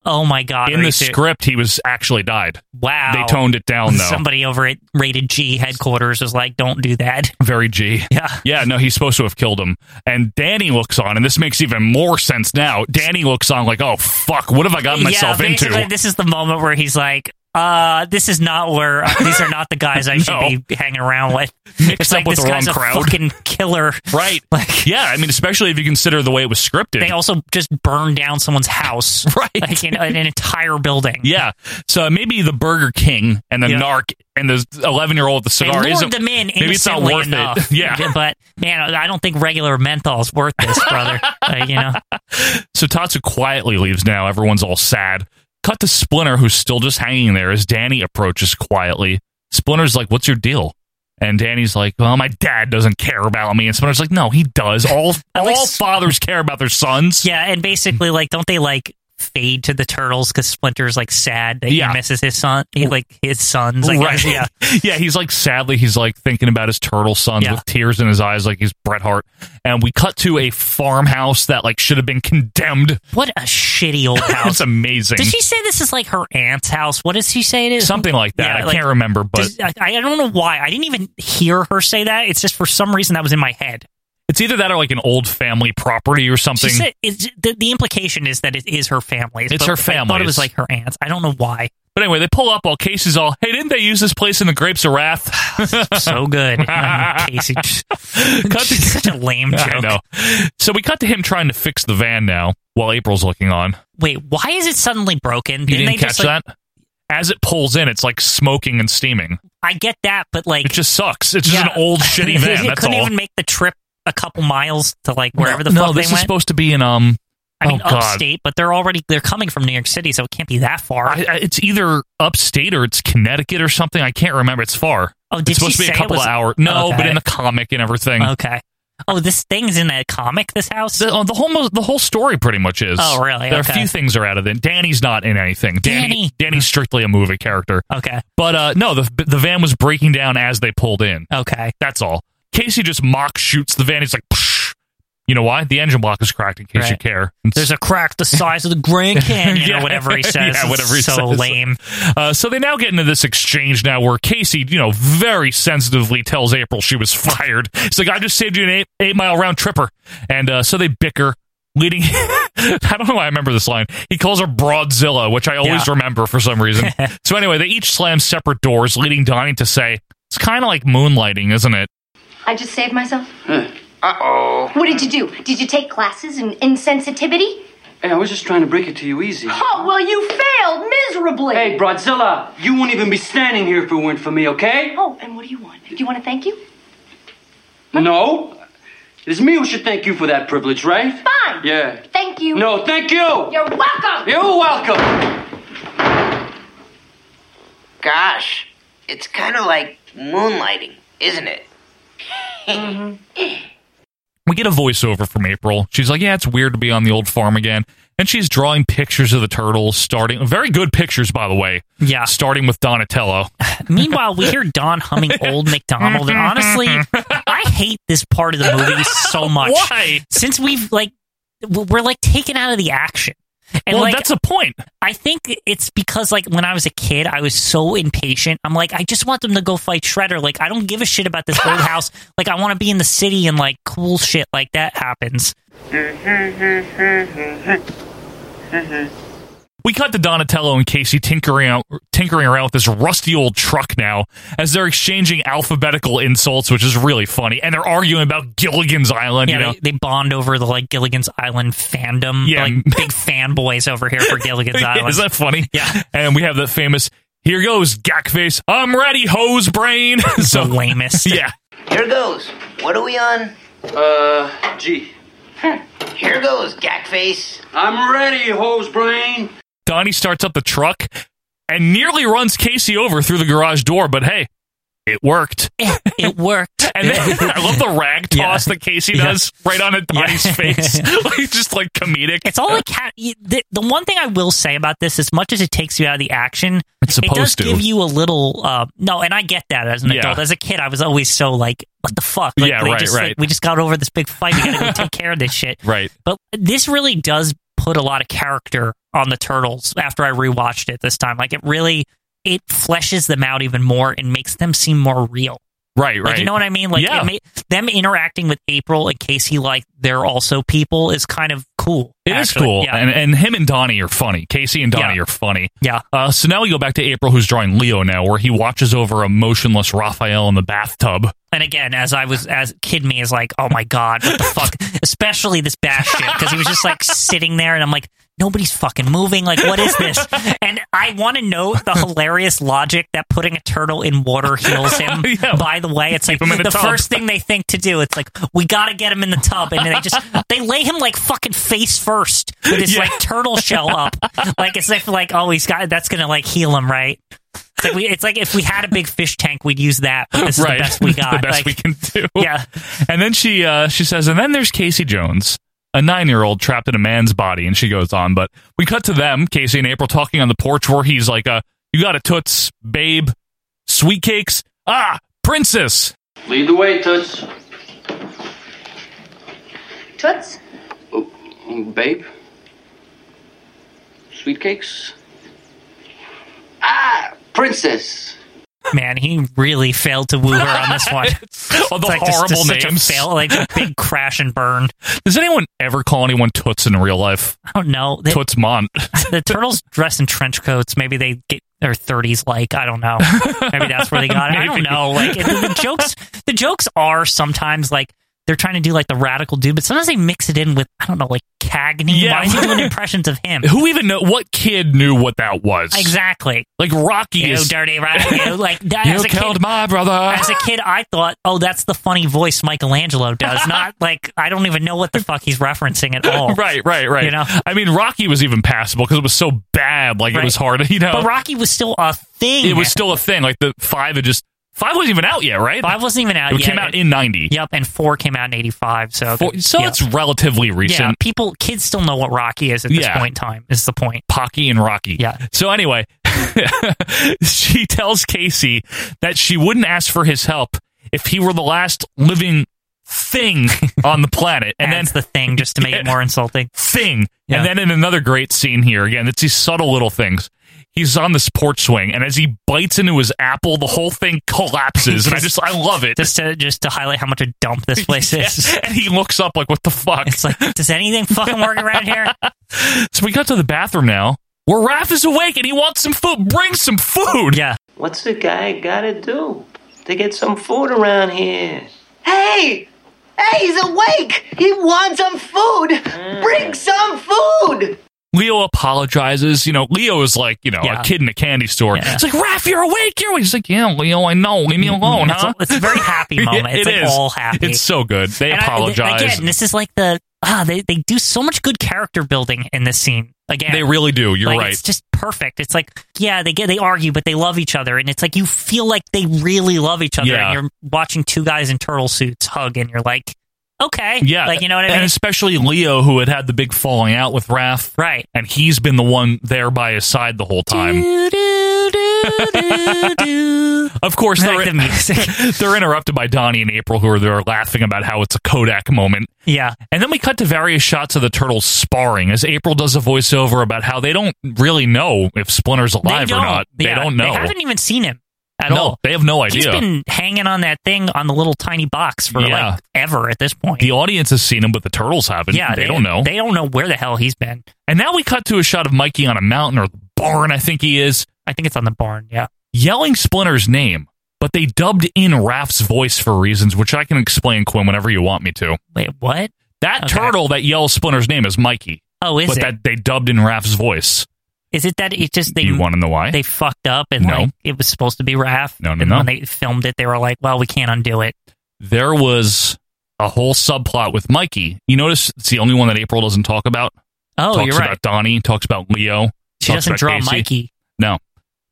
S6: Oh my god!
S5: In the
S6: Ritu.
S5: script, he was actually died.
S6: Wow.
S5: They toned it down though.
S6: Somebody over at Rated G headquarters was like, "Don't do that."
S5: Very G.
S6: Yeah.
S5: Yeah, no, he's supposed to have killed him. And Danny looks on, and this makes even more sense now. Danny looks on like, oh, fuck, what have I gotten myself
S6: yeah,
S5: into?
S6: basically, this is the moment where he's like, "Uh, this is not where uh, these are not the guys I should be hanging around with."
S5: Mixed
S6: it's
S5: up
S6: like
S5: with
S6: this
S5: the
S6: guy's
S5: wrong
S6: a
S5: crowd.
S6: fucking killer.
S5: right.
S6: Like-
S5: yeah, I mean, especially if you consider the way it was scripted.
S6: They also just burned down someone's house,
S5: Right.
S6: Like in, an entire building.
S5: yeah. So maybe the Burger King and the
S6: Yeah.
S5: narc and the 11 year old with the
S6: They
S5: cigar
S6: lured
S5: isn't.
S6: them in
S5: maybe it's not
S6: innocently
S5: worth
S6: enough.
S5: it. Yeah.
S6: but man, I don't think regular menthol's worth this, brother. Like, you know,
S5: So Tatsu quietly leaves now. Everyone's all sad. Cut to Splinter, who's still just hanging there as Danny approaches quietly. Splinter's like, What's your deal? And Danny's like, Well, my dad doesn't care about me. And Splinter's like, No, he does. All, all fathers care about their sons.
S6: yeah. And basically, like, don't they like fade to the turtles because Splinter's like sad that
S5: Yeah.
S6: he misses his son, he, like his sons, I guess. Yeah.
S5: yeah, he's like, sadly, he's like thinking about his turtle sons
S6: Yeah.
S5: with tears in his eyes, like he's Bret Hart. And we cut to a farmhouse that like should have been condemned.
S6: What a shitty old
S5: It's
S6: house.
S5: amazing.
S6: Did she say this is like her aunt's house? What does she say it is?
S5: Something like that.
S6: Yeah,
S5: I
S6: like,
S5: can't remember, but
S6: does- I, I don't know why. I didn't even hear her say that. It's just for some reason that was in my head.
S5: it's either that or like an old family property or something.
S6: She said it's, the, the implication is that it is her family's.
S5: It's
S6: but
S5: her
S6: I thought it
S5: family's.
S6: was like her aunt's. I don't know why.
S5: But anyway, they pull up while Casey's all, hey, didn't they use this place in the Grapes of Wrath?
S6: So good, I mean, Casey. just- such a lame joke.
S5: I know. So we cut to him trying to fix the van now while April's looking on.
S6: Wait, why is it suddenly broken?
S5: You didn't
S6: they
S5: catch
S6: just, like-
S5: that? As it pulls in, it's like smoking and steaming.
S6: I get that, but like
S5: It just sucks. It's just
S6: yeah.
S5: an old shitty van.
S6: They
S5: That's
S6: couldn't
S5: all.
S6: even make the trip a couple miles to like wherever
S5: no,
S6: the
S5: no,
S6: fuck
S5: this
S6: they
S5: is
S6: went.
S5: supposed to be in um.
S6: I mean,
S5: oh, God.
S6: upstate, but they're already they're coming from New York City, so it can't be that far.
S5: I, I- it's either upstate or it's Connecticut or something. I can't remember. It's far.
S6: Oh, did
S5: it's supposed
S6: she
S5: to be
S6: say
S5: a
S6: it
S5: couple
S6: was-
S5: of hours. No,
S6: Okay.
S5: but in the comic and everything.
S6: okay. Oh, this thing's in a comic. This house.
S5: The, oh, the whole the whole story pretty much is.
S6: Oh, really?
S5: There are
S6: Okay.
S5: a few things are out of it. Danny's not in anything.
S6: Danny.
S5: Danny's strictly a movie character.
S6: okay.
S5: But uh, no, the the van was breaking down as they pulled in.
S6: Okay.
S5: That's all. Casey just mock shoots the van. He's like, Psh. you know why? The engine block is cracked. In case you
S6: Right.
S5: care, It's-
S6: There's a crack the size of the Grand Canyon,
S5: Yeah.
S6: or whatever he says.
S5: Yeah, whatever he
S6: It's so
S5: says.
S6: lame.
S5: Uh, so they now get into this exchange now where Casey, you know, very sensitively tells April she was fired. He's like, I just saved you an eight, eight mile round tripper. And uh, so they bicker, leading. I don't know why I remember this line. He calls her Broadzilla, which I always
S6: Yeah.
S5: remember for some reason. so anyway, they each slam separate doors, leading Donnie to say, It's kind of like moonlighting, isn't it?
S21: I just saved myself.
S18: Uh oh.
S21: What did you do? Did you take classes in insensitivity?
S13: Hey, I was just trying to break it to you easy.
S21: Oh, well, you failed miserably.
S13: Hey, Broadzilla, you wouldn't even be standing here if it weren't for me, okay?
S21: Oh, and what do you want? Do you want to thank you?
S13: No. It's me who should thank you for that privilege, right?
S21: Fine.
S13: Yeah.
S21: Thank you.
S13: No, thank you!
S21: You're welcome.
S13: You're welcome!
S12: Gosh, it's kind of like moonlighting, isn't it?
S5: We get a voiceover from April. She's like, Yeah, it's weird to be on the old farm again. And she's drawing pictures of the turtles, starting very good pictures, by the way.
S6: Yeah.
S5: Starting with Donatello.
S6: Meanwhile, we hear Don humming "Old MacDonald," and honestly, I hate this part of the movie so much.
S5: Why?
S6: Since we've like w- we're like taken out of the action. And
S5: well,
S6: like,
S5: that's the point.
S6: I think it's because like when I was a kid, I was so impatient. I'm like, I just want them to go fight Shredder. Like, I don't give a shit about this old house. Like, I want to be in the city and like cool shit like that happens.
S5: We cut to Donatello and Casey tinkering out, tinkering around with this rusty old truck now as they're exchanging alphabetical insults, which is really funny, and they're arguing about Gilligan's Island.
S6: Yeah,
S5: you know,
S6: they, they bond over the like Gilligan's Island fandom.
S5: Yeah.
S6: like big fanboys over here for Gilligan's Island.
S5: Is that funny?
S6: Yeah.
S5: And we have that famous "Here goes Gackface, I'm ready, hose brain." so
S6: lamest.
S5: Yeah.
S12: Here goes. What are we on? Hmm,
S13: Uh, G.
S12: Here goes, gackface.
S13: I'm ready, hose brain.
S5: Donnie starts up the truck and nearly runs Casey over through the garage door, but hey, it worked.
S6: It worked.
S5: And then, I love the rag toss that Casey
S6: Yeah.
S5: does right on at Donnie's face. like, just like comedic.
S6: It's all like how, you- the, the one thing I will say about this, as much as it takes you out of the action,
S5: It's
S6: it does
S5: supposed to.
S6: give you a little. Uh, no, and I get that as an
S5: Yeah.
S6: adult. As a kid, I was always so like, "What the fuck?" Like,
S5: Yeah,
S6: they
S5: right,
S6: just, like,
S5: right.
S6: we just got over this big fight. We gotta go take care of this shit.
S5: Right.
S6: But this really does put a lot of character on the turtles. After I rewatched it this time, like it really it fleshes them out even more and makes them seem more real.
S5: Right, right.
S6: Like, you know what I mean? Like,
S5: Yeah.
S6: it ma- them interacting with April in case he like they're also people is kind of cool.
S5: It is
S6: actually.
S5: cool.
S6: Yeah.
S5: And, and him and Donnie are funny. Casey and Donnie
S6: Yeah.
S5: are funny.
S6: Yeah.
S5: Uh, so now we go back to April, who's drawing Leo now, where he watches over a motionless Raphael in the bathtub.
S6: And again, as I was, as kid me is like, oh my god, what the fuck? Especially this Bastion, because he was just like sitting there, and I'm like, nobody's fucking moving. Like, what is this? And I want to know the hilarious logic that putting a turtle in water heals him.
S5: Yeah.
S6: By the way, it's like
S5: him in
S6: the,
S5: the tub.
S6: first thing they think to do. It's like we gotta get him in the tub, and then they just they lay him like fucking face first with his
S5: Yeah.
S6: like turtle shell up, like as if like oh he's got that's gonna like heal him, right? It's like, we, it's like if we had a big fish tank, we'd use that. But this
S5: right.
S6: is the best we got.
S5: the best
S6: Like,
S5: we can do.
S6: Yeah.
S5: And then she uh, she says, and then there's Casey Jones, a nine year old trapped in a man's body. And she goes on, but we cut to them, Casey and April, talking on the porch where he's like, uh, "You got a toots, babe, sweet cakes, ah, princess."
S13: Lead the way, Toots.
S21: Toots?
S13: Oh, babe. Sweet cakes. Ah, princess.
S6: Man, he really failed to woo her on this one.
S5: Oh, the
S6: It's like just-
S5: horrible
S6: just such a
S5: names.
S6: fail, like a big crash and burn.
S5: Does anyone ever call anyone toots in real life?
S6: I don't know. They-
S5: Toots Mont.
S6: the turtles dress in trench coats. Maybe they get their thirties. Like I don't know. Maybe that's where they got it. I don't
S5: Maybe.
S6: know. Like it- the jokes, the jokes are sometimes like they're trying to do like the radical dude, but sometimes they mix it in with I don't know, like Cagney.
S5: Yeah.
S6: Why is he doing impressions of him?
S5: Who even know what kid knew what that was?
S6: Exactly.
S5: Like Rocky
S6: You
S5: is
S6: dirty rat. You like that
S5: You
S6: as a
S5: killed
S6: kid.
S5: my brother.
S6: as a kid, I thought, oh, that's the funny voice Michelangelo does. Not like I don't even know what the fuck he's referencing at all.
S5: Right, right, right.
S6: You know?
S5: I mean, Rocky was even passable because it was so bad. Like it
S6: Right.
S5: was hard. You know,
S6: But Rocky was still a thing.
S5: it was still a thing. Like the five had just five wasn't even out yet, right?
S6: Five wasn't even out
S5: it
S6: yet.
S5: came out in ninety.
S6: Yep, and four came out in eighty five. So
S5: Four- so
S6: yeah.
S5: it's relatively
S6: yeah,
S5: recent.
S6: people kids still know what Rocky is at this
S5: Yeah.
S6: point in time. Is the point?
S5: Pocky and Rocky.
S6: Yeah.
S5: So anyway, she tells Casey that she wouldn't ask for his help if he were the last living thing on the planet. And then
S6: That's the thing, just to make it more insulting.
S5: thing.
S6: Yeah.
S5: And then in another great scene here, again, it's these subtle little things. He's on this porch swing, and as he bites into his apple, the whole thing collapses. and I just, I love it.
S6: Just to just to highlight how much a dump this place is.
S5: And he looks up like, what the fuck?
S6: It's like, does anything fucking work around here?
S5: so we got to the bathroom now, where Raph is awake and he wants some food. Bring some food.
S6: Yeah.
S12: What's the guy gotta do to get some food around here? Hey! Hey, he's awake! He wants some food!
S13: Mm.
S12: Bring some food!
S5: Leo apologizes. You know, Leo is like, you know,
S6: Yeah.
S5: a kid in a candy store.
S6: Yeah. Mm-hmm.
S5: It's like, Raph, you're awake. You're awake. He's like, yeah, Leo, I know. Leave me alone,
S6: it's,
S5: huh?
S6: a, it's a very happy moment.
S5: It
S6: it's like
S5: is.
S6: all happy.
S5: It's so good. They
S6: And I-
S5: apologize.
S6: again, this is like the ah, they they do so much good character building in this scene. Again,
S5: they really do. You're
S6: like,
S5: right.
S6: It's just perfect. It's like yeah, they get they argue, but they love each other, and it's like you feel like they really love each other.
S5: Yeah.
S6: And you're watching two guys in turtle suits hug, and you're like, okay,
S5: Yeah.
S6: like you know what I mean,
S5: And especially Leo, who had had the big falling out with Raph.
S6: right?
S5: And he's been the one there by his side the whole time.
S6: Do, do, do, do, do.
S5: Of course,
S6: I
S5: they're,
S6: like the music.
S5: they're interrupted by Donnie and April, who are there laughing about how it's a Kodak moment.
S6: yeah,
S5: And then we cut to various shots of the turtles sparring as April does a voiceover about how they don't really know if Splinter's
S6: They
S5: alive or
S6: don't.
S5: not. They
S6: Yeah,
S5: don't know.
S6: They haven't even seen him. at
S5: No,
S6: all.
S5: they have no
S6: He's
S5: idea.
S6: been hanging on that thing on the little tiny box for
S5: Yeah.
S6: like ever at this point.
S5: The audience has seen him, but the turtles haven't.
S6: Yeah,
S5: they, don't know.
S6: They don't know where the hell he's been.
S5: and now we cut to a shot of Mikey on a mountain or barn, I think he is,
S6: I think it's on the barn. Yeah.
S5: yelling Splinter's name, but they dubbed in Raph's voice for reasons which I can explain, Quinn, whenever you want me to.
S6: Wait, what?
S5: That
S6: Okay.
S5: turtle that yells Splinter's name is Mikey.
S6: Oh, is
S5: but
S6: it?
S5: that they dubbed in Raph's voice.
S6: Is it that it just they
S5: you want to know why?
S6: they fucked up and
S5: No.
S6: like it was supposed to be Raph?
S5: No, no,
S6: and
S5: no.
S6: When they filmed it, they were like, "Well, we can't undo it."
S5: there was a whole subplot with Mikey. You notice it's the only one that April doesn't talk about.
S6: Oh,
S5: talks
S6: you're right.
S5: about Donnie, talks about Leo.
S6: She
S5: talks
S6: doesn't
S5: about
S6: draw
S5: Casey.
S6: Mikey.
S5: No.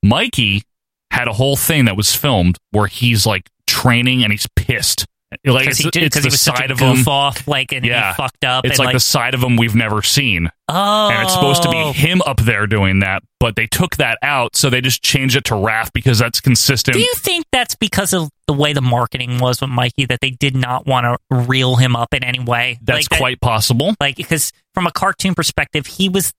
S5: Mikey had a whole thing that was filmed where he's like training and he's pissed. Like
S6: because
S5: it's,
S6: he, did-
S5: it's
S6: 'cause
S5: the
S6: he was such
S5: side
S6: a
S5: of him.
S6: goof off, like and
S5: Yeah.
S6: he fucked up.
S5: It's
S6: and,
S5: like, the side of him we've never seen.
S6: oh,
S5: And it's supposed to be him up there doing that, but they took that out, so they just changed it to Raph because that's consistent.
S6: Do you think that's because of the way the marketing was with Mikey that they did not want to reel him up in any way?
S5: that's
S6: Like, that-
S5: quite possible.
S6: like because from a cartoon perspective, he was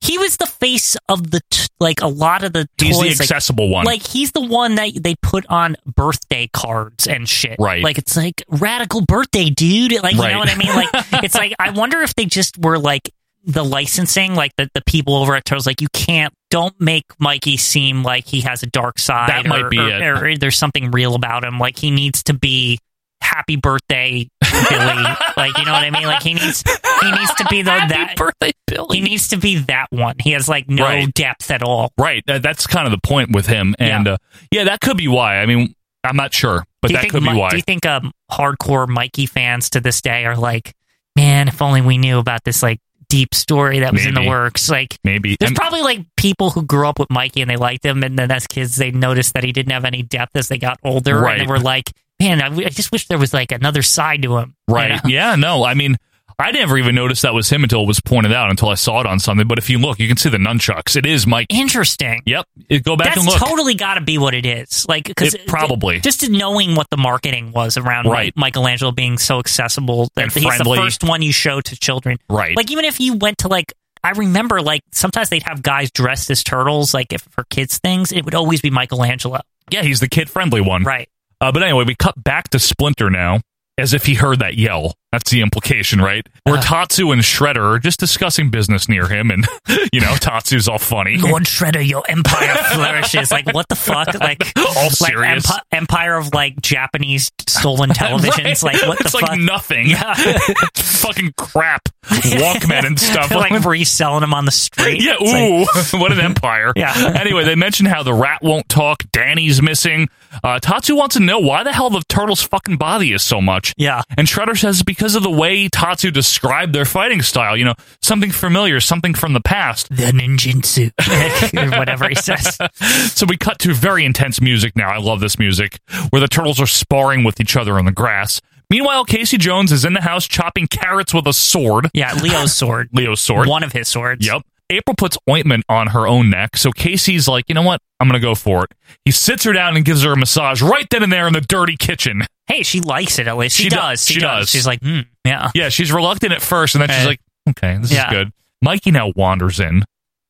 S6: he was the face of the t- like a lot of the
S5: He's the
S6: toys, like-
S5: accessible one.
S6: Like he's the one that they put on birthday cards and shit.
S5: Right.
S6: Like it's like radical birthday, dude. Like you
S5: Right.
S6: know what I mean? Like it's like I wonder if they just were like the licensing, like the, the people over at Turtles, like you can't don't make Mikey seem like he has a dark side.
S5: That might
S6: or,
S5: be
S6: or,
S5: it.
S6: or there's something real about him. Like he needs to be happy birthday Billy. like you know what I mean? Like he needs he needs to be the that
S5: birthday Billy.
S6: He needs to be that one. He has like no
S5: Right.
S6: depth at all.
S5: Right. That, that's kind of the point with him. And yeah. Uh, yeah, that could be why. I mean, I'm not sure, but
S6: Do you
S5: that
S6: think
S5: could be
S6: Mi-
S5: why.
S6: Do you think um, hardcore Mikey fans to this day are like, man, if only we knew about this like deep story that was in
S5: Maybe.
S6: the works? Like,
S5: Maybe.
S6: there's
S5: And-
S6: probably like people who grew up with Mikey and they liked him, and then as kids they noticed that he didn't have any depth as they got older, and
S5: Right.
S6: they were like, man, I, w- I just wish there was like another side to him. you
S5: right.
S6: know?
S5: Yeah, no. I mean, I never even noticed that was him until it was pointed out, until I saw it on something. But if you look, you can see the nunchucks. It is Mike.
S6: Interesting.
S5: Yep. It- go back
S6: That's
S5: and look.
S6: totally got to be what it is. Like, because
S5: It probably.
S6: just knowing what the marketing was around
S5: Right.
S6: Mi- Michelangelo being so accessible that
S5: And
S6: he's
S5: friendly.
S6: the first one you show to children.
S5: Right.
S6: Like even if you went to like I remember like sometimes they'd have guys dressed as turtles like if for kids things it would always be Michelangelo.
S5: yeah, he's the kid friendly one.
S6: Right.
S5: Uh, but anyway, we cut back to Splinter now, as if he heard that yell. That's the implication, right?
S6: Uh.
S5: Where Tatsu and Shredder are just discussing business near him, and, you know, Tatsu's all funny.
S6: Lord Shredder, your empire flourishes. Like what the fuck? Like
S5: All
S6: like
S5: serious.
S6: empi- empire of like Japanese stolen televisions.
S5: Right.
S6: Like what the
S5: it's
S6: fuck?
S5: like nothing. It's fucking crap. Walkman and stuff.
S6: They're like reselling them on the street.
S5: yeah,
S6: It's like-
S5: ooh, what an empire.
S6: Yeah.
S5: Anyway, they mentioned how the rat won't talk, Danny's missing. Uh, Tatsu wants to know why the hell the turtles fucking bother you so much.
S6: Yeah.
S5: And Shredder says because of the way Tatsu described their fighting style, you know, something familiar, something from the past.
S6: the ninjutsu or whatever he says.
S5: so we cut to very intense music now. I love this music where the turtles are sparring with each other on the grass. Meanwhile, Casey Jones is in the house chopping carrots with a sword.
S6: Yeah, Leo's sword.
S5: Leo's sword.
S6: One of his swords.
S5: Yep. April puts ointment on her own neck, so Casey's like, you know what? I'm gonna go for it. He sits her down and gives her a massage right then and there in the dirty kitchen.
S6: Hey, she likes it at least. She,
S5: She do-
S6: does. She,
S5: she
S6: does.
S5: does.
S6: She's like, mm, yeah.
S5: Yeah, she's reluctant at first, and then she's
S6: Eh.
S5: like, okay, this
S6: Yeah.
S5: is good. Mikey now wanders in,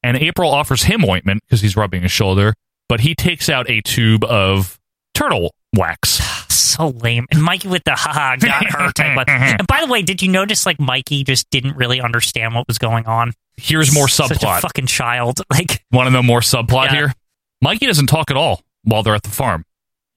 S5: and April offers him ointment because he's rubbing his shoulder, but he takes out a tube of turtle wax.
S6: So lame. And Mikey with the haha got her type of. And by the way, did you notice like Mikey just didn't really understand what was going on?
S5: Here's more
S6: Such a
S5: subplot.
S6: fucking child. Like
S5: Want to know more subplot
S6: Yeah.
S5: here? Mikey doesn't talk at all while they're at the farm.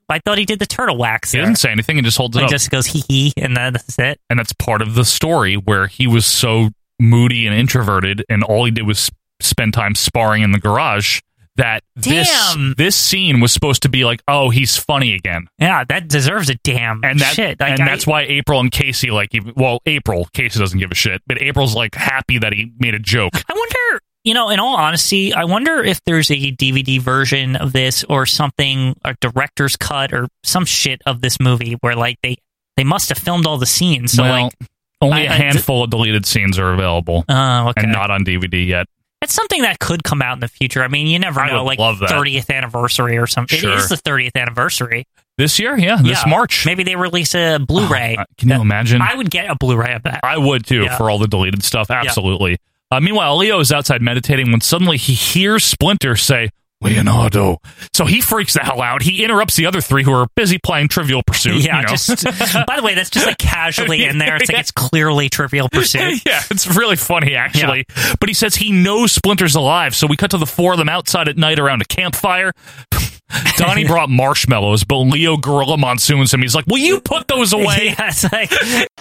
S6: I thought he did the turtle wax.
S5: He
S6: there.
S5: doesn't say anything and just holds it
S6: He
S5: up.
S6: just goes hee hee, and then that's it.
S5: and that's part of the story where he was so moody and introverted and all he did was sp- spend time sparring in the garage that this
S6: Damn.
S5: this scene was supposed to be like oh he's funny again
S6: Yeah, that deserves a damn
S5: and that
S6: shit. Like,
S5: and
S6: I-
S5: that's why April and Casey like even- well April Casey doesn't give a shit but April's like happy that he made a joke
S6: I wonder, you know, in all honesty, I wonder if there's a DVD version of this or something, a director's cut or some shit of this movie where like they they must have filmed all the scenes. So
S5: Well,
S6: like,
S5: only a
S6: I- I-
S5: handful of deleted scenes are available
S6: oh, okay.
S5: and not on DVD yet
S6: It's something that could come out in the future. I mean, you never
S5: I
S6: know.
S5: would
S6: Like
S5: love that.
S6: 30th anniversary or something.
S5: Sure.
S6: It is the 30th anniversary.
S5: this year yeah this
S6: Yeah.
S5: March
S6: Maybe they release a Blu-ray.
S5: Uh, can you imagine
S6: I would get a Blu-ray of that.
S5: I would too
S6: Yeah.
S5: for all the deleted stuff. Absolutely. Uh, meanwhile, Leo is outside meditating when suddenly he hears Splinter say, Leonardo. So he freaks the hell out. He interrupts the other three who are busy playing Trivial Pursuit.
S6: Yeah,
S5: you know.
S6: just by the way, that's just like casually in there. It's like it's clearly Trivial Pursuit.
S5: yeah, it's really funny actually. But he says he knows Splinter's alive, so we cut to the four of them outside at night around a campfire. Donnie brought marshmallows, but Leo Gorilla monsoons him. He's like, "Will you put those away?"
S6: Yeah, it's like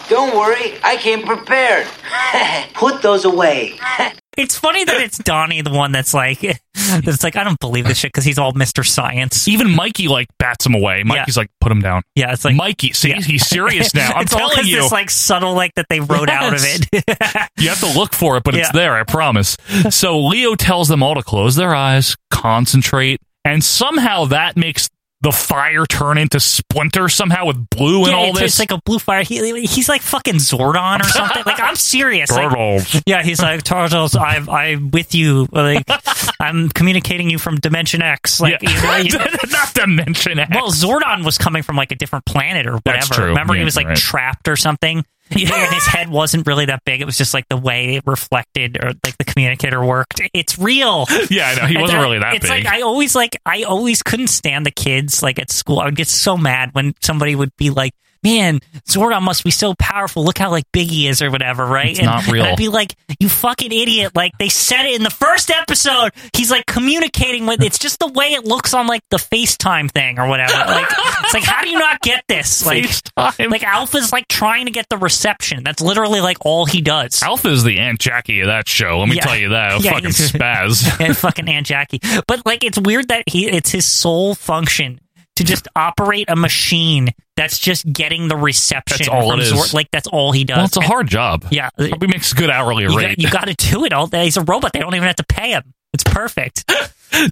S12: Don't worry, I came prepared. Put those away.
S6: it's funny that it's Donnie the one that's like that's like I don't believe this shit because he's all Mister Science.
S5: Even Mikey like bats him away. Mikey's like, "Put him down."
S6: Yeah, it's like
S5: Mikey. See, he's serious now. I'm
S6: it's all 'cause
S5: telling you.
S6: this like subtle like that they wrote out of
S5: Yes.
S6: it.
S5: You have to look for it, but it's
S6: Yeah.
S5: there, I promise. So Leo tells them all to close their eyes, concentrate, and somehow that makes the fire turn into splinter somehow with blue and
S6: yeah,
S5: all
S6: it's,
S5: this.
S6: it's like a blue fire. He, he's like fucking Zordon or something. Like I'm serious. Like,
S5: Turtles.
S6: yeah, he's like Turtles. I'm I'm with you. Like I'm communicating you from Dimension X. Like you know, you-
S5: Not to mention it.
S6: well, Zordon was coming from like a different planet or whatever.
S5: That's true.
S6: Remember,
S5: Yeah,
S6: he was like
S5: right.
S6: trapped or something. and his head wasn't really that big. It was just like the way it reflected or like the communicator worked. It's real.
S5: Yeah, I know. He
S6: And
S5: wasn't really that
S6: it's
S5: big.
S6: like I always like I always couldn't stand the kids like at school. I would get so mad when somebody would be like, "Man, Zordon must be so powerful. Look how like big he is or whatever." Right?
S5: It's not real.
S6: I'd be like, "You fucking idiot!" Like they said it in the first episode. He's like communicating with. It's just the way it looks on like the FaceTime thing or whatever. Like it's like how do you not get this? Like
S5: FaceTime.
S6: like Alpha's like trying to get the reception. That's literally like all he does.
S5: Alpha is the Aunt Jackie of that show. Let me
S6: Yeah.
S5: tell you that. A
S6: Yeah,
S5: fucking
S6: he's-
S5: spaz.
S6: and fucking Aunt Jackie. But like, it's weird that he it's his sole function to just operate a machine that's just getting the reception.
S5: That's all
S6: from
S5: it is.
S6: Zor- like that's all he does.
S5: Well, it's a
S6: And
S5: hard job.
S6: Yeah. uh,
S5: Probably makes a good hourly
S6: you,
S5: rate.
S6: got, you got to do it all day. He's a robot. They don't even have to pay him. It's perfect.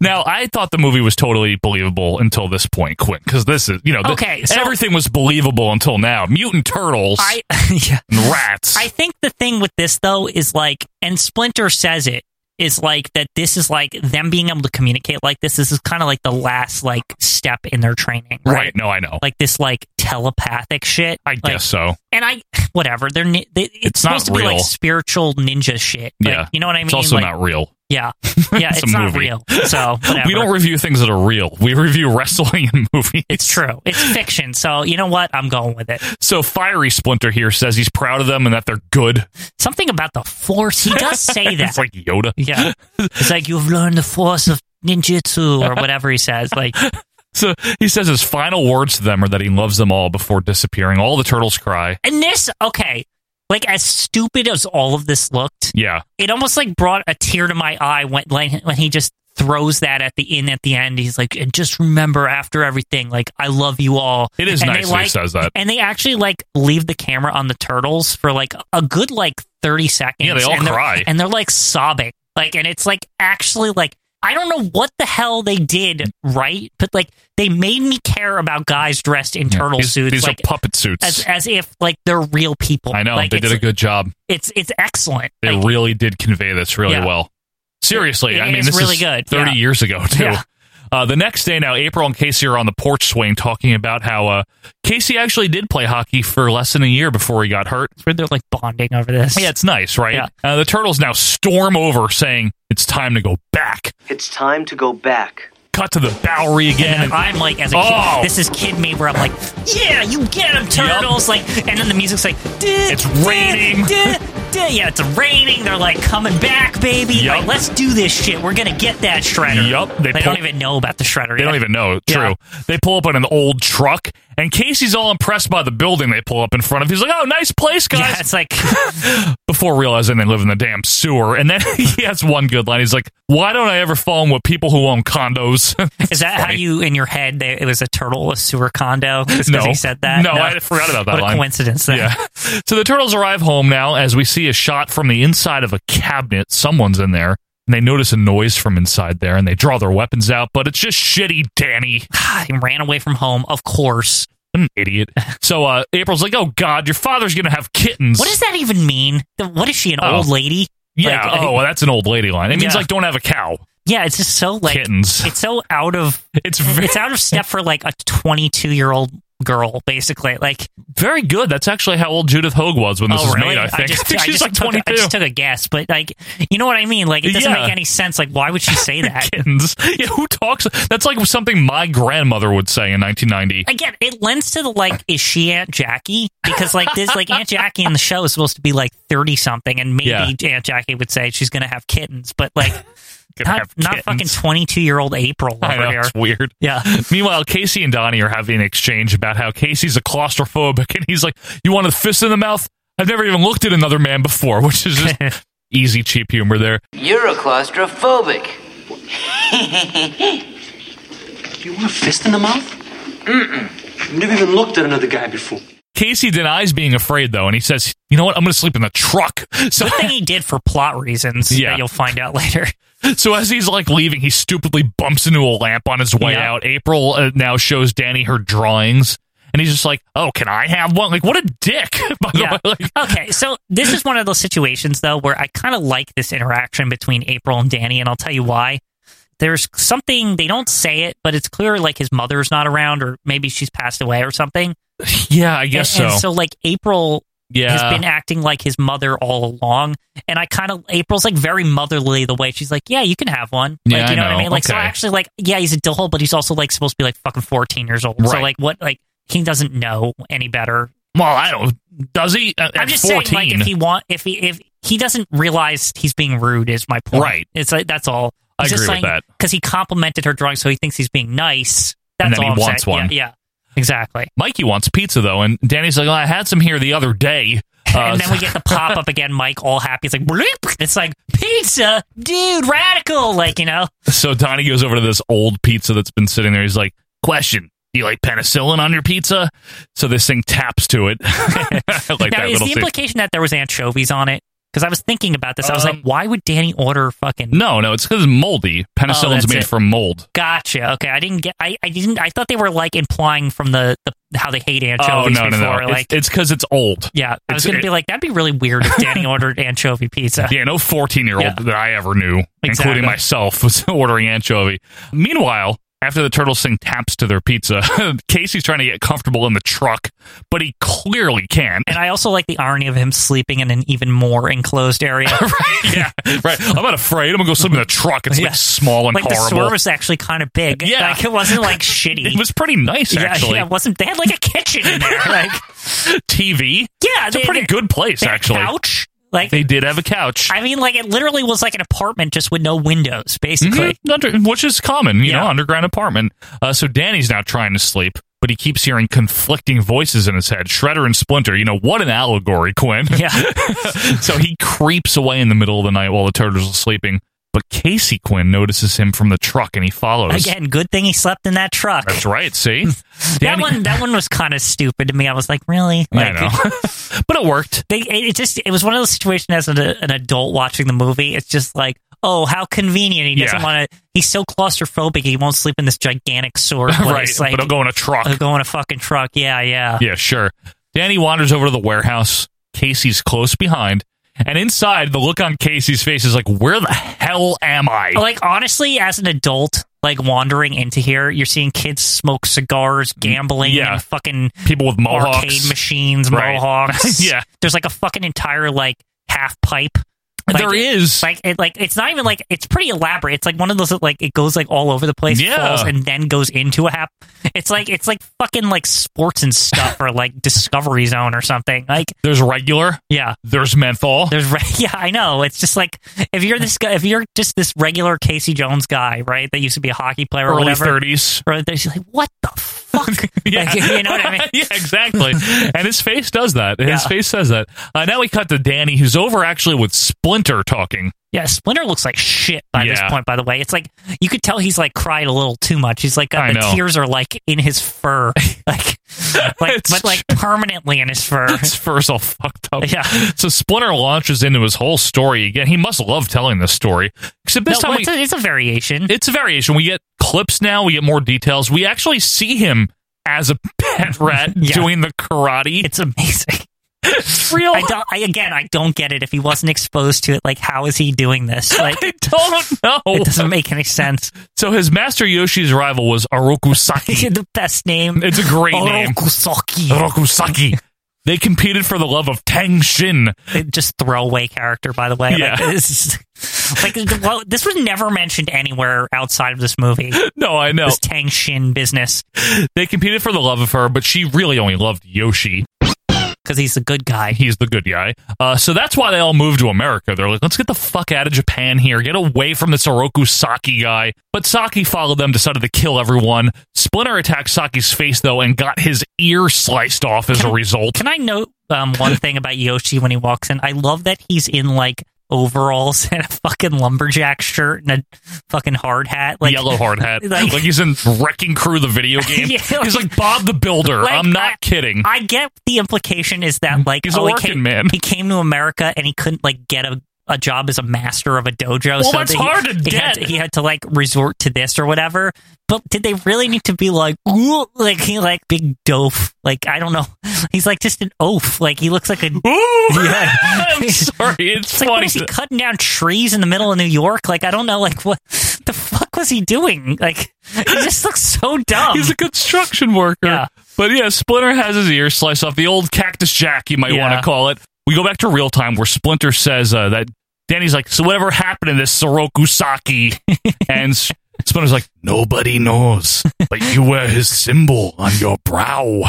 S5: Now, I thought the movie was totally believable until this point, Quinn, because this is, you know, the-
S6: Okay, so-
S5: everything was believable until now. Mutant turtles
S6: I yeah.
S5: and rats.
S6: I think the thing with this though is like, and Splinter says it is like that. This is like them being able to communicate like this. This is kind of like the last like step in their training,
S5: right.
S6: right?
S5: No, I know.
S6: Like this like telepathic shit.
S5: I guess so.
S6: and I whatever they're ni- they, it's,
S5: not
S6: supposed to be
S5: real.
S6: like spiritual ninja shit. Like,
S5: yeah.
S6: you know what I mean.
S5: It's also
S6: like,
S5: not real.
S6: Yeah, yeah,
S5: It's
S6: it's,
S5: a
S6: not
S5: movie.
S6: real. So whatever.
S5: We don't review things that are real. We review wrestling and movies.
S6: it's true. It's fiction. So you know what? I'm going with it.
S5: So Fiery Splinter here says he's proud of them and that they're good.
S6: Something about the force. He does say that.
S5: it's like Yoda.
S6: yeah, it's like you've learned the force of ninjutsu or whatever he says. Like
S5: So he says his final words to them are that he loves them all before disappearing. All the turtles cry.
S6: and this okay. Like as stupid as all of this looked,
S5: Yeah.
S6: it almost like brought a tear to my eye when like, when he just throws that at the end at the end. He's like, and just remember after everything, like I love you all.
S5: It is
S6: and
S5: nice that he says that.
S6: And they actually like leave the camera on the turtles for like a good like thirty seconds.
S5: Yeah, they all
S6: and they're-
S5: cry.
S6: and they're like sobbing. Like, and it's like actually like. I don't know what the hell they did, right? But like, they made me care about guys dressed in turtle
S5: These,
S6: suits,
S5: these
S6: like
S5: are puppet suits.
S6: as as if like they're real people.
S5: I know.
S6: like,
S5: they
S6: it's,
S5: did a good job.
S6: It's it's excellent.
S5: They
S6: Like,
S5: really did convey this really
S6: Yeah.
S5: well. Seriously,
S6: It
S5: I mean,
S6: is
S5: this
S6: really
S5: is
S6: good,
S5: Thirty
S6: yeah.
S5: years ago, too.
S6: Yeah.
S5: Uh, the next day, now April and Casey are on the porch swing talking about how uh, Casey actually did play hockey for less than a year before he got hurt.
S6: where they're like bonding over this.
S5: Yeah, it's nice, right?
S6: Yeah.
S5: Uh, the turtles now storm over, saying it's time to go back.
S12: It's time to go back.
S5: Cut to the Bowery again.
S6: And I'm like, as a
S5: Oh!
S6: kid, this is kid me, where I'm like, yeah, you get them turtles, like, and then the music's like,
S5: It's raining.
S6: yeah, it's raining. They're like coming back, baby.
S5: Yup.
S6: Like, let's do this shit. We're gonna get that shredder.
S5: Yup, they
S6: They, don't
S5: pull-
S6: even know about the shredder.
S5: They don't even know.
S6: Yeah.
S5: True. They pull up in an old truck, and Casey's all impressed by the building they pull up in front of. He's like, "Oh, nice place, guys."
S6: Yeah, it's like
S5: before realizing they live in the damn sewer. And then he has one good line. He's like, "Why don't I ever fall in with people who own condos?"
S6: Is that how
S5: Funny.
S6: you in your head? They, it was a turtle, a sewer condo. Because
S5: No.
S6: he said that.
S5: No, I forgot about that
S6: What
S5: line.
S6: a coincidence. Then.
S5: Yeah. So the turtles arrive home now as we see a shot from the inside of a cabinet. Someone's in there. And they notice a noise from inside there and they draw their weapons out, but it's just shitty Danny.
S6: he ran away from home. Of course.
S5: What an idiot. So uh, April's like, oh God, your father's going to have kittens.
S6: What does that even mean? What is she, an
S5: Oh.
S6: old lady?
S5: Yeah.
S6: Like,
S5: oh, well, that's an old lady line. It means
S6: Yeah.
S5: like, don't have a cow.
S6: Yeah, it's just so like
S5: Kittens.
S6: it's so out of
S5: It's very.
S6: it's out of step for like a 22 year old girl, basically. Like
S5: very good. That's actually how old Judith Hogue was when this
S6: oh,
S5: was
S6: really?
S5: made. I think.
S6: just,
S5: I think
S6: I
S5: she's
S6: just
S5: like
S6: took,
S5: twenty
S6: I
S5: two.
S6: just took a guess, but like, you know what I mean? Like, it doesn't
S5: Yeah.
S6: make any sense. Like, why would she say that?
S5: Dickens. Yeah, who talks? That's like something my grandmother would say in 1990.
S6: Again, it lends to the like, is she Aunt Jackie? Because like this, like Aunt Jackie in the show is supposed to be like thirty something, and maybe
S5: Yeah.
S6: Aunt Jackie would say she's gonna have kittens, but like,
S5: Gonna
S6: not,
S5: have
S6: not fucking
S5: kittens.
S6: twenty two year old April
S5: I
S6: over
S5: know,
S6: here.
S5: it's weird.
S6: Yeah.
S5: Meanwhile, Casey and Donnie are having an exchange about how Casey's a claustrophobic, and he's like, "You want a fist in the mouth? I've never even looked at another man before," which is just easy cheap humor there.
S10: You're a claustrophobic.
S15: You want a fist in the mouth? Mm-mm. I've never even looked at another guy before.
S5: Casey denies being afraid though, and he says, "You know what? I'm going to sleep in the truck." So
S6: Good thing he did for plot reasons
S5: Yeah.
S6: that you'll find out later.
S5: So as he's like leaving, he stupidly bumps into a lamp on his way
S6: Yeah.
S5: out. April uh, now shows Danny her drawings, and he's just like, "Oh, can I have one?" Like, what a dick! By the way, like,
S6: okay, so this is one of those situations though where I kind of like this interaction between April and Danny, and I'll tell you why. There's something they don't say it, but it's clear like his mother's not around, or maybe she's passed away or something.
S5: yeah, I guess
S6: and,
S5: so.
S6: And so like April
S5: Yeah.
S6: has been acting like his mother all along, and I kind of April's like very motherly the way she's like, yeah, you can have one.
S5: Yeah,
S6: like,
S5: I
S6: you know, what I
S5: know.
S6: mean? Like so
S5: Okay.
S6: actually like yeah, he's a dillhole, but he's also like supposed to be like fucking fourteen years old. So
S5: Right.
S6: like what like he doesn't know any better.
S5: well, I don't. Does he? At-
S6: I'm
S5: at
S6: just
S5: 14,
S6: saying, like, if he want, if he if he doesn't realize he's being rude, is my point.
S5: Right.
S6: It's like that's all.
S5: I agree with that.
S6: because he complimented her drawing, so he thinks he's being nice. That's
S5: And then
S6: all
S5: he
S6: I'm
S5: wants
S6: saying.
S5: one.
S6: Yeah, yeah, exactly.
S5: Mikey wants pizza though, and Danny's like, "Well, "I had some here the other day." Uh,
S6: and then we get the pop up again. Mike all happy. It's like "Bleep." it's like pizza, dude, radical. Like you know,
S5: so Donnie goes over to this old pizza that's been sitting there. He's like, "Question: Do you like penicillin on your pizza?" So this thing taps to it. I like
S6: now
S5: that
S6: is
S5: little
S6: the
S5: scene.
S6: implication that there was anchovies on it? Because I was thinking about this. I was
S5: Um,
S6: like, why would Danny order fucking?
S5: No, no, it's because moldy.
S6: Oh,
S5: Penicillin's
S6: that's
S5: made
S6: it.
S5: from mold.
S6: Gotcha. Okay, I didn't get. I, I didn't. I thought they were like implying from the, the how they hate anchovies
S5: oh no,
S6: before.
S5: no, no! It's-
S6: Like
S5: it's because it's old.
S6: Yeah, I
S5: It's-
S6: was going to
S5: it-
S6: be like, that'd be really weird if Danny ordered anchovy pizza.
S5: Yeah, no 14 year old
S6: Yeah.
S5: that I ever knew,
S6: Exactly.
S5: including myself, was ordering anchovy. Meanwhile, after the turtles thing taps to their pizza, Casey's trying to get comfortable in the truck, but he clearly can't.
S6: And I also like the irony of him sleeping in an even more enclosed area.
S5: yeah, right. I'm not afraid. I'm gonna go sleep in the truck. It's
S6: Yeah.
S5: like small and
S6: like the
S5: horrible.
S6: store was actually kind of big.
S5: Yeah.
S6: like it wasn't like shitty.
S5: it was pretty nice,
S6: yeah,
S5: actually.
S6: yeah, it wasn't. They had like a kitchen in there. Like
S5: TV.
S6: yeah,
S5: it's a
S6: they-
S5: pretty
S6: they-
S5: good place,
S6: they had a
S5: actually.
S6: Couch. Like
S5: They did have a couch.
S6: I mean, like it literally was like an apartment just with no windows, basically.
S5: Mhm. Under- which is common, you
S6: Yeah.
S5: know, underground apartment. Uh, so Danny's now trying to sleep, but he keeps hearing conflicting voices in his head. Shredder and Splinter, you know, what an allegory, Quinn.
S6: Yeah.
S5: so he creeps away in the middle of the night while the turtles are sleeping. But Casey Quinn notices him from the truck and he follows.
S6: Again, good thing he slept in that truck.
S5: That's right, see?
S6: that one, that one was kind of stupid to me. I was like, really?
S5: I
S6: Like,
S5: know. but it worked.
S6: they it it just it was one of those situations as an, an adult watching the movie it's just like oh how convenient he doesn't
S5: Yeah.
S6: want to he's so claustrophobic he won't sleep in this gigantic sword
S5: right.
S6: place like
S5: but he'll go in a truck.
S6: he'll go in a fucking truck yeah yeah
S5: Yeah, sure. Danny wanders over to the warehouse. Casey's close behind. And inside, the look on Casey's face is like, where the hell am I?
S6: like honestly as an adult like wandering into here you're seeing kids smoke cigars gambling
S5: Mm, Yeah.
S6: and fucking
S5: People with mohawks.
S6: arcade machines
S5: Right.
S6: mohawks
S5: Yeah.
S6: there's like a fucking entire like half pipe like,
S5: there
S6: it-
S5: is.
S6: like it like it's not even like it's pretty elaborate. It's like one of those that, like it goes like all over the place,
S5: Yeah.
S6: falls, and then goes into a hap. It's like it's like fucking like sports and stuff or like Discovery Zone or something. Like
S5: there's regular.
S6: yeah,
S5: There's menthol.
S6: there's re- yeah I know. It's just like if you're this guy, if you're just this regular Casey Jones guy, right? That used to be a hockey player or
S5: early
S6: whatever.
S5: 30s.
S6: Right? There's like what the fuck?
S5: Yeah.
S6: Like, you know what I mean?
S5: yeah, exactly. and his face does that. His
S6: Yeah.
S5: face says that. Uh, now we cut to Danny, who's over actually with Splinter talking.
S6: Yeah, Splinter looks like shit by this
S5: Yeah.
S6: point. By the way, it's like you could tell he's like cried a little too much. He's like
S5: I
S6: uh, the
S5: know.
S6: tears are like in his fur, like, like
S5: It's
S6: but like permanently in his fur.
S5: His fur's all fucked up.
S6: Yeah.
S5: So Splinter launches into his whole story again. He must love telling this story. Except this
S6: No,
S5: time we,
S6: it's, a, it's a variation.
S5: it's a variation. We get clips now. We get more details. We actually see him as a pet rat
S6: Yeah.
S5: doing the karate.
S6: It's amazing.
S5: It's real.
S6: I don't. I, again, I don't get it. If he wasn't exposed to it, like how is he doing this? Like
S5: I don't know.
S6: it doesn't make any sense.
S5: So his master Yoshi's rival was Arokusaki.
S6: the best name. Oh,
S5: It's a great name.
S6: Orokusaki.
S5: Arokusaki. They competed for the love of Tang Shin.
S6: It- just throwaway character, by the way.
S5: Yeah.
S6: Like, this, is- like, well, this was never mentioned anywhere outside of this movie.
S5: No, I know.
S6: This Tang Shin business,
S5: They competed for the love of her, but she really only loved Yoshi.
S6: because he's a good guy.
S5: He's the good guy. Uh, so that's why they all moved to America. They're like, let's get the fuck out of Japan here. Get away from this Oroku Saki guy. But Saki followed them, decided to kill everyone. Splinter attacked Saki's face, though, and got his ear sliced off as a result.
S6: Can I note um, one thing about Yoshi when he walks in? I love that he's in like overalls and a fucking lumberjack shirt and a fucking hard hat. Like
S5: Yellow hard hat.
S6: like-
S5: like, he's in Wrecking Crew, the video game.
S6: Yeah, like-
S5: he's like Bob the Builder.
S6: Like,
S5: I'm not
S6: I-
S5: kidding.
S6: I get the implication is that like
S5: He's a
S6: oh, he
S5: working
S6: came,
S5: man.
S6: He came to America and he couldn't like get a, a job as a master of a dojo.
S5: Well,
S6: so
S5: that's
S6: that he,
S5: hard to
S6: he
S5: get.
S6: Had to, he had to like resort to this or whatever. But did they really need to be like "Ooh," like he like big dof? Like I don't know. He's like just an oaf. Like he looks like a.
S5: Ooh!
S6: Yeah.
S5: I'm sorry. It's,
S6: It's like, what
S5: funny.
S6: is he cutting down trees in the middle of New York? Like, I don't know. Like, what the fuck was he doing? Like, he just looks so dumb.
S5: He's a construction worker.
S6: Yeah.
S5: But yeah, Splinter has his ear sliced off. The old cactus jack, you might
S6: Yeah.
S5: want to call it. We go back to real time where Splinter says uh, that Danny's like, so whatever happened to this Soroku Saki? and S- Splinter's like, nobody knows, but you wear his symbol on your brow.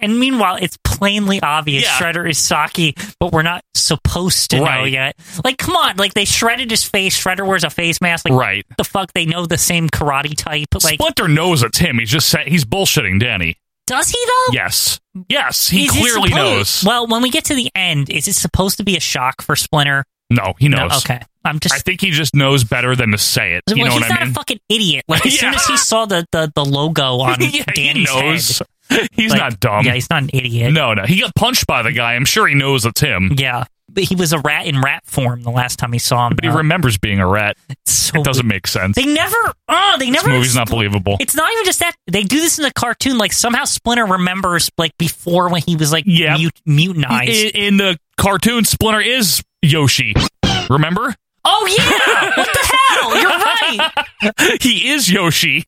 S6: and meanwhile, it's plainly obvious
S5: Yeah.
S6: Shredder is Saki, but we're not supposed to know
S5: Right.
S6: yet. Like, come on! Like, they shredded his face. Shredder wears a face mask. Like,
S5: right.
S6: the fuck? They know the same karate type. Like,
S5: Splinter knows it's him. He's just saying, he's bullshitting Danny.
S6: does he though?
S5: Yes. Yes, he
S6: Is it
S5: clearly
S6: supposed-
S5: knows.
S6: Well, when we get to the end, is it supposed to be a shock for Splinter?
S5: no, he knows.
S6: okay, I'm just.
S5: I think he just knows better than to say it. You
S6: well,
S5: know
S6: he's
S5: what
S6: not
S5: I mean?
S6: a fucking idiot. Like as soon
S5: Yeah.
S6: as he saw the the, the logo on
S5: Yeah,
S6: Danny's
S5: he knows.
S6: head,
S5: He's
S6: like,
S5: not dumb.
S6: Yeah, he's not an idiot.
S5: No, no. He got punched by the guy. I'm sure he knows it's him.
S6: Yeah, but he was a rat in rat form the last time he saw him.
S5: But he
S6: though.
S5: remembers being a rat.
S6: It's so
S5: It doesn't
S6: weird.
S5: make sense.
S6: They never. Oh, they
S5: This
S6: never.
S5: movie's not believable.
S6: It's not even just that they do this in the cartoon. Like somehow Splinter remembers like before when he was like
S5: Yeah.
S6: mute,
S5: I-
S6: mutinized.
S5: In, the cartoon, Splinter is Yoshi. Remember?
S6: oh yeah! what the hell? You're right.
S5: he is Yoshi.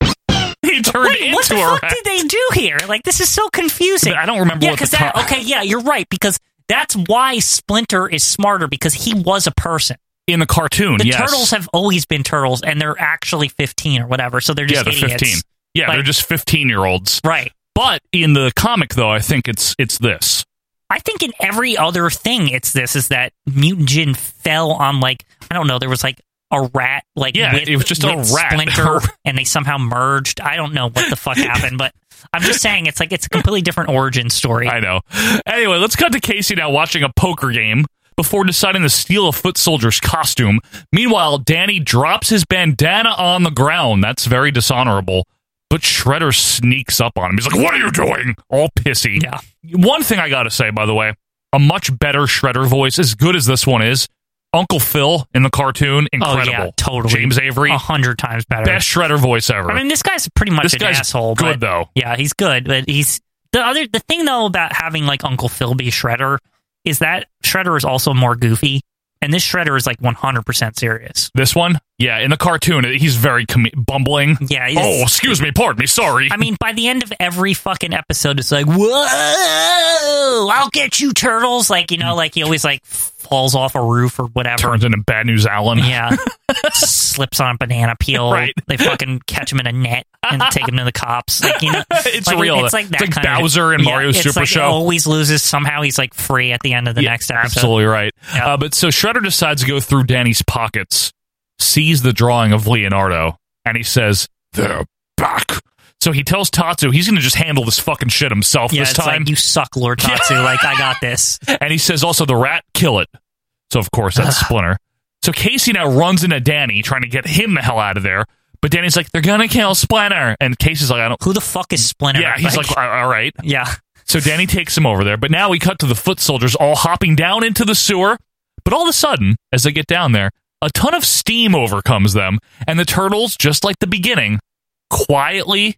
S5: He turned
S6: Wait,
S5: into
S6: what the
S5: a
S6: fuck
S5: rat.
S6: did they do here? Like this is so confusing.
S5: I don't remember
S6: Yeah,
S5: what the
S6: because that.
S5: top-
S6: Okay, yeah, you're right because that's why Splinter is smarter because he was a person.
S5: in the cartoon,
S6: The
S5: yes.
S6: turtles have always been turtles, and they're actually 15 or whatever, so they're
S5: yeah,
S6: just
S5: they're
S6: idiots.
S5: 15. Yeah,
S6: Like-
S5: they're just 15 year olds.
S6: Right.
S5: But in the comic, though, I think it's it's this.
S6: I think in every other thing, it's this is that mutant Jin fell on like I don't know. There was like a rat, like
S5: Yeah,
S6: with-
S5: it was just a
S6: with
S5: rat.
S6: splinter, and they somehow merged. I don't know what the fuck happened, but I'm just saying it's like it's a completely different origin story.
S5: I know. Anyway, let's cut to Casey now watching a poker game before deciding to steal a foot soldier's costume. Meanwhile, Danny drops his bandana on the ground. That's very dishonorable. But Shredder sneaks up on him. He's like, What are you doing? All pissy.
S6: Yeah.
S5: One thing I got to say, by the way, a much better Shredder voice, as good as this one is. Uncle Phil in the cartoon,
S6: oh
S5: incredible.
S6: yeah, totally.
S5: James Avery,
S6: a hundred times better.
S5: best Shredder voice ever.
S6: I mean, this guy's pretty much
S5: This
S6: an
S5: guy's
S6: asshole.
S5: good,
S6: but,
S5: though.
S6: Yeah, he's good, but he's the other. The thing though about having like Uncle Phil be Shredder is that Shredder is also more goofy, and this Shredder is like 100 percent serious.
S5: this one? Yeah, in the cartoon, he's very com- bumbling.
S6: Yeah. He's,
S5: Oh, excuse me, pardon me, sorry.
S6: I mean, by the end of every fucking episode, it's like, whoa, I'll get you, turtles. Like, you know, like he always like falls off a roof or whatever.
S5: turns into Bad News Allen.
S6: Yeah. Slips on a banana peel.
S5: Right.
S6: They fucking catch him in a net and take him to the cops. Like, you know,
S5: It's
S6: like,
S5: real.
S6: It's like
S5: It's
S6: that
S5: like
S6: kind of-
S5: Bowser in
S6: Yeah,
S5: Mario
S6: it's
S5: Super
S6: like
S5: Show.
S6: He always loses. Somehow he's like free at the end of the
S5: Yeah,
S6: next episode.
S5: Absolutely right.
S6: Yeah.
S5: Uh, but so Shredder decides to go through Danny's pockets, sees the drawing of Leonardo, and he says, They're back. So he tells Tatsu he's going to just handle this fucking shit himself
S6: Yeah,
S5: this
S6: it's
S5: time.
S6: like you suck, Lord Tatsu. Like I got this.
S5: and he says also the rat, kill it. So of course that's Splinter. So Casey now runs into Danny, trying to get him the hell out of there. But Danny's like, they're going to kill Splinter. And Casey's like, I don't.
S6: Who the fuck is Splinter?
S5: Yeah, he's like, all all right.
S6: yeah.
S5: So Danny takes him over there, but now we cut to the foot soldiers all hopping down into the sewer. But all of a sudden, as they get down there, a ton of steam overcomes them, and the turtles, just like the beginning, quietly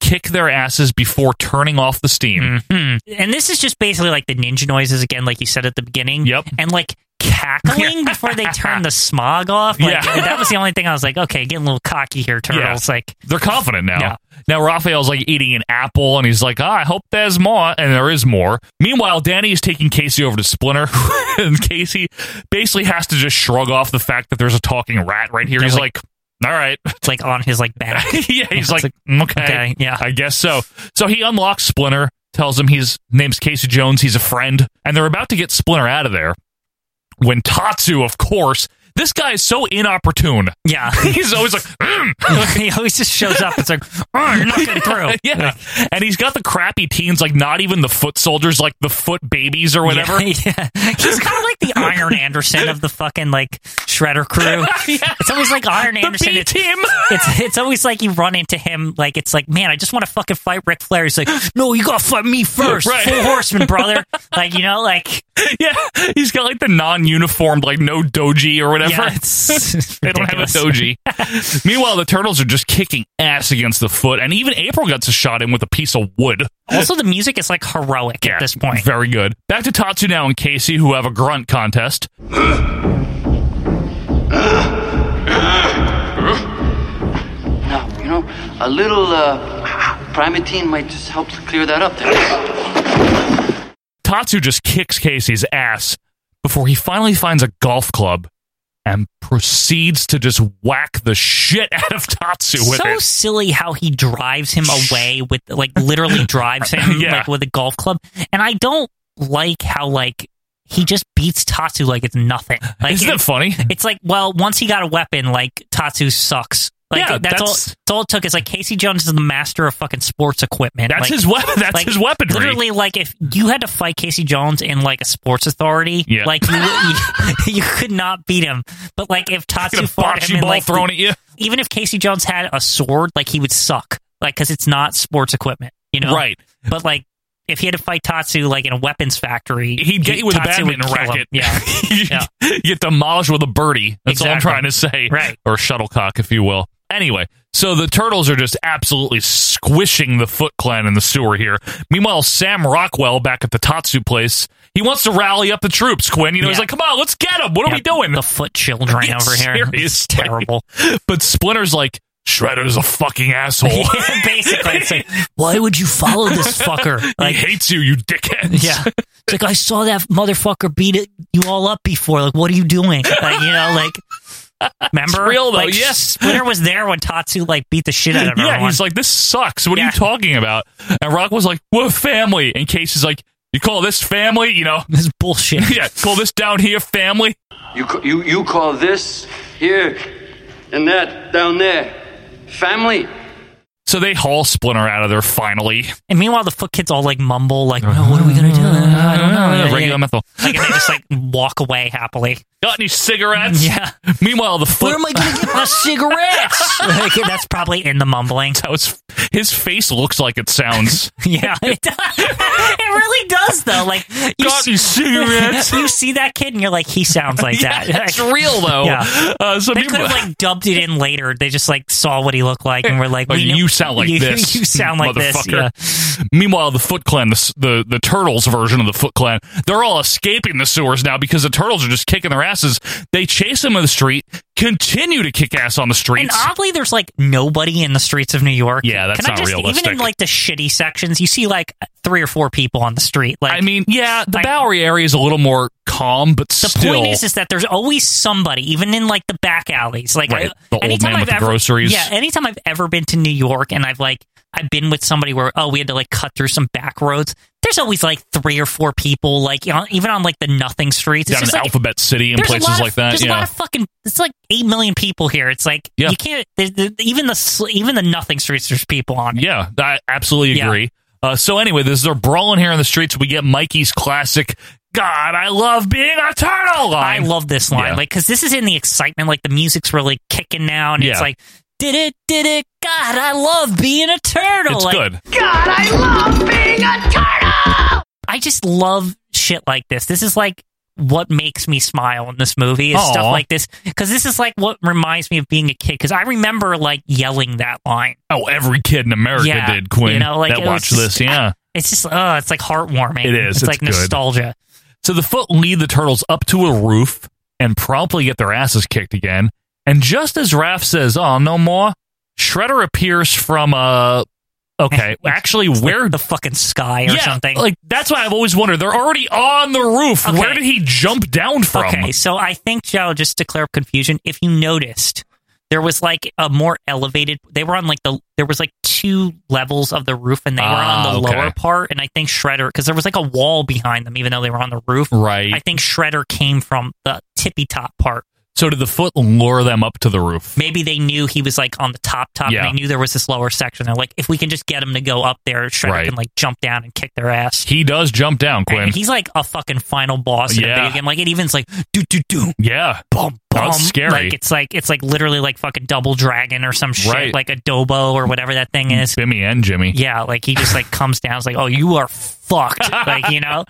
S5: kick their asses before turning off the steam.
S6: Mhm. And this is just basically like the ninja noises again, like you said at the beginning. Yep. And like cackling before they turn the smog off. Like,
S5: Yeah.
S6: That was the only thing I was like, okay, getting a little cocky here, turtles.
S5: Yeah.
S6: Like,
S5: They're confident now.
S6: Yeah.
S5: Now Raphael's like eating an apple, and he's like, ah, "I hope there's more," and there is more. Meanwhile, Danny is taking Casey over to Splinter, and Casey basically has to just shrug off the fact that there's a talking rat right here.
S6: Yeah,
S5: he's
S6: like-
S5: like, "All right,"
S6: like on his like back.
S5: yeah, he's
S6: It's
S5: like,
S6: like,
S5: "Mm, okay,
S6: okay, yeah.
S5: I guess so." So he unlocks Splinter, tells him his name's Casey Jones. He's a friend, and they're about to get Splinter out of there when Tatsu, of course. This guy is so inopportune.
S6: Yeah.
S5: He's always like, "Mm."
S6: he always just shows up. It's like, "Oh, you're not getting through.
S5: yeah. And he's got the crappy teens, like not even the foot soldiers, like the foot babies or whatever.
S6: Yeah, yeah. He's kind of like the Iron Anderson of the fucking like shredder crew. It's always like Iron Anderson.
S5: B
S6: It's,
S5: team.
S6: it's it's always like you run into him like it's like man, I just want to fucking fight Ric Flair. He's like, no, you gotta fight me first,
S5: Right.
S6: full horseman, brother. Like you know, like
S5: Yeah. He's got like the non uniformed, like no doji or whatever.
S6: yeah, it's, it's
S5: they don't have a
S6: ridiculous.
S5: doji. Meanwhile, the turtles are just kicking ass against the foot, and even April gets a shot in with a piece of wood.
S6: Also, the music is like heroic at this point.
S5: Very good. Back to Tatsu now and Casey, who have a grunt contest.
S10: Now, you know, a little uh, primatine might just help to clear that up. There.
S5: Tatsu just kicks Casey's ass before he finally finds a golf club and proceeds to just whack the shit out of Tatsu with
S6: so
S5: it.
S6: silly how he drives him away with like literally drives him
S5: Yeah.
S6: like with a golf club and i don't like how like he just beats tatsu like it's nothing like
S5: Isn't that
S6: it-
S5: funny?
S6: it's like well once he got a weapon like tatsu sucks like
S5: Yeah,
S6: that's, all
S5: that's-
S6: that's all it took is like casey jones is the master of fucking sports equipment
S5: That's
S6: Like-
S5: his weapon. That's
S6: like,
S5: his weaponry.
S6: literally like if you had to fight casey jones in like a sports authority
S5: Yeah.
S6: like you, you, you could not beat him but like if
S5: Get
S6: tatsu
S5: a
S6: fought him
S5: bocce
S6: in
S5: ball
S6: like the-
S5: thrown at you.
S6: even if Casey Jones had a sword, like he would suck, like because it's not sports equipment, you know.
S5: Right.
S6: But like, if he had to fight Tatsu like in a weapons factory,
S5: He'd get
S6: he-
S5: you with a
S6: Tatsu would
S5: badminton
S6: kill him.
S5: racket.
S6: Yeah.
S5: you get demolished with a birdie. That's all I'm
S6: Exactly.
S5: trying to say.
S6: Right.
S5: Or shuttlecock, if you will. Anyway, so the turtles are just absolutely squishing the Foot Clan in the sewer here. Meanwhile, Sam Rockwell back at the Tatsu place, he wants to rally up the troops, Quinn. You know, he's
S6: Yeah.
S5: like, come on, let's get him. What are
S6: Yeah,
S5: we doing?
S6: The foot children
S5: Yeah,
S6: over here. It's
S5: seriously.
S6: terrible.
S5: But Splinter's like, Shredder's a fucking asshole.
S6: yeah, basically, it's like, why would you follow this fucker? Like,
S5: he hates you, you dickheads.
S6: yeah. It's like I saw that motherfucker beat it, you all up before. Like, what are you doing? Like, you know, like. Remember,
S5: real, though,
S6: Like,
S5: yes.
S6: Splinter was there when Tatsu like beat the shit out of
S5: yeah,
S6: everyone.
S5: he's like, this sucks. What are
S6: Yeah.
S5: you talking about? And Rock was like, we're family. And Casey's like, you call this family? You know,
S6: this is bullshit.
S5: yeah, call this down here family?
S13: You, ca- you, you call this here and that down there family?
S5: So they haul Splinter out of there finally.
S6: And meanwhile, the foot kids all like mumble, like, "No, what are we gonna do? I don't know." Oh, Yeah,
S5: Uh-huh. Regular
S6: yeah.
S5: menthol.
S6: Like, and they just like walk away happily.
S5: Got any cigarettes?
S6: Yeah.
S5: Meanwhile, the foot.
S6: Where am I gonna get my cigarettes? like, that's probably in the mumbling.
S5: That was- his face looks like it sounds.
S6: Yeah, it, does. it really does though. Like, you
S5: Got
S6: see-
S5: any cigarettes?
S6: you see that kid, and you're like, he sounds like
S5: yeah,
S6: that.
S5: it's real though.
S6: Yeah.
S5: Uh, so
S6: They could
S5: people-
S6: have like dubbed it in later. They just like saw what he looked like and were like,
S5: Like,
S6: we know-
S5: you sound like
S6: you,
S5: this.
S6: You sound like this. Yeah.
S5: motherfucker. Meanwhile, the Foot Clan, the, s- the the Turtles version of the Foot Clan, they're all escaping the sewers now because the Turtles are just kicking their asses. They chase them in the street, continue to kick ass on the
S6: And
S5: streets.
S6: oddly, there's like nobody in the streets of New York.
S5: Yeah, that's
S6: Can I
S5: not
S6: just, Even
S5: realistic.
S6: in like the shitty sections, you see like three or four people on the street. Like,
S5: I mean, yeah, the
S6: I-
S5: Bowery area is a little more calm, but
S6: the
S5: still,
S6: point is, is that there's always somebody, even in like the back alleys. Like,
S5: Right,
S6: I-
S5: the old
S6: anytime
S5: man
S6: I've
S5: with the
S6: ever-
S5: groceries.
S6: Yeah, anytime I've ever been to New York and I've like I've been with somebody where oh we had to like cut through some back roads. There's always like three or four people, like you know, even on like the nothing streets. It's
S5: down in
S6: just, like,
S5: Alphabet City and
S6: there's a
S5: places
S6: lot of-
S5: like that.
S6: There's a
S5: Yeah,
S6: lot of fucking. It's like eight million people here. It's like
S5: Yeah.
S6: you can't. There's, there, even the sl- even the nothing streets. There's people on. It.
S5: yeah, I absolutely
S6: Yeah.
S5: agree. Uh, so anyway, this is their brawling here in the streets. We get Mikey's classic. God, I love being a turtle.
S6: I
S5: Line.
S6: love this line,
S5: Yeah.
S6: like because this is in the excitement. Like the music's really kicking now, and
S5: Yeah.
S6: it's like did it, did it. God, I love being a turtle.
S5: It's
S6: like,
S5: good.
S21: God, I love being a turtle!
S6: I just love shit like this. This is like what makes me smile in this movie is stuff
S5: Aw.
S6: like this because this is like what reminds me of being a kid because I remember like yelling that line.
S5: Oh, every kid in America
S6: Yeah,
S5: did Quinn.
S6: you know, like,
S5: that
S6: it was
S5: watched
S6: just-
S5: this, yeah.
S6: It's just oh, it's like heartwarming.
S5: It is.
S6: It's, like
S5: good.
S6: nostalgia.
S5: So the foot lead the turtles up to a roof and promptly get their asses kicked again. And just as Raph says, "Oh, no more," Shredder appears from uh Okay, actually, where
S6: the fucking sky or
S5: yeah,
S6: something.
S5: Like that's why I've always wondered. They're already on the roof.
S6: Okay.
S5: Where did he jump down from?
S6: Okay, so I think Joe, just to clear up confusion, if you noticed, there was like a more elevated. They were on like the there was like two levels of the roof, and they were
S5: Ah,
S6: on the
S5: okay.
S6: lower part. And I think Shredder, because there was like a wall behind them, even though they were on the roof.
S5: Right.
S6: I think Shredder came from the tippy top part.
S5: So did the foot lure them up to the roof?
S6: Maybe they knew he was like on the top top.
S5: Yeah.
S6: And they knew there was this lower section. They're like, if we can just get him to go up there, Shredder
S5: Right.
S6: can like jump down and kick their ass.
S5: He does jump down, Quinn.
S6: And he's like a fucking final boss in a
S5: Yeah.
S6: video game. Like it even's like do do do
S5: yeah,
S6: bum bum.
S5: That's scary.
S6: Like it's like it's like literally like fucking double dragon or some shit,
S5: Right.
S6: like adobo or whatever that thing is.
S5: Bimmy and Jimmy.
S6: Yeah, like he just like comes down. It's like, oh, you are fucked. like you know,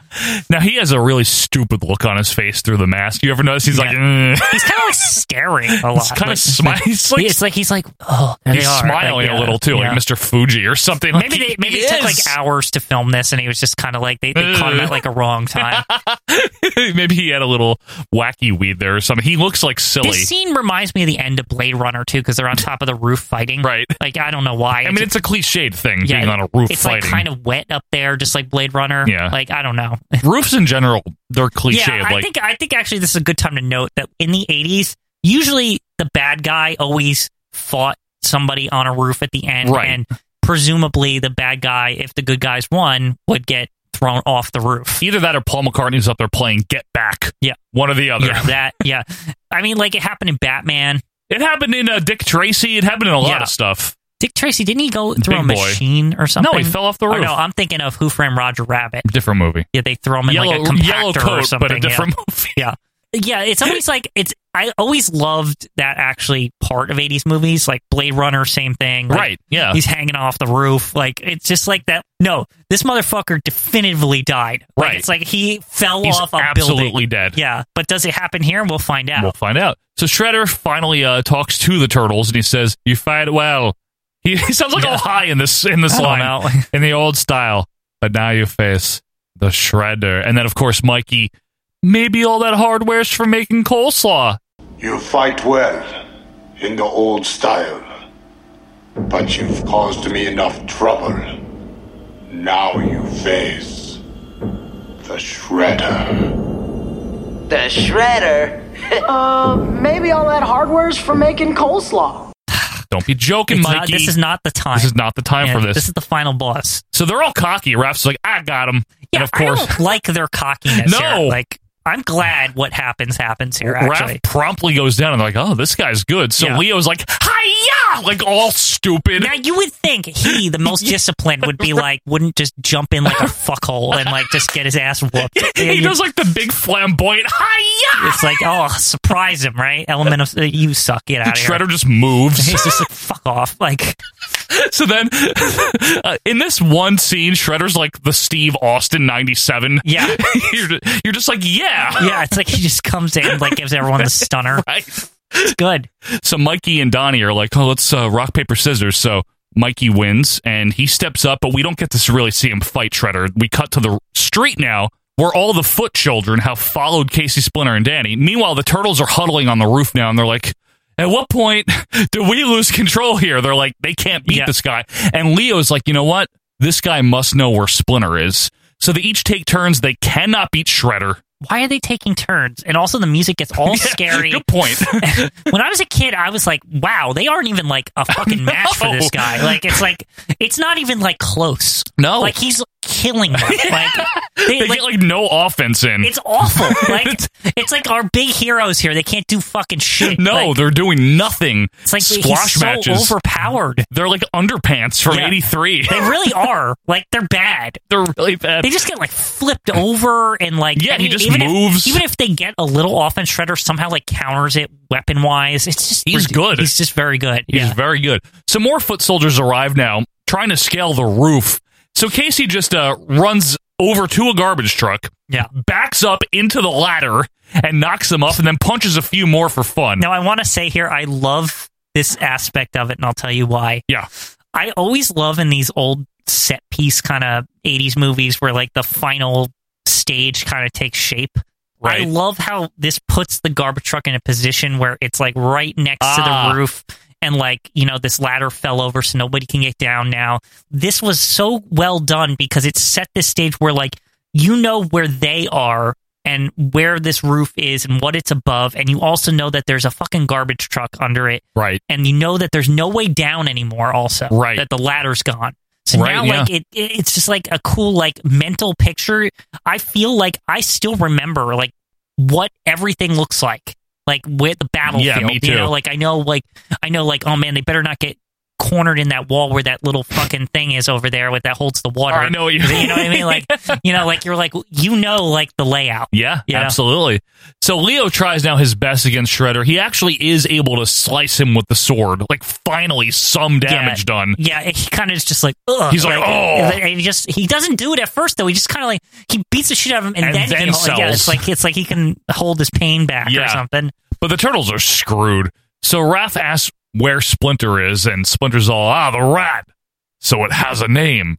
S5: Now he has a really stupid look on his face through the mask. You ever notice he's like, "Mm."
S6: he's kind of like staring a lot.
S5: He's kinda
S6: like,
S5: smi- he's like-
S6: it's like he's like oh, there
S5: he's
S6: they are. Like,
S5: smiling a
S6: yeah,
S5: little too,
S6: yeah.
S5: like Mr. Fuji or something. Like,
S6: Maybe they
S5: he
S6: maybe it took like
S5: is.
S6: hours to film this, and he was just kind of like they, they caught him at like a wrong time.
S5: maybe he had a little wacky weed there or something. He looks like silly.
S6: This scene reminds me of the end of Blade Runner too, because they're on top of the roof fighting.
S5: Right.
S6: Like I don't know why.
S5: I mean, it's a cliched thing being on a roof
S6: It's
S5: fighting.
S6: like kind of wet up there, just like Blade Runner.
S5: Yeah.
S6: Like I don't know.
S5: Roofs in general, they're cliched.
S6: yeah, I
S5: like,
S6: think I think actually this is a good time to note that in the eighties, usually the bad guy always fought somebody on a roof at the end,
S5: Right.
S6: and presumably the bad guy, if the good guys won, would get thrown off the roof.
S5: either that or Paul McCartney's up there playing Get Back.
S6: Yeah.
S5: One or the other.
S6: Yeah, that yeah. I mean, like it happened in Batman.
S5: It happened in uh, Dick Tracy. It happened in a lot
S6: Yeah.
S5: of stuff.
S6: Dick Tracy didn't he go through
S5: Big
S6: a
S5: boy.
S6: machine or something?
S5: No, he fell off the
S6: Oh,
S5: roof.
S6: no, I'm thinking of Who Framed Roger Rabbit.
S5: Different movie.
S6: Yeah, they throw him in
S5: Yellow,
S6: like a compactor
S5: yellow
S6: or
S5: coat,
S6: something.
S5: but a different movie.
S6: yeah. yeah, yeah. It's always like it's. I always loved that actually part of '80s movies, like Blade Runner, same thing. Like,
S5: Right, yeah.
S6: he's hanging off the roof. Like it's just like that. No, this motherfucker definitively died. Like,
S5: Right.
S6: it's like he fell
S5: He's
S6: off a
S5: absolutely
S6: building.
S5: dead.
S6: Yeah, but does it happen here? We'll find out.
S5: We'll find out. So Shredder finally uh, talks to the turtles and he says, "You fight well." He, he sounds like
S6: Yeah.
S5: a high in this in this
S6: I don't
S5: line
S6: know.
S5: in the old style, but now you face the Shredder, and then of course Mikey. Maybe all that hardware's for making coleslaw.
S2: You fight well, in the old style. But you've caused me enough trouble. Now you face the Shredder.
S12: The shredder.
S4: Uh, maybe all that hardware's for making coleslaw.
S5: Don't be joking,
S6: It's
S5: Mikey.
S6: not- this is not the time.
S5: This is not the time
S6: Yeah,
S5: for this.
S6: This is the final boss.
S5: so they're all cocky. Raph's like, "I got him,"
S6: Yeah,
S5: and of course,
S6: I don't like their cockiness.
S5: No.
S6: here. like I'm glad what happens happens here. Actually,
S5: Raph promptly goes down and they're like, "Oh, this guy's good." So
S6: Yeah.
S5: Leo's like, "Hiya!" Like all stupid.
S6: now you would think he, the most disciplined, would be like wouldn't just jump in like a fuckhole and like just get his ass whooped. Yeah,
S5: he
S6: you-
S5: does like the big flamboyant hiya.
S6: it's like oh, surprise him, right? Element of uh, you suck, get out of here.
S5: Shredder just moves.
S6: He's just like fuck off, like
S5: so then, uh, in this one scene, Shredder's like the Steve Austin '97.
S6: Yeah.
S5: you're, you're just like, yeah,
S6: yeah. It's like he just comes in like gives everyone the stunner.
S5: Right.
S6: It's good.
S5: So Mikey and Donnie are like, "Oh, let's uh, rock paper scissors." So Mikey wins and he steps up, but we don't get to really see him fight Shredder. We cut to the street now. Where all the foot children have followed Casey Splinter and Danny. Meanwhile, the turtles are huddling on the roof now, and they're like, "At what point do we lose control here?" They're like, "They can't beat
S6: Yeah.
S5: this guy." And Leo's like, "You know what? This guy must know where Splinter is." So they each take turns. They cannot beat Shredder.
S6: Why are they taking turns? And also the music gets all scary.
S5: Good point.
S6: when I was a kid, I was like, wow, they aren't even like a fucking match for this guy. Like, it's like, it's not even like close.
S5: No.
S6: Like, he's killing them. Like, they,
S5: they
S6: like,
S5: get like no offense in.
S6: it's awful. Like, it's like our big heroes here. They can't do fucking shit.
S5: No,
S6: Like,
S5: they're doing nothing.
S6: it's like
S5: squash
S6: he's so
S5: matches.
S6: overpowered.
S5: they're like underpants from
S6: Yeah.
S5: '83.
S6: They really are. Like, they're bad.
S5: they're really bad.
S6: They just get like flipped over and like
S5: Yeah,
S6: I
S5: he
S6: mean,
S5: just
S6: even
S5: moves.
S6: If, even if they get a little offense, Shredder somehow like counters it weapon wise. It's just
S5: He's
S6: ridic-
S5: good.
S6: He's just very good.
S5: He's
S6: yeah.
S5: very good. Some more foot soldiers arrive now, trying to scale the roof. So Casey just uh, runs over to a garbage truck,
S6: yeah.
S5: backs up into the ladder and knocks him off, and then punches a few more for fun.
S6: Now, I want to say here, I love this aspect of it, and I'll tell you why.
S5: Yeah.
S6: I always love in these old set piece kind of 80s movies where, like, the final stage kind of takes shape.
S5: Right.
S6: I love how this puts the garbage truck in a position where it's, like, right next
S5: Ah.
S6: to the roof. And like you know, this ladder fell over, so nobody can get down now. This was so well done because it set this stage where like you know where they are and where this roof is and what it's above, and you also know that there's a fucking garbage truck under it,
S5: Right.
S6: and you know that there's no way down anymore. Also,
S5: Right.
S6: that the ladder's gone. So
S5: Right,
S6: now,
S5: yeah.
S6: like it, it, it's just like a cool like mental picture. I feel like I still remember like what everything looks like, like with the battlefield.
S5: Yeah, me
S6: You
S5: too.
S6: know, like I know, like I know, like oh man, they better not get cornered in that wall where that little fucking thing is over there with that holds the water.
S5: Oh, I know what you-
S6: you know what I mean. Like you know, like you're like you know, like the layout.
S5: Yeah,
S6: You know?
S5: absolutely. So Leo tries now his best against Shredder. He actually is able to slice him with the sword. Like finally some damage
S6: yeah,
S5: done.
S6: Yeah, he kind of is just like, ugh.
S5: He's like, "Oh."
S6: and he just he doesn't do it at first though. He just kind of like he beats the shit out of him, and,
S5: And
S6: then,
S5: then
S6: he, hol- yeah,
S5: sells.
S6: it's like it's like he can hold his pain back
S5: Yeah.
S6: or something.
S5: But the turtles are screwed. So Raph asks where Splinter is, and Splinter's all, ah, the rat. So it has a name.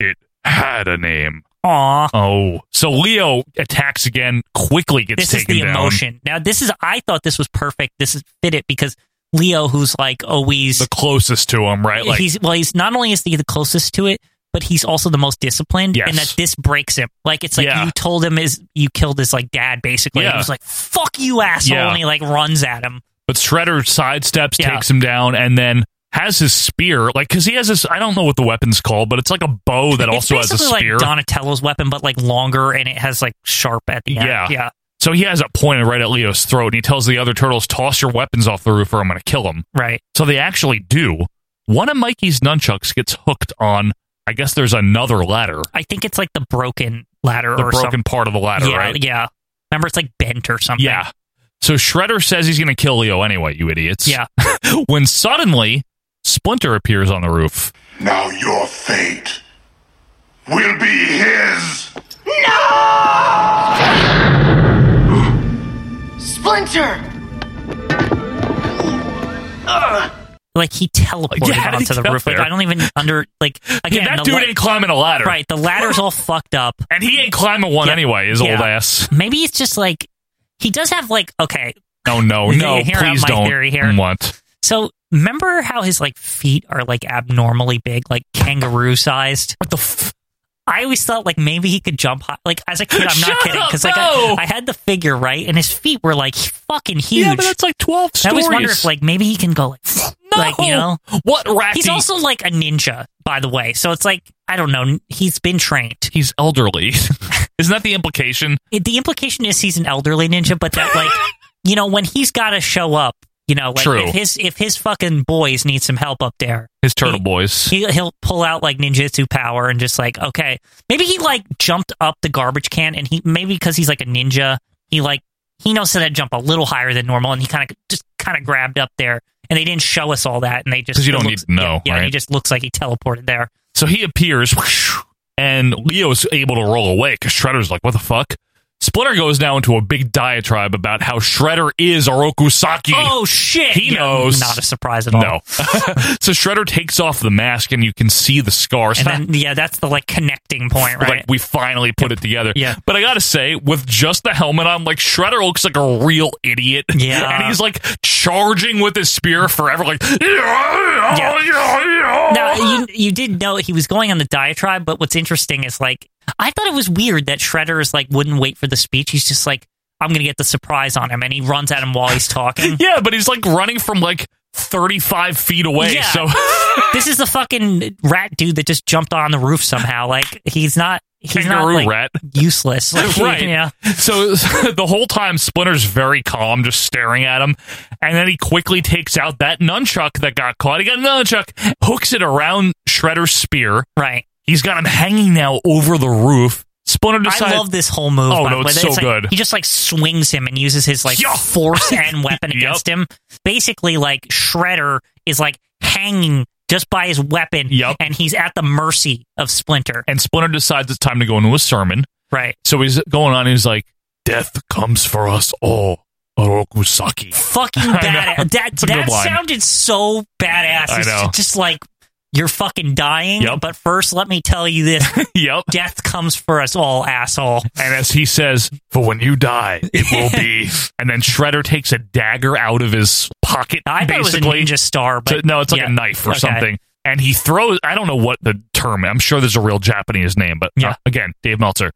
S5: It had a name.
S6: Aw,
S5: Oh. So Leo attacks again, quickly gets
S6: this is
S5: taken
S6: the
S5: down.
S6: emotion. Now this is I thought this was perfect. This is fit it because Leo, who's like always
S5: The closest to him, right? Like
S6: he's well, he's not only is he the closest to it, but he's also the most disciplined,
S5: Yes.
S6: and that this breaks him. Like it's like
S5: Yeah.
S6: you told him is you killed his like dad basically. And
S5: Yeah.
S6: he was like, "Fuck you, asshole,"
S5: Yeah.
S6: and he like runs at him.
S5: But Shredder sidesteps,
S6: Yeah.
S5: takes him down, and then has his spear. Like, because he has this, I don't know what the weapon's called, but it's like a bow that also
S6: it's
S5: has a
S6: basically
S5: spear.
S6: like Donatello's weapon, but like longer, and it has like sharp at the end.
S5: Yeah.
S6: yeah,
S5: so he has it pointed right at Leo's throat, and he tells the other turtles, toss your weapons off the roof or I'm going to kill him.
S6: right.
S5: So they actually do. One of Mikey's nunchucks gets hooked on, I guess there's another ladder,
S6: I think it's like the broken ladder
S5: the
S6: or
S5: broken
S6: something.
S5: part of the ladder,
S6: yeah,
S5: right?
S6: yeah. Remember, it's like bent or something.
S5: Yeah. So Shredder says he's going to kill Leo anyway, you idiots.
S6: yeah.
S5: when suddenly, Splinter appears on the roof.
S2: Now your fate will be his.
S12: Splinter!
S6: Like he teleported
S5: Yeah, how did he
S6: onto the
S5: get up
S6: roof. Like
S5: there?
S6: I don't even under like again.
S5: yeah,
S6: the
S5: that dude
S6: la-
S5: ain't climbing a ladder.
S6: Right, the ladder's all fucked up.
S5: And he ain't climbing one
S6: Yeah.
S5: anyway, his
S6: Yeah.
S5: old ass.
S6: Maybe it's just like he does have like okay.
S5: No, no, no.
S6: Here,
S5: please
S6: my
S5: don't.
S6: theory here.
S5: What?
S6: So remember how his like feet are like abnormally big, like kangaroo sized.
S5: What the f-
S6: I always thought like maybe he could jump high. Like as a kid, I'm
S5: Shut
S6: not kidding
S5: up,
S6: because like
S5: no!
S6: I, I had the figure right, and his feet were like fucking huge.
S5: Yeah, but that's like 12
S6: I
S5: stories.
S6: always wonder if like maybe he can go like,
S5: No!
S6: like you know.
S5: What rat?
S6: He's also like a ninja, by the way. So it's like I don't know. He's been trained.
S5: He's elderly. Isn't that the implication?
S6: It- the implication is he's an elderly ninja, but that like you know when he's got to show up, you know, like
S5: True.
S6: if his if his fucking boys need some help up there,
S5: His turtle boys.
S6: he he'll pull out like ninjutsu power and just like okay, maybe he like jumped up the garbage can and he maybe because he's like a ninja, he like he knows how to jump a little higher than normal and he kind of just kind of grabbed up there and they didn't show us all that and they just
S5: 'Cause you don't
S6: it
S5: need
S6: looks-
S5: to know,
S6: yeah, yeah, he
S5: right?
S6: just looks like he teleported there.
S5: So he appears, whoosh, and Leo's able to roll away because Shredder's like, what the fuck? Splinter goes now into a big diatribe about how Shredder is Orokusaki.
S6: Oh shit!
S5: He
S6: Yeah,
S5: knows.
S6: Not a surprise at all.
S5: no. so Shredder takes off the mask and you can see the scars.
S6: And then yeah, that's the like connecting point, right?
S5: Like we finally put it together.
S6: Yeah.
S5: But I gotta say, with just the helmet on, like Shredder looks like a real idiot.
S6: Yeah.
S5: and he's like charging with his spear forever, like
S6: Now you you did know he was going on the diatribe, but what's interesting is like I thought it was weird that Shredder is like wouldn't wait for the speech. He's just like I'm gonna get the surprise on him, and he runs at him while he's talking.
S5: Yeah, but he's like running from like thirty five feet away.
S6: Yeah.
S5: So
S6: this is the fucking rat dude that just jumped on the roof somehow. Like he's not he's
S5: Kangaroo
S6: not like,
S5: rat.
S6: useless. Like, he-
S5: right.
S6: Yeah.
S5: So the whole time Splinter's very calm, just staring at him, and then he quickly takes out that nunchuck that got caught. He got a nunchuck, hooks it around Shredder's spear.
S6: Right.
S5: He's got him hanging now over the roof. Splinter decides.
S6: I love this whole move.
S5: Oh,
S6: by
S5: no,
S6: the way.
S5: it's so
S6: like-
S5: good.
S6: He just like swings him and uses his like
S5: Yeah.
S6: force and weapon
S5: Yep.
S6: against him. Basically, like Shredder is like hanging just by his weapon.
S5: Yep.
S6: And he's at the mercy of Splinter.
S5: And Splinter decides it's time to go into a sermon.
S6: Right.
S5: So he's going on. He's like, "Death comes for us all." Orokusaki.
S6: Fucking
S5: I know.
S6: badass. That
S5: It's a good
S6: that
S5: line.
S6: sounded so badass.
S5: I
S6: It's
S5: know.
S6: just like you're fucking dying.
S5: Yep.
S6: But first, let me tell you this.
S5: yep.
S6: Death comes for us all, asshole.
S5: And as he says, "For when you die, it will be." and then Shredder takes a dagger out of his pocket.
S6: I thought it was a
S5: basically.
S6: ninja star, but
S5: So- no, it's like
S6: yeah.
S5: a knife or
S6: Okay.
S5: something. And he throws. I don't know what the term. I'm sure there's a real Japanese name, but uh,
S6: Yeah.
S5: again, Dave Meltzer.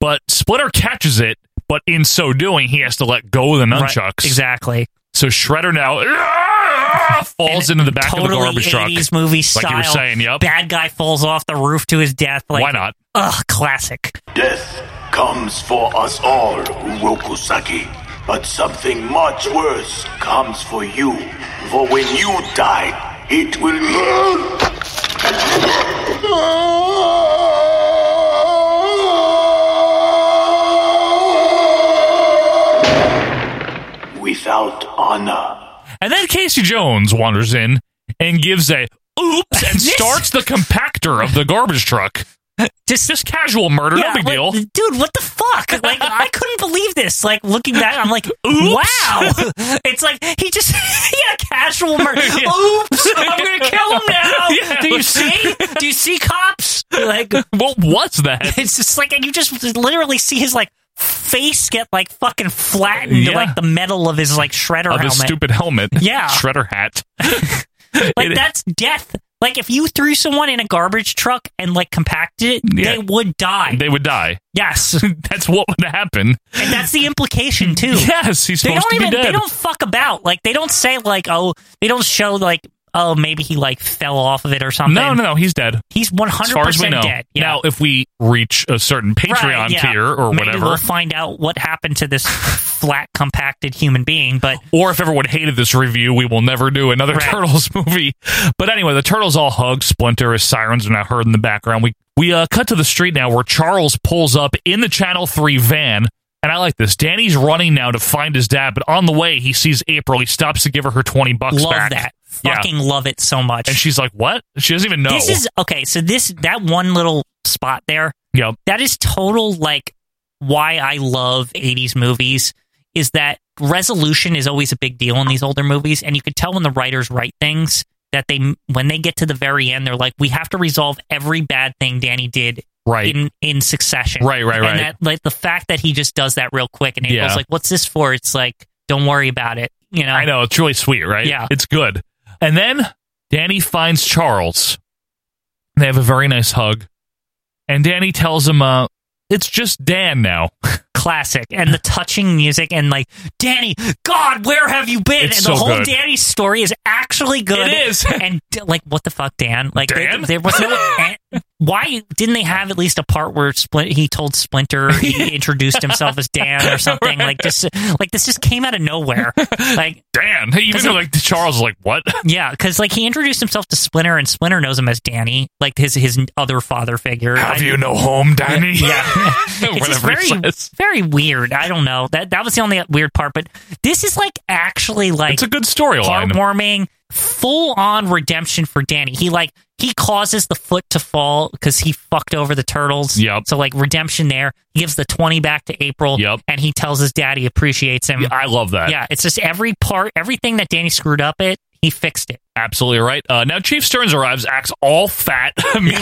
S5: But Splitter catches it, but in so doing, he has to let go of the
S6: Right.
S5: nunchucks.
S6: Exactly.
S5: So Shredder now "Ah!" falls into the back
S6: totally
S5: of the garbage
S6: 80s
S5: truck.
S6: movie style.
S5: Like you were saying, yep.
S6: Bad guy falls off the roof to his death. Like,
S5: Why not?
S6: Ugh, classic.
S2: Death comes for us all, Urokusaki. But something much worse comes for you. For when you die, it will. Without honor.
S5: And then Casey Jones wanders in and gives a oops and
S6: This-
S5: starts the compactor of the garbage truck.
S6: Just-
S5: Just casual murder, no big
S6: like,
S5: deal.
S6: Dude, what the fuck? Like, I couldn't believe this. Like, looking back, I'm like, wow. It's like, he just, he had a casual murder.
S5: Yeah.
S6: Oops, I'm going to kill him now.
S5: Yeah.
S6: Do you see? Do you see cops? Like,
S5: What was that?
S6: it's just like, and you just literally see his, like, face get, like, fucking flattened to,
S5: Yeah.
S6: like, the metal of his, like, shredder
S5: Of
S6: helmet.
S5: his stupid helmet.
S6: Yeah.
S5: Shredder hat.
S6: like,
S5: It-
S6: that's death. Like, if you threw someone in a garbage truck and, like, compacted it,
S5: Yeah.
S6: they would die.
S5: They would die.
S6: yes.
S5: That's what would happen.
S6: And that's the implication too.
S5: Yes, he's
S6: they
S5: supposed to
S6: don't
S5: be
S6: even
S5: dead.
S6: they don't fuck about. Like they don't say like oh they don't show like oh maybe he like fell off of it or something.
S5: no, no, no. He's dead.
S6: He's one
S5: As
S6: hundred
S5: far as we
S6: percent
S5: know.
S6: dead. Yeah.
S5: Now, if we reach a certain Patreon
S6: Right, yeah.
S5: tier or
S6: maybe
S5: whatever,
S6: we'll find out what happened to this flat compacted human being. But
S5: or if everyone hated this review, we will never do another
S6: Right.
S5: Turtles movie. But anyway, the Turtles all hug Splinter as sirens are now heard in the background. We we uh, cut to the street now where Charles pulls up in the Channel Three van. And I like this. Danny's running now to find his dad, but on the way he sees April. He stops to give her her twenty bucks
S6: love
S5: back.
S6: that.
S5: Yeah.
S6: Fucking love it so much.
S5: And she's like, "What?" She doesn't even know.
S6: This is okay. So this that one little spot there
S5: yep.
S6: that is total like why I love 80s movies is that resolution is always a big deal in these older movies and you could tell when the writers write things that they when they get to the very end they're like we have to resolve every bad thing Danny did
S5: Right.
S6: in in succession
S5: Right, right, right.
S6: and that like the fact that he just does that real quick and April's
S5: Yeah.
S6: like what's this for it's like don't worry about it you know
S5: I know it's really sweet, right?
S6: Yeah.
S5: it's good. And then Danny finds Charles. They have a very nice hug, and Danny tells him, "Uh, it's just Dan now."
S6: classic and the touching music and like Danny, God, where have you been?
S5: It's
S6: and
S5: so
S6: the whole
S5: good.
S6: Danny story is actually good.
S5: It is.
S6: and d- like, what the fuck, Dan? Like, there-
S5: Dan?
S6: there was no. and why didn't they have at least a part where Splin- he told Splinter he introduced himself as Dan or something? Like this, like this just came out of nowhere. Like,
S5: Dan. Hey, even
S6: Does
S5: though, like
S6: it-
S5: Charles is like, what?
S6: yeah, because like he introduced himself to Splinter, and Splinter knows him as Danny, like his his other father figure. I-
S5: Have you no home, Danny?
S6: yeah. it's just
S5: Whatever
S6: very,
S5: he says.
S6: very weird. I don't know. That that was the only weird part. But this is like actually like
S5: It's a good storyline.
S6: heartwarming, full on redemption for Danny. He like he causes the foot to fall because he fucked over the turtles.
S5: Yep.
S6: So like redemption there. He gives the twenty back to April.
S5: Yep.
S6: And he tells his dad he appreciates him.
S5: Yeah, I love that.
S6: yeah. It's just every part, everything that Danny screwed up it, he fixed it.
S5: Absolutely right. Uh, now, Chief Stearns arrives, acts all fat. Mean-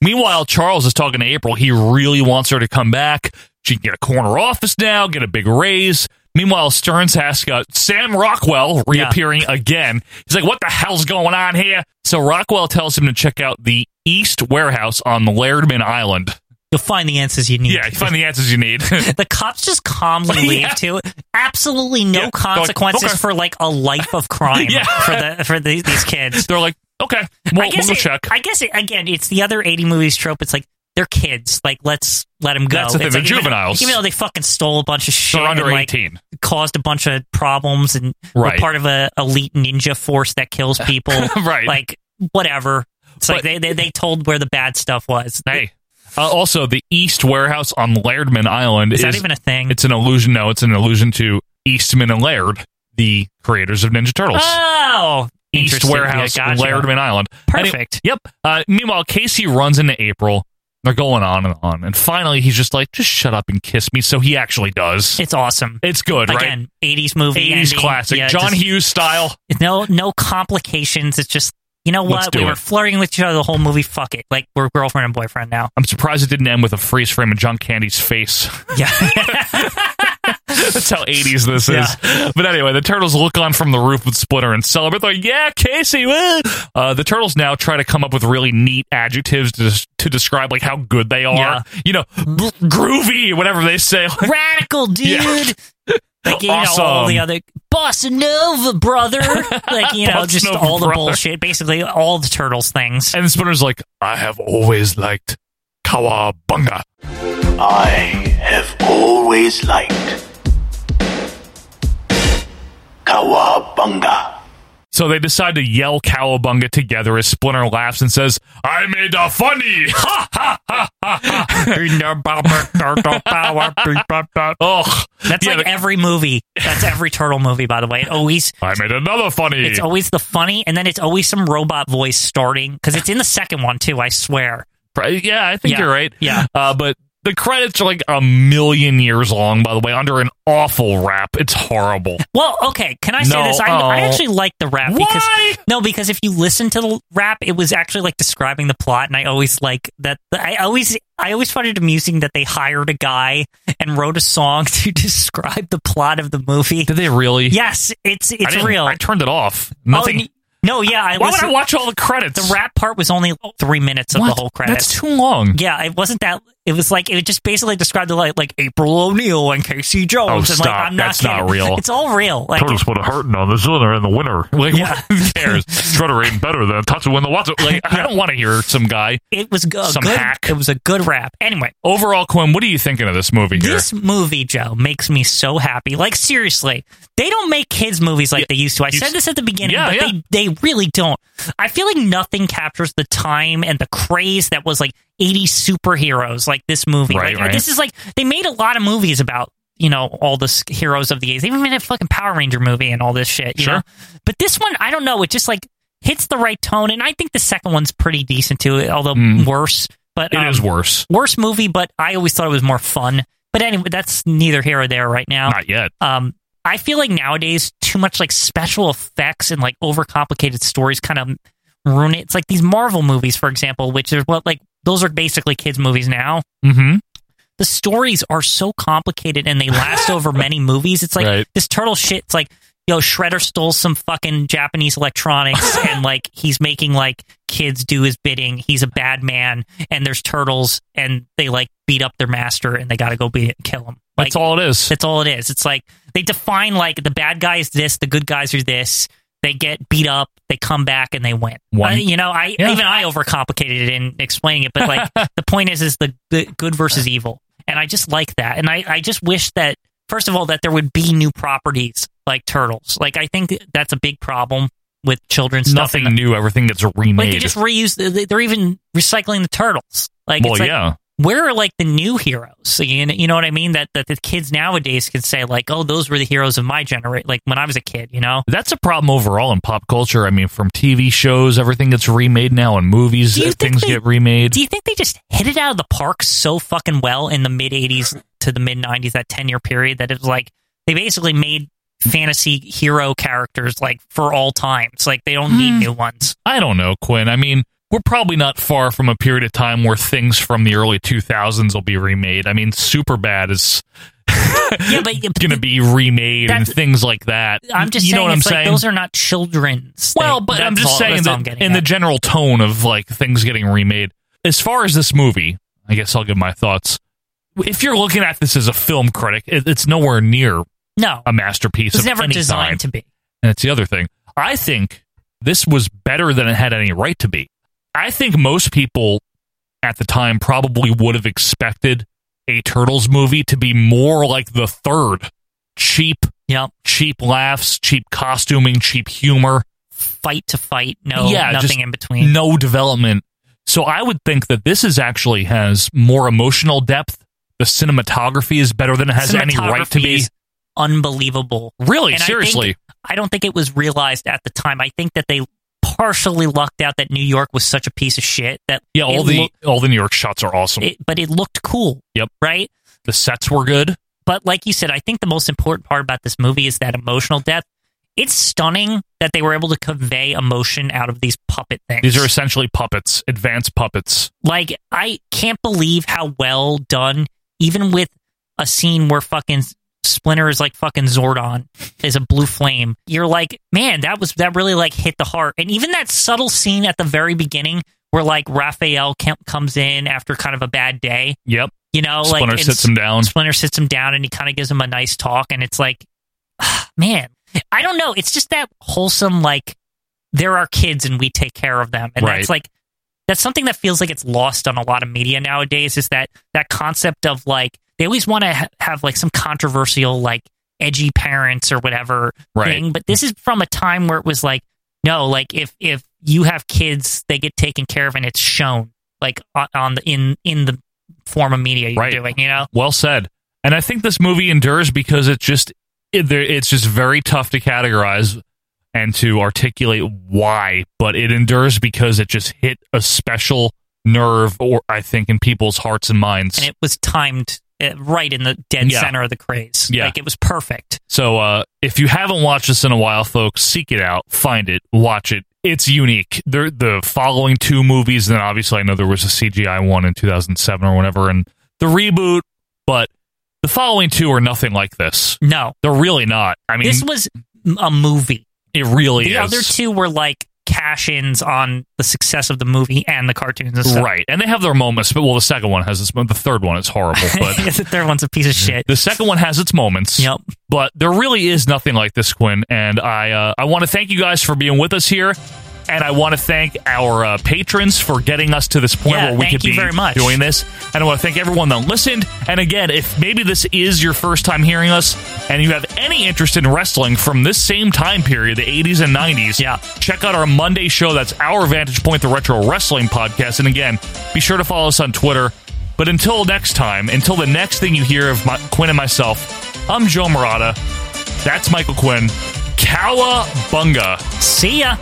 S5: Meanwhile, Charles is talking to April. He really wants her to come back. She can get a corner office now, get a big raise. Meanwhile, Stearns has got Sam Rockwell reappearing again. He's like, what the hell's going on here? So Rockwell tells him to check out the East Warehouse on Lairdman Island.
S6: You'll find the answers you need.
S5: Yeah, you find the answers you need.
S6: The cops just calmly leave
S5: Yeah.
S6: too. Absolutely no
S5: Yeah, they're like,
S6: consequences
S5: "Okay."
S6: for like a life of crime
S5: Yeah.
S6: for the for the, these kids.
S5: They're like, okay, we'll,
S6: I guess
S5: we'll go
S6: it-
S5: check.
S6: I guess it, again, it's the other eighty movies trope. It's like they're kids. Like let's let them go.
S5: That's the thing,
S6: It's like,
S5: they're
S6: even-
S5: juveniles.
S6: Even though they fucking stole a bunch of shit,
S5: They're under
S6: and, like,
S5: 18.
S6: caused a bunch of problems, and were
S5: Right.
S6: part of a elite ninja force that kills people.
S5: Right.
S6: Like whatever. It's like
S5: But-
S6: they, they they told where the bad stuff was.
S5: Hey. Uh, also, the East Warehouse on Lairdman Island
S6: is
S5: is,
S6: that even a thing?
S5: it's an allusion. No, it's an allusion to Eastman and Laird, the creators of Ninja Turtles.
S6: Oh,
S5: East
S6: Interesting.
S5: Warehouse,
S6: Yeah, gotcha.
S5: Lairderman Island.
S6: Perfect.
S5: Any- yep. Uh, meanwhile, Casey runs into April. They're going on and on, and finally he's just like, "Just shut up and kiss me." So he actually does.
S6: It's awesome.
S5: It's good, right?
S6: Again, 80s movie.
S5: 80s
S6: ending.
S5: classic,
S6: Yeah,
S5: John
S6: just-
S5: Hughes style.
S6: No, no complications. It's just, you know
S5: Let's
S6: what?
S5: do
S6: We
S5: it.
S6: were flirting with each other the whole movie. Fuck it. Like, we're girlfriend and boyfriend now.
S5: I'm surprised it didn't end with a freeze frame of John Candy's face.
S6: Yeah.
S5: That's how 80s this
S6: Yeah.
S5: is. But anyway, the turtles look on from the roof with Splinter and celebrate. They're like, yeah, Casey, woo! Uh, the turtles now try to come up with really neat adjectives to, des- to describe like how good they are.
S6: Yeah.
S5: You know, gr- groovy, whatever they say.
S6: Radical dude.
S5: Yeah.
S6: Like, you know, all
S5: Awesome.
S6: the other. Bossa Nova, brother. Like, you know,
S5: Bossa
S6: just
S5: Nova,
S6: all the
S5: brother.
S6: bullshit. Basically, all the Turtles things.
S5: and Splinter's like, I have always liked Kawabunga.
S2: I have always liked Kawabunga.
S5: So they decide to yell cowabunga together as Splinter laughs and says, I made a funny! Ha ha ha ha! Ugh.
S6: That's
S5: Yeah,
S6: like
S5: the-
S6: every movie. That's every turtle movie, by the way. It always
S5: I made another funny!
S6: it's always the funny, and then it's always some robot voice starting because it's in the second one too. I swear.
S5: Pri- Yeah, I think
S6: Yeah,
S5: you're right.
S6: yeah.
S5: Uh, but the credits are like a million years long, by the way, under an awful wrap. It's horrible.
S6: Well, okay. Can I say
S5: No,
S6: this? I, I
S5: oh.
S6: actually like the rap
S5: Why?
S6: because no, because if you listen to the rap, it was actually like describing the plot, and I always like that. I always, I always found it amusing that they hired a guy and wrote a song to describe the plot of the movie.
S5: Did they really?
S6: Yes, it's
S5: I
S6: it's
S5: didn't-
S6: real.
S5: I turned it off.
S6: Oh,
S5: Nothing.
S6: and- no, yeah. I
S5: Why would
S6: listened-
S5: I watch all the credits?
S6: The rap part was only three minutes of
S5: What?
S6: the whole credits.
S5: That's too long.
S6: Yeah, it wasn't that. It was like it just basically described the like like April O'Neil and Casey Jones.
S5: Oh,
S6: and
S5: stop.
S6: Like, I'm not
S5: That's not
S6: kidding.
S5: real.
S6: It's all real. Like
S5: Turtles put a hurting on the cylinder in the winter. Like,
S6: Yeah.
S5: who cares? Strutter ain't better than Tatsu in the Watsu. Like, I don't want to hear some guy.
S6: it was go- a
S5: Some
S6: good.
S5: hack.
S6: It was a good rap. Anyway,
S5: Overall, Quinn, what are you thinking of this movie here?
S6: this movie, Joe, makes me so happy. Like seriously, they don't make kids movies like they used to. I
S5: You
S6: said
S5: s-
S6: this at the beginning,
S5: Yeah,
S6: but
S5: yeah.
S6: they they really don't. I feel like nothing captures the time and the craze that was like 80 superheroes like this movie.
S5: Right,
S6: like,
S5: right.
S6: This is like they made a lot of movies about you know all the s- heroes of the 80s. They even made a fucking Power Ranger movie and all this shit. You
S5: Sure.
S6: know? But this one, I don't know. It just like hits the right tone, and I think the second one's pretty decent too, although
S5: Mm.
S6: worse. But
S5: It
S6: um,
S5: is worse.
S6: worst movie, but I always thought it was more fun. But anyway, that's neither here or there right now.
S5: Not yet.
S6: Um, I feel like nowadays too much like special effects and like overcomplicated stories kind of ruin it. It's like these Marvel movies, for example, which is what like those are basically kids movies now.
S5: Mm-hmm.
S6: The stories are so complicated and they last over many movies. It's like
S5: Right.
S6: this turtle shit. It's like yo, Shredder stole some fucking Japanese electronics and like he's making like kids do his bidding. He's a bad man, and there's turtles and they like beat up their master and they got to go beat it and kill him. Like,
S5: That's all it is.
S6: that's all it is. It's like they define like the bad guys this, the good guys are this. They get beat up, they come back, and they win.
S5: One-
S6: I- you know, I
S5: Yeah.
S6: even I overcomplicated it in explaining it, but like the point is, is the, the good versus evil, and I just like that, and I I just wish that first of all that there would be new properties like turtles. Like I think that's a big problem with children's stuff.
S5: Nothing new. Everything gets remade.
S6: Like they just reuse. they- They're even recycling the turtles. Like
S5: well,
S6: it's like,
S5: yeah.
S6: where are like the new heroes? You know, you know what I mean? That that the kids nowadays can say like, oh, those were the heroes of my generation. Like when I was a kid, you know.
S5: That's a problem overall in pop culture. I mean, from TV shows, everything gets remade now, and movies,
S6: Do you
S5: uh,
S6: think
S5: things
S6: they-
S5: get remade.
S6: Do you think they just hit it out of the park so fucking well in the mid '80s to the mid '90s, that ten year period, that it was like they basically made fantasy hero characters like for all times. Like they don't need new ones.
S5: I don't know, Quinn. I mean, we're probably not far from a period of time where things from the early 2000s will be remade. I mean, Superbad is
S6: Yeah, but
S5: going to be remade and
S6: That's-
S5: things like that.
S6: I'm just
S5: you
S6: saying,
S5: know what I'm
S6: it's like
S5: saying?
S6: those are not children's.
S5: well,
S6: thing.
S5: but I'm
S6: That's
S5: just
S6: all-
S5: saying
S6: that's all
S5: that
S6: I'm getting
S5: in the
S6: at.
S5: general tone of like things getting remade. As far as this movie, I guess I'll give my thoughts. If you're looking at this as a film critic, it, it's nowhere near
S6: no,
S5: a masterpiece.
S6: it was
S5: of
S6: never
S5: any
S6: designed
S5: kind.
S6: to be.
S5: And that's the other thing. I think this was better than it had any right to be. I think most people at the time probably would have expected a Turtles movie to be more like the third cheap,
S6: Yep.
S5: cheap laughs, cheap costuming, cheap humor.
S6: fight to fight. No,
S5: Yeah,
S6: nothing
S5: just
S6: in between.
S5: No development. So I would think that this is actually has more emotional depth. The cinematography is better than it has any right to
S6: Cinematography
S5: be.
S6: is unbelievable.
S5: Really,
S6: And I think-
S5: seriously.
S6: I don't think it was realized at the time. I think that they partially lucked out that New York was such a piece of shit that
S5: Yeah, all
S6: it
S5: the
S6: looked-
S5: all the New York shots are awesome.
S6: it, but it looked cool.
S5: Yep.
S6: Right.
S5: the sets were good.
S6: But like you said, I think the most important part about this movie is that emotional depth. It's stunning that they were able to convey emotion out of these puppet things.
S5: These are essentially puppets, advanced puppets.
S6: Like, I can't believe how well done, even with a scene where fucking Splinter is like fucking Zordon is a blue flame. You're like, man, that was that really like hit the heart. And even that subtle scene at the very beginning where like Raphael Kemp comes in after kind of a bad day.
S5: Yep.
S6: You know, like
S5: Splinter
S6: and
S5: sits him down.
S6: Splinter sits him down and he kind of gives him a nice talk. And it's like, "Ah, man, I don't know. It's just that wholesome, like, there are kids and we take care of them. And
S5: Right.
S6: that's like, that's something that feels like it's lost on a lot of media nowadays is that that concept of like, they always want to ha- have like some controversial, like, edgy parents or whatever
S5: Right.
S6: thing. But this is from a time where it was like, no, like, if, if, you have kids; they get taken care of, and it's shown, like on, on the in in the form of media you're
S5: Right.
S6: doing. You know,
S5: Well said. And I think this movie endures because it just it, there- it's just very tough to categorize and to articulate why, but it endures because it just hit a special nerve, or I think, in people's hearts and minds.
S6: and it was timed uh, right in the dead
S5: Yeah.
S6: center of the craze.
S5: Yeah.
S6: Like it was perfect.
S5: so uh, if you haven't watched this in a while, folks, seek it out, find it, watch it. It's unique. There, the following two movies, and then obviously I know there was a CGI one in 2007 or whenever, and the reboot, but the following two are nothing like this.
S6: No,
S5: They're really not. I mean,
S6: this was m- a movie.
S5: It really
S6: the
S5: is.
S6: other two were like cash ins on the success of the movie and the cartoons and stuff.
S5: Right. And they have their moments, but well, the second one has its The third one is horrible, but
S6: the third one's a piece of shit.
S5: the second one has its moments.
S6: Yep.
S5: But there really is nothing like this, Quinn. And I, uh, I want to thank you guys for being with us here. And I want to thank our uh, patrons for getting us to this point
S6: Yeah,
S5: where we
S6: thank
S5: could
S6: you
S5: be
S6: very much.
S5: doing this. And I want to thank everyone that listened. And again, if maybe this is your first time hearing us and you have any interest in wrestling from this same time period, the 80s and 90s, yeah. check out our Monday show. That's Our Vantage Point, the Retro Wrestling Podcast. And again, be sure to follow us on Twitter. But until next time, until the next thing you hear of my, Quinn and myself, I'm Joe Murata. That's Michael Quinn. Cowabunga.
S6: See ya.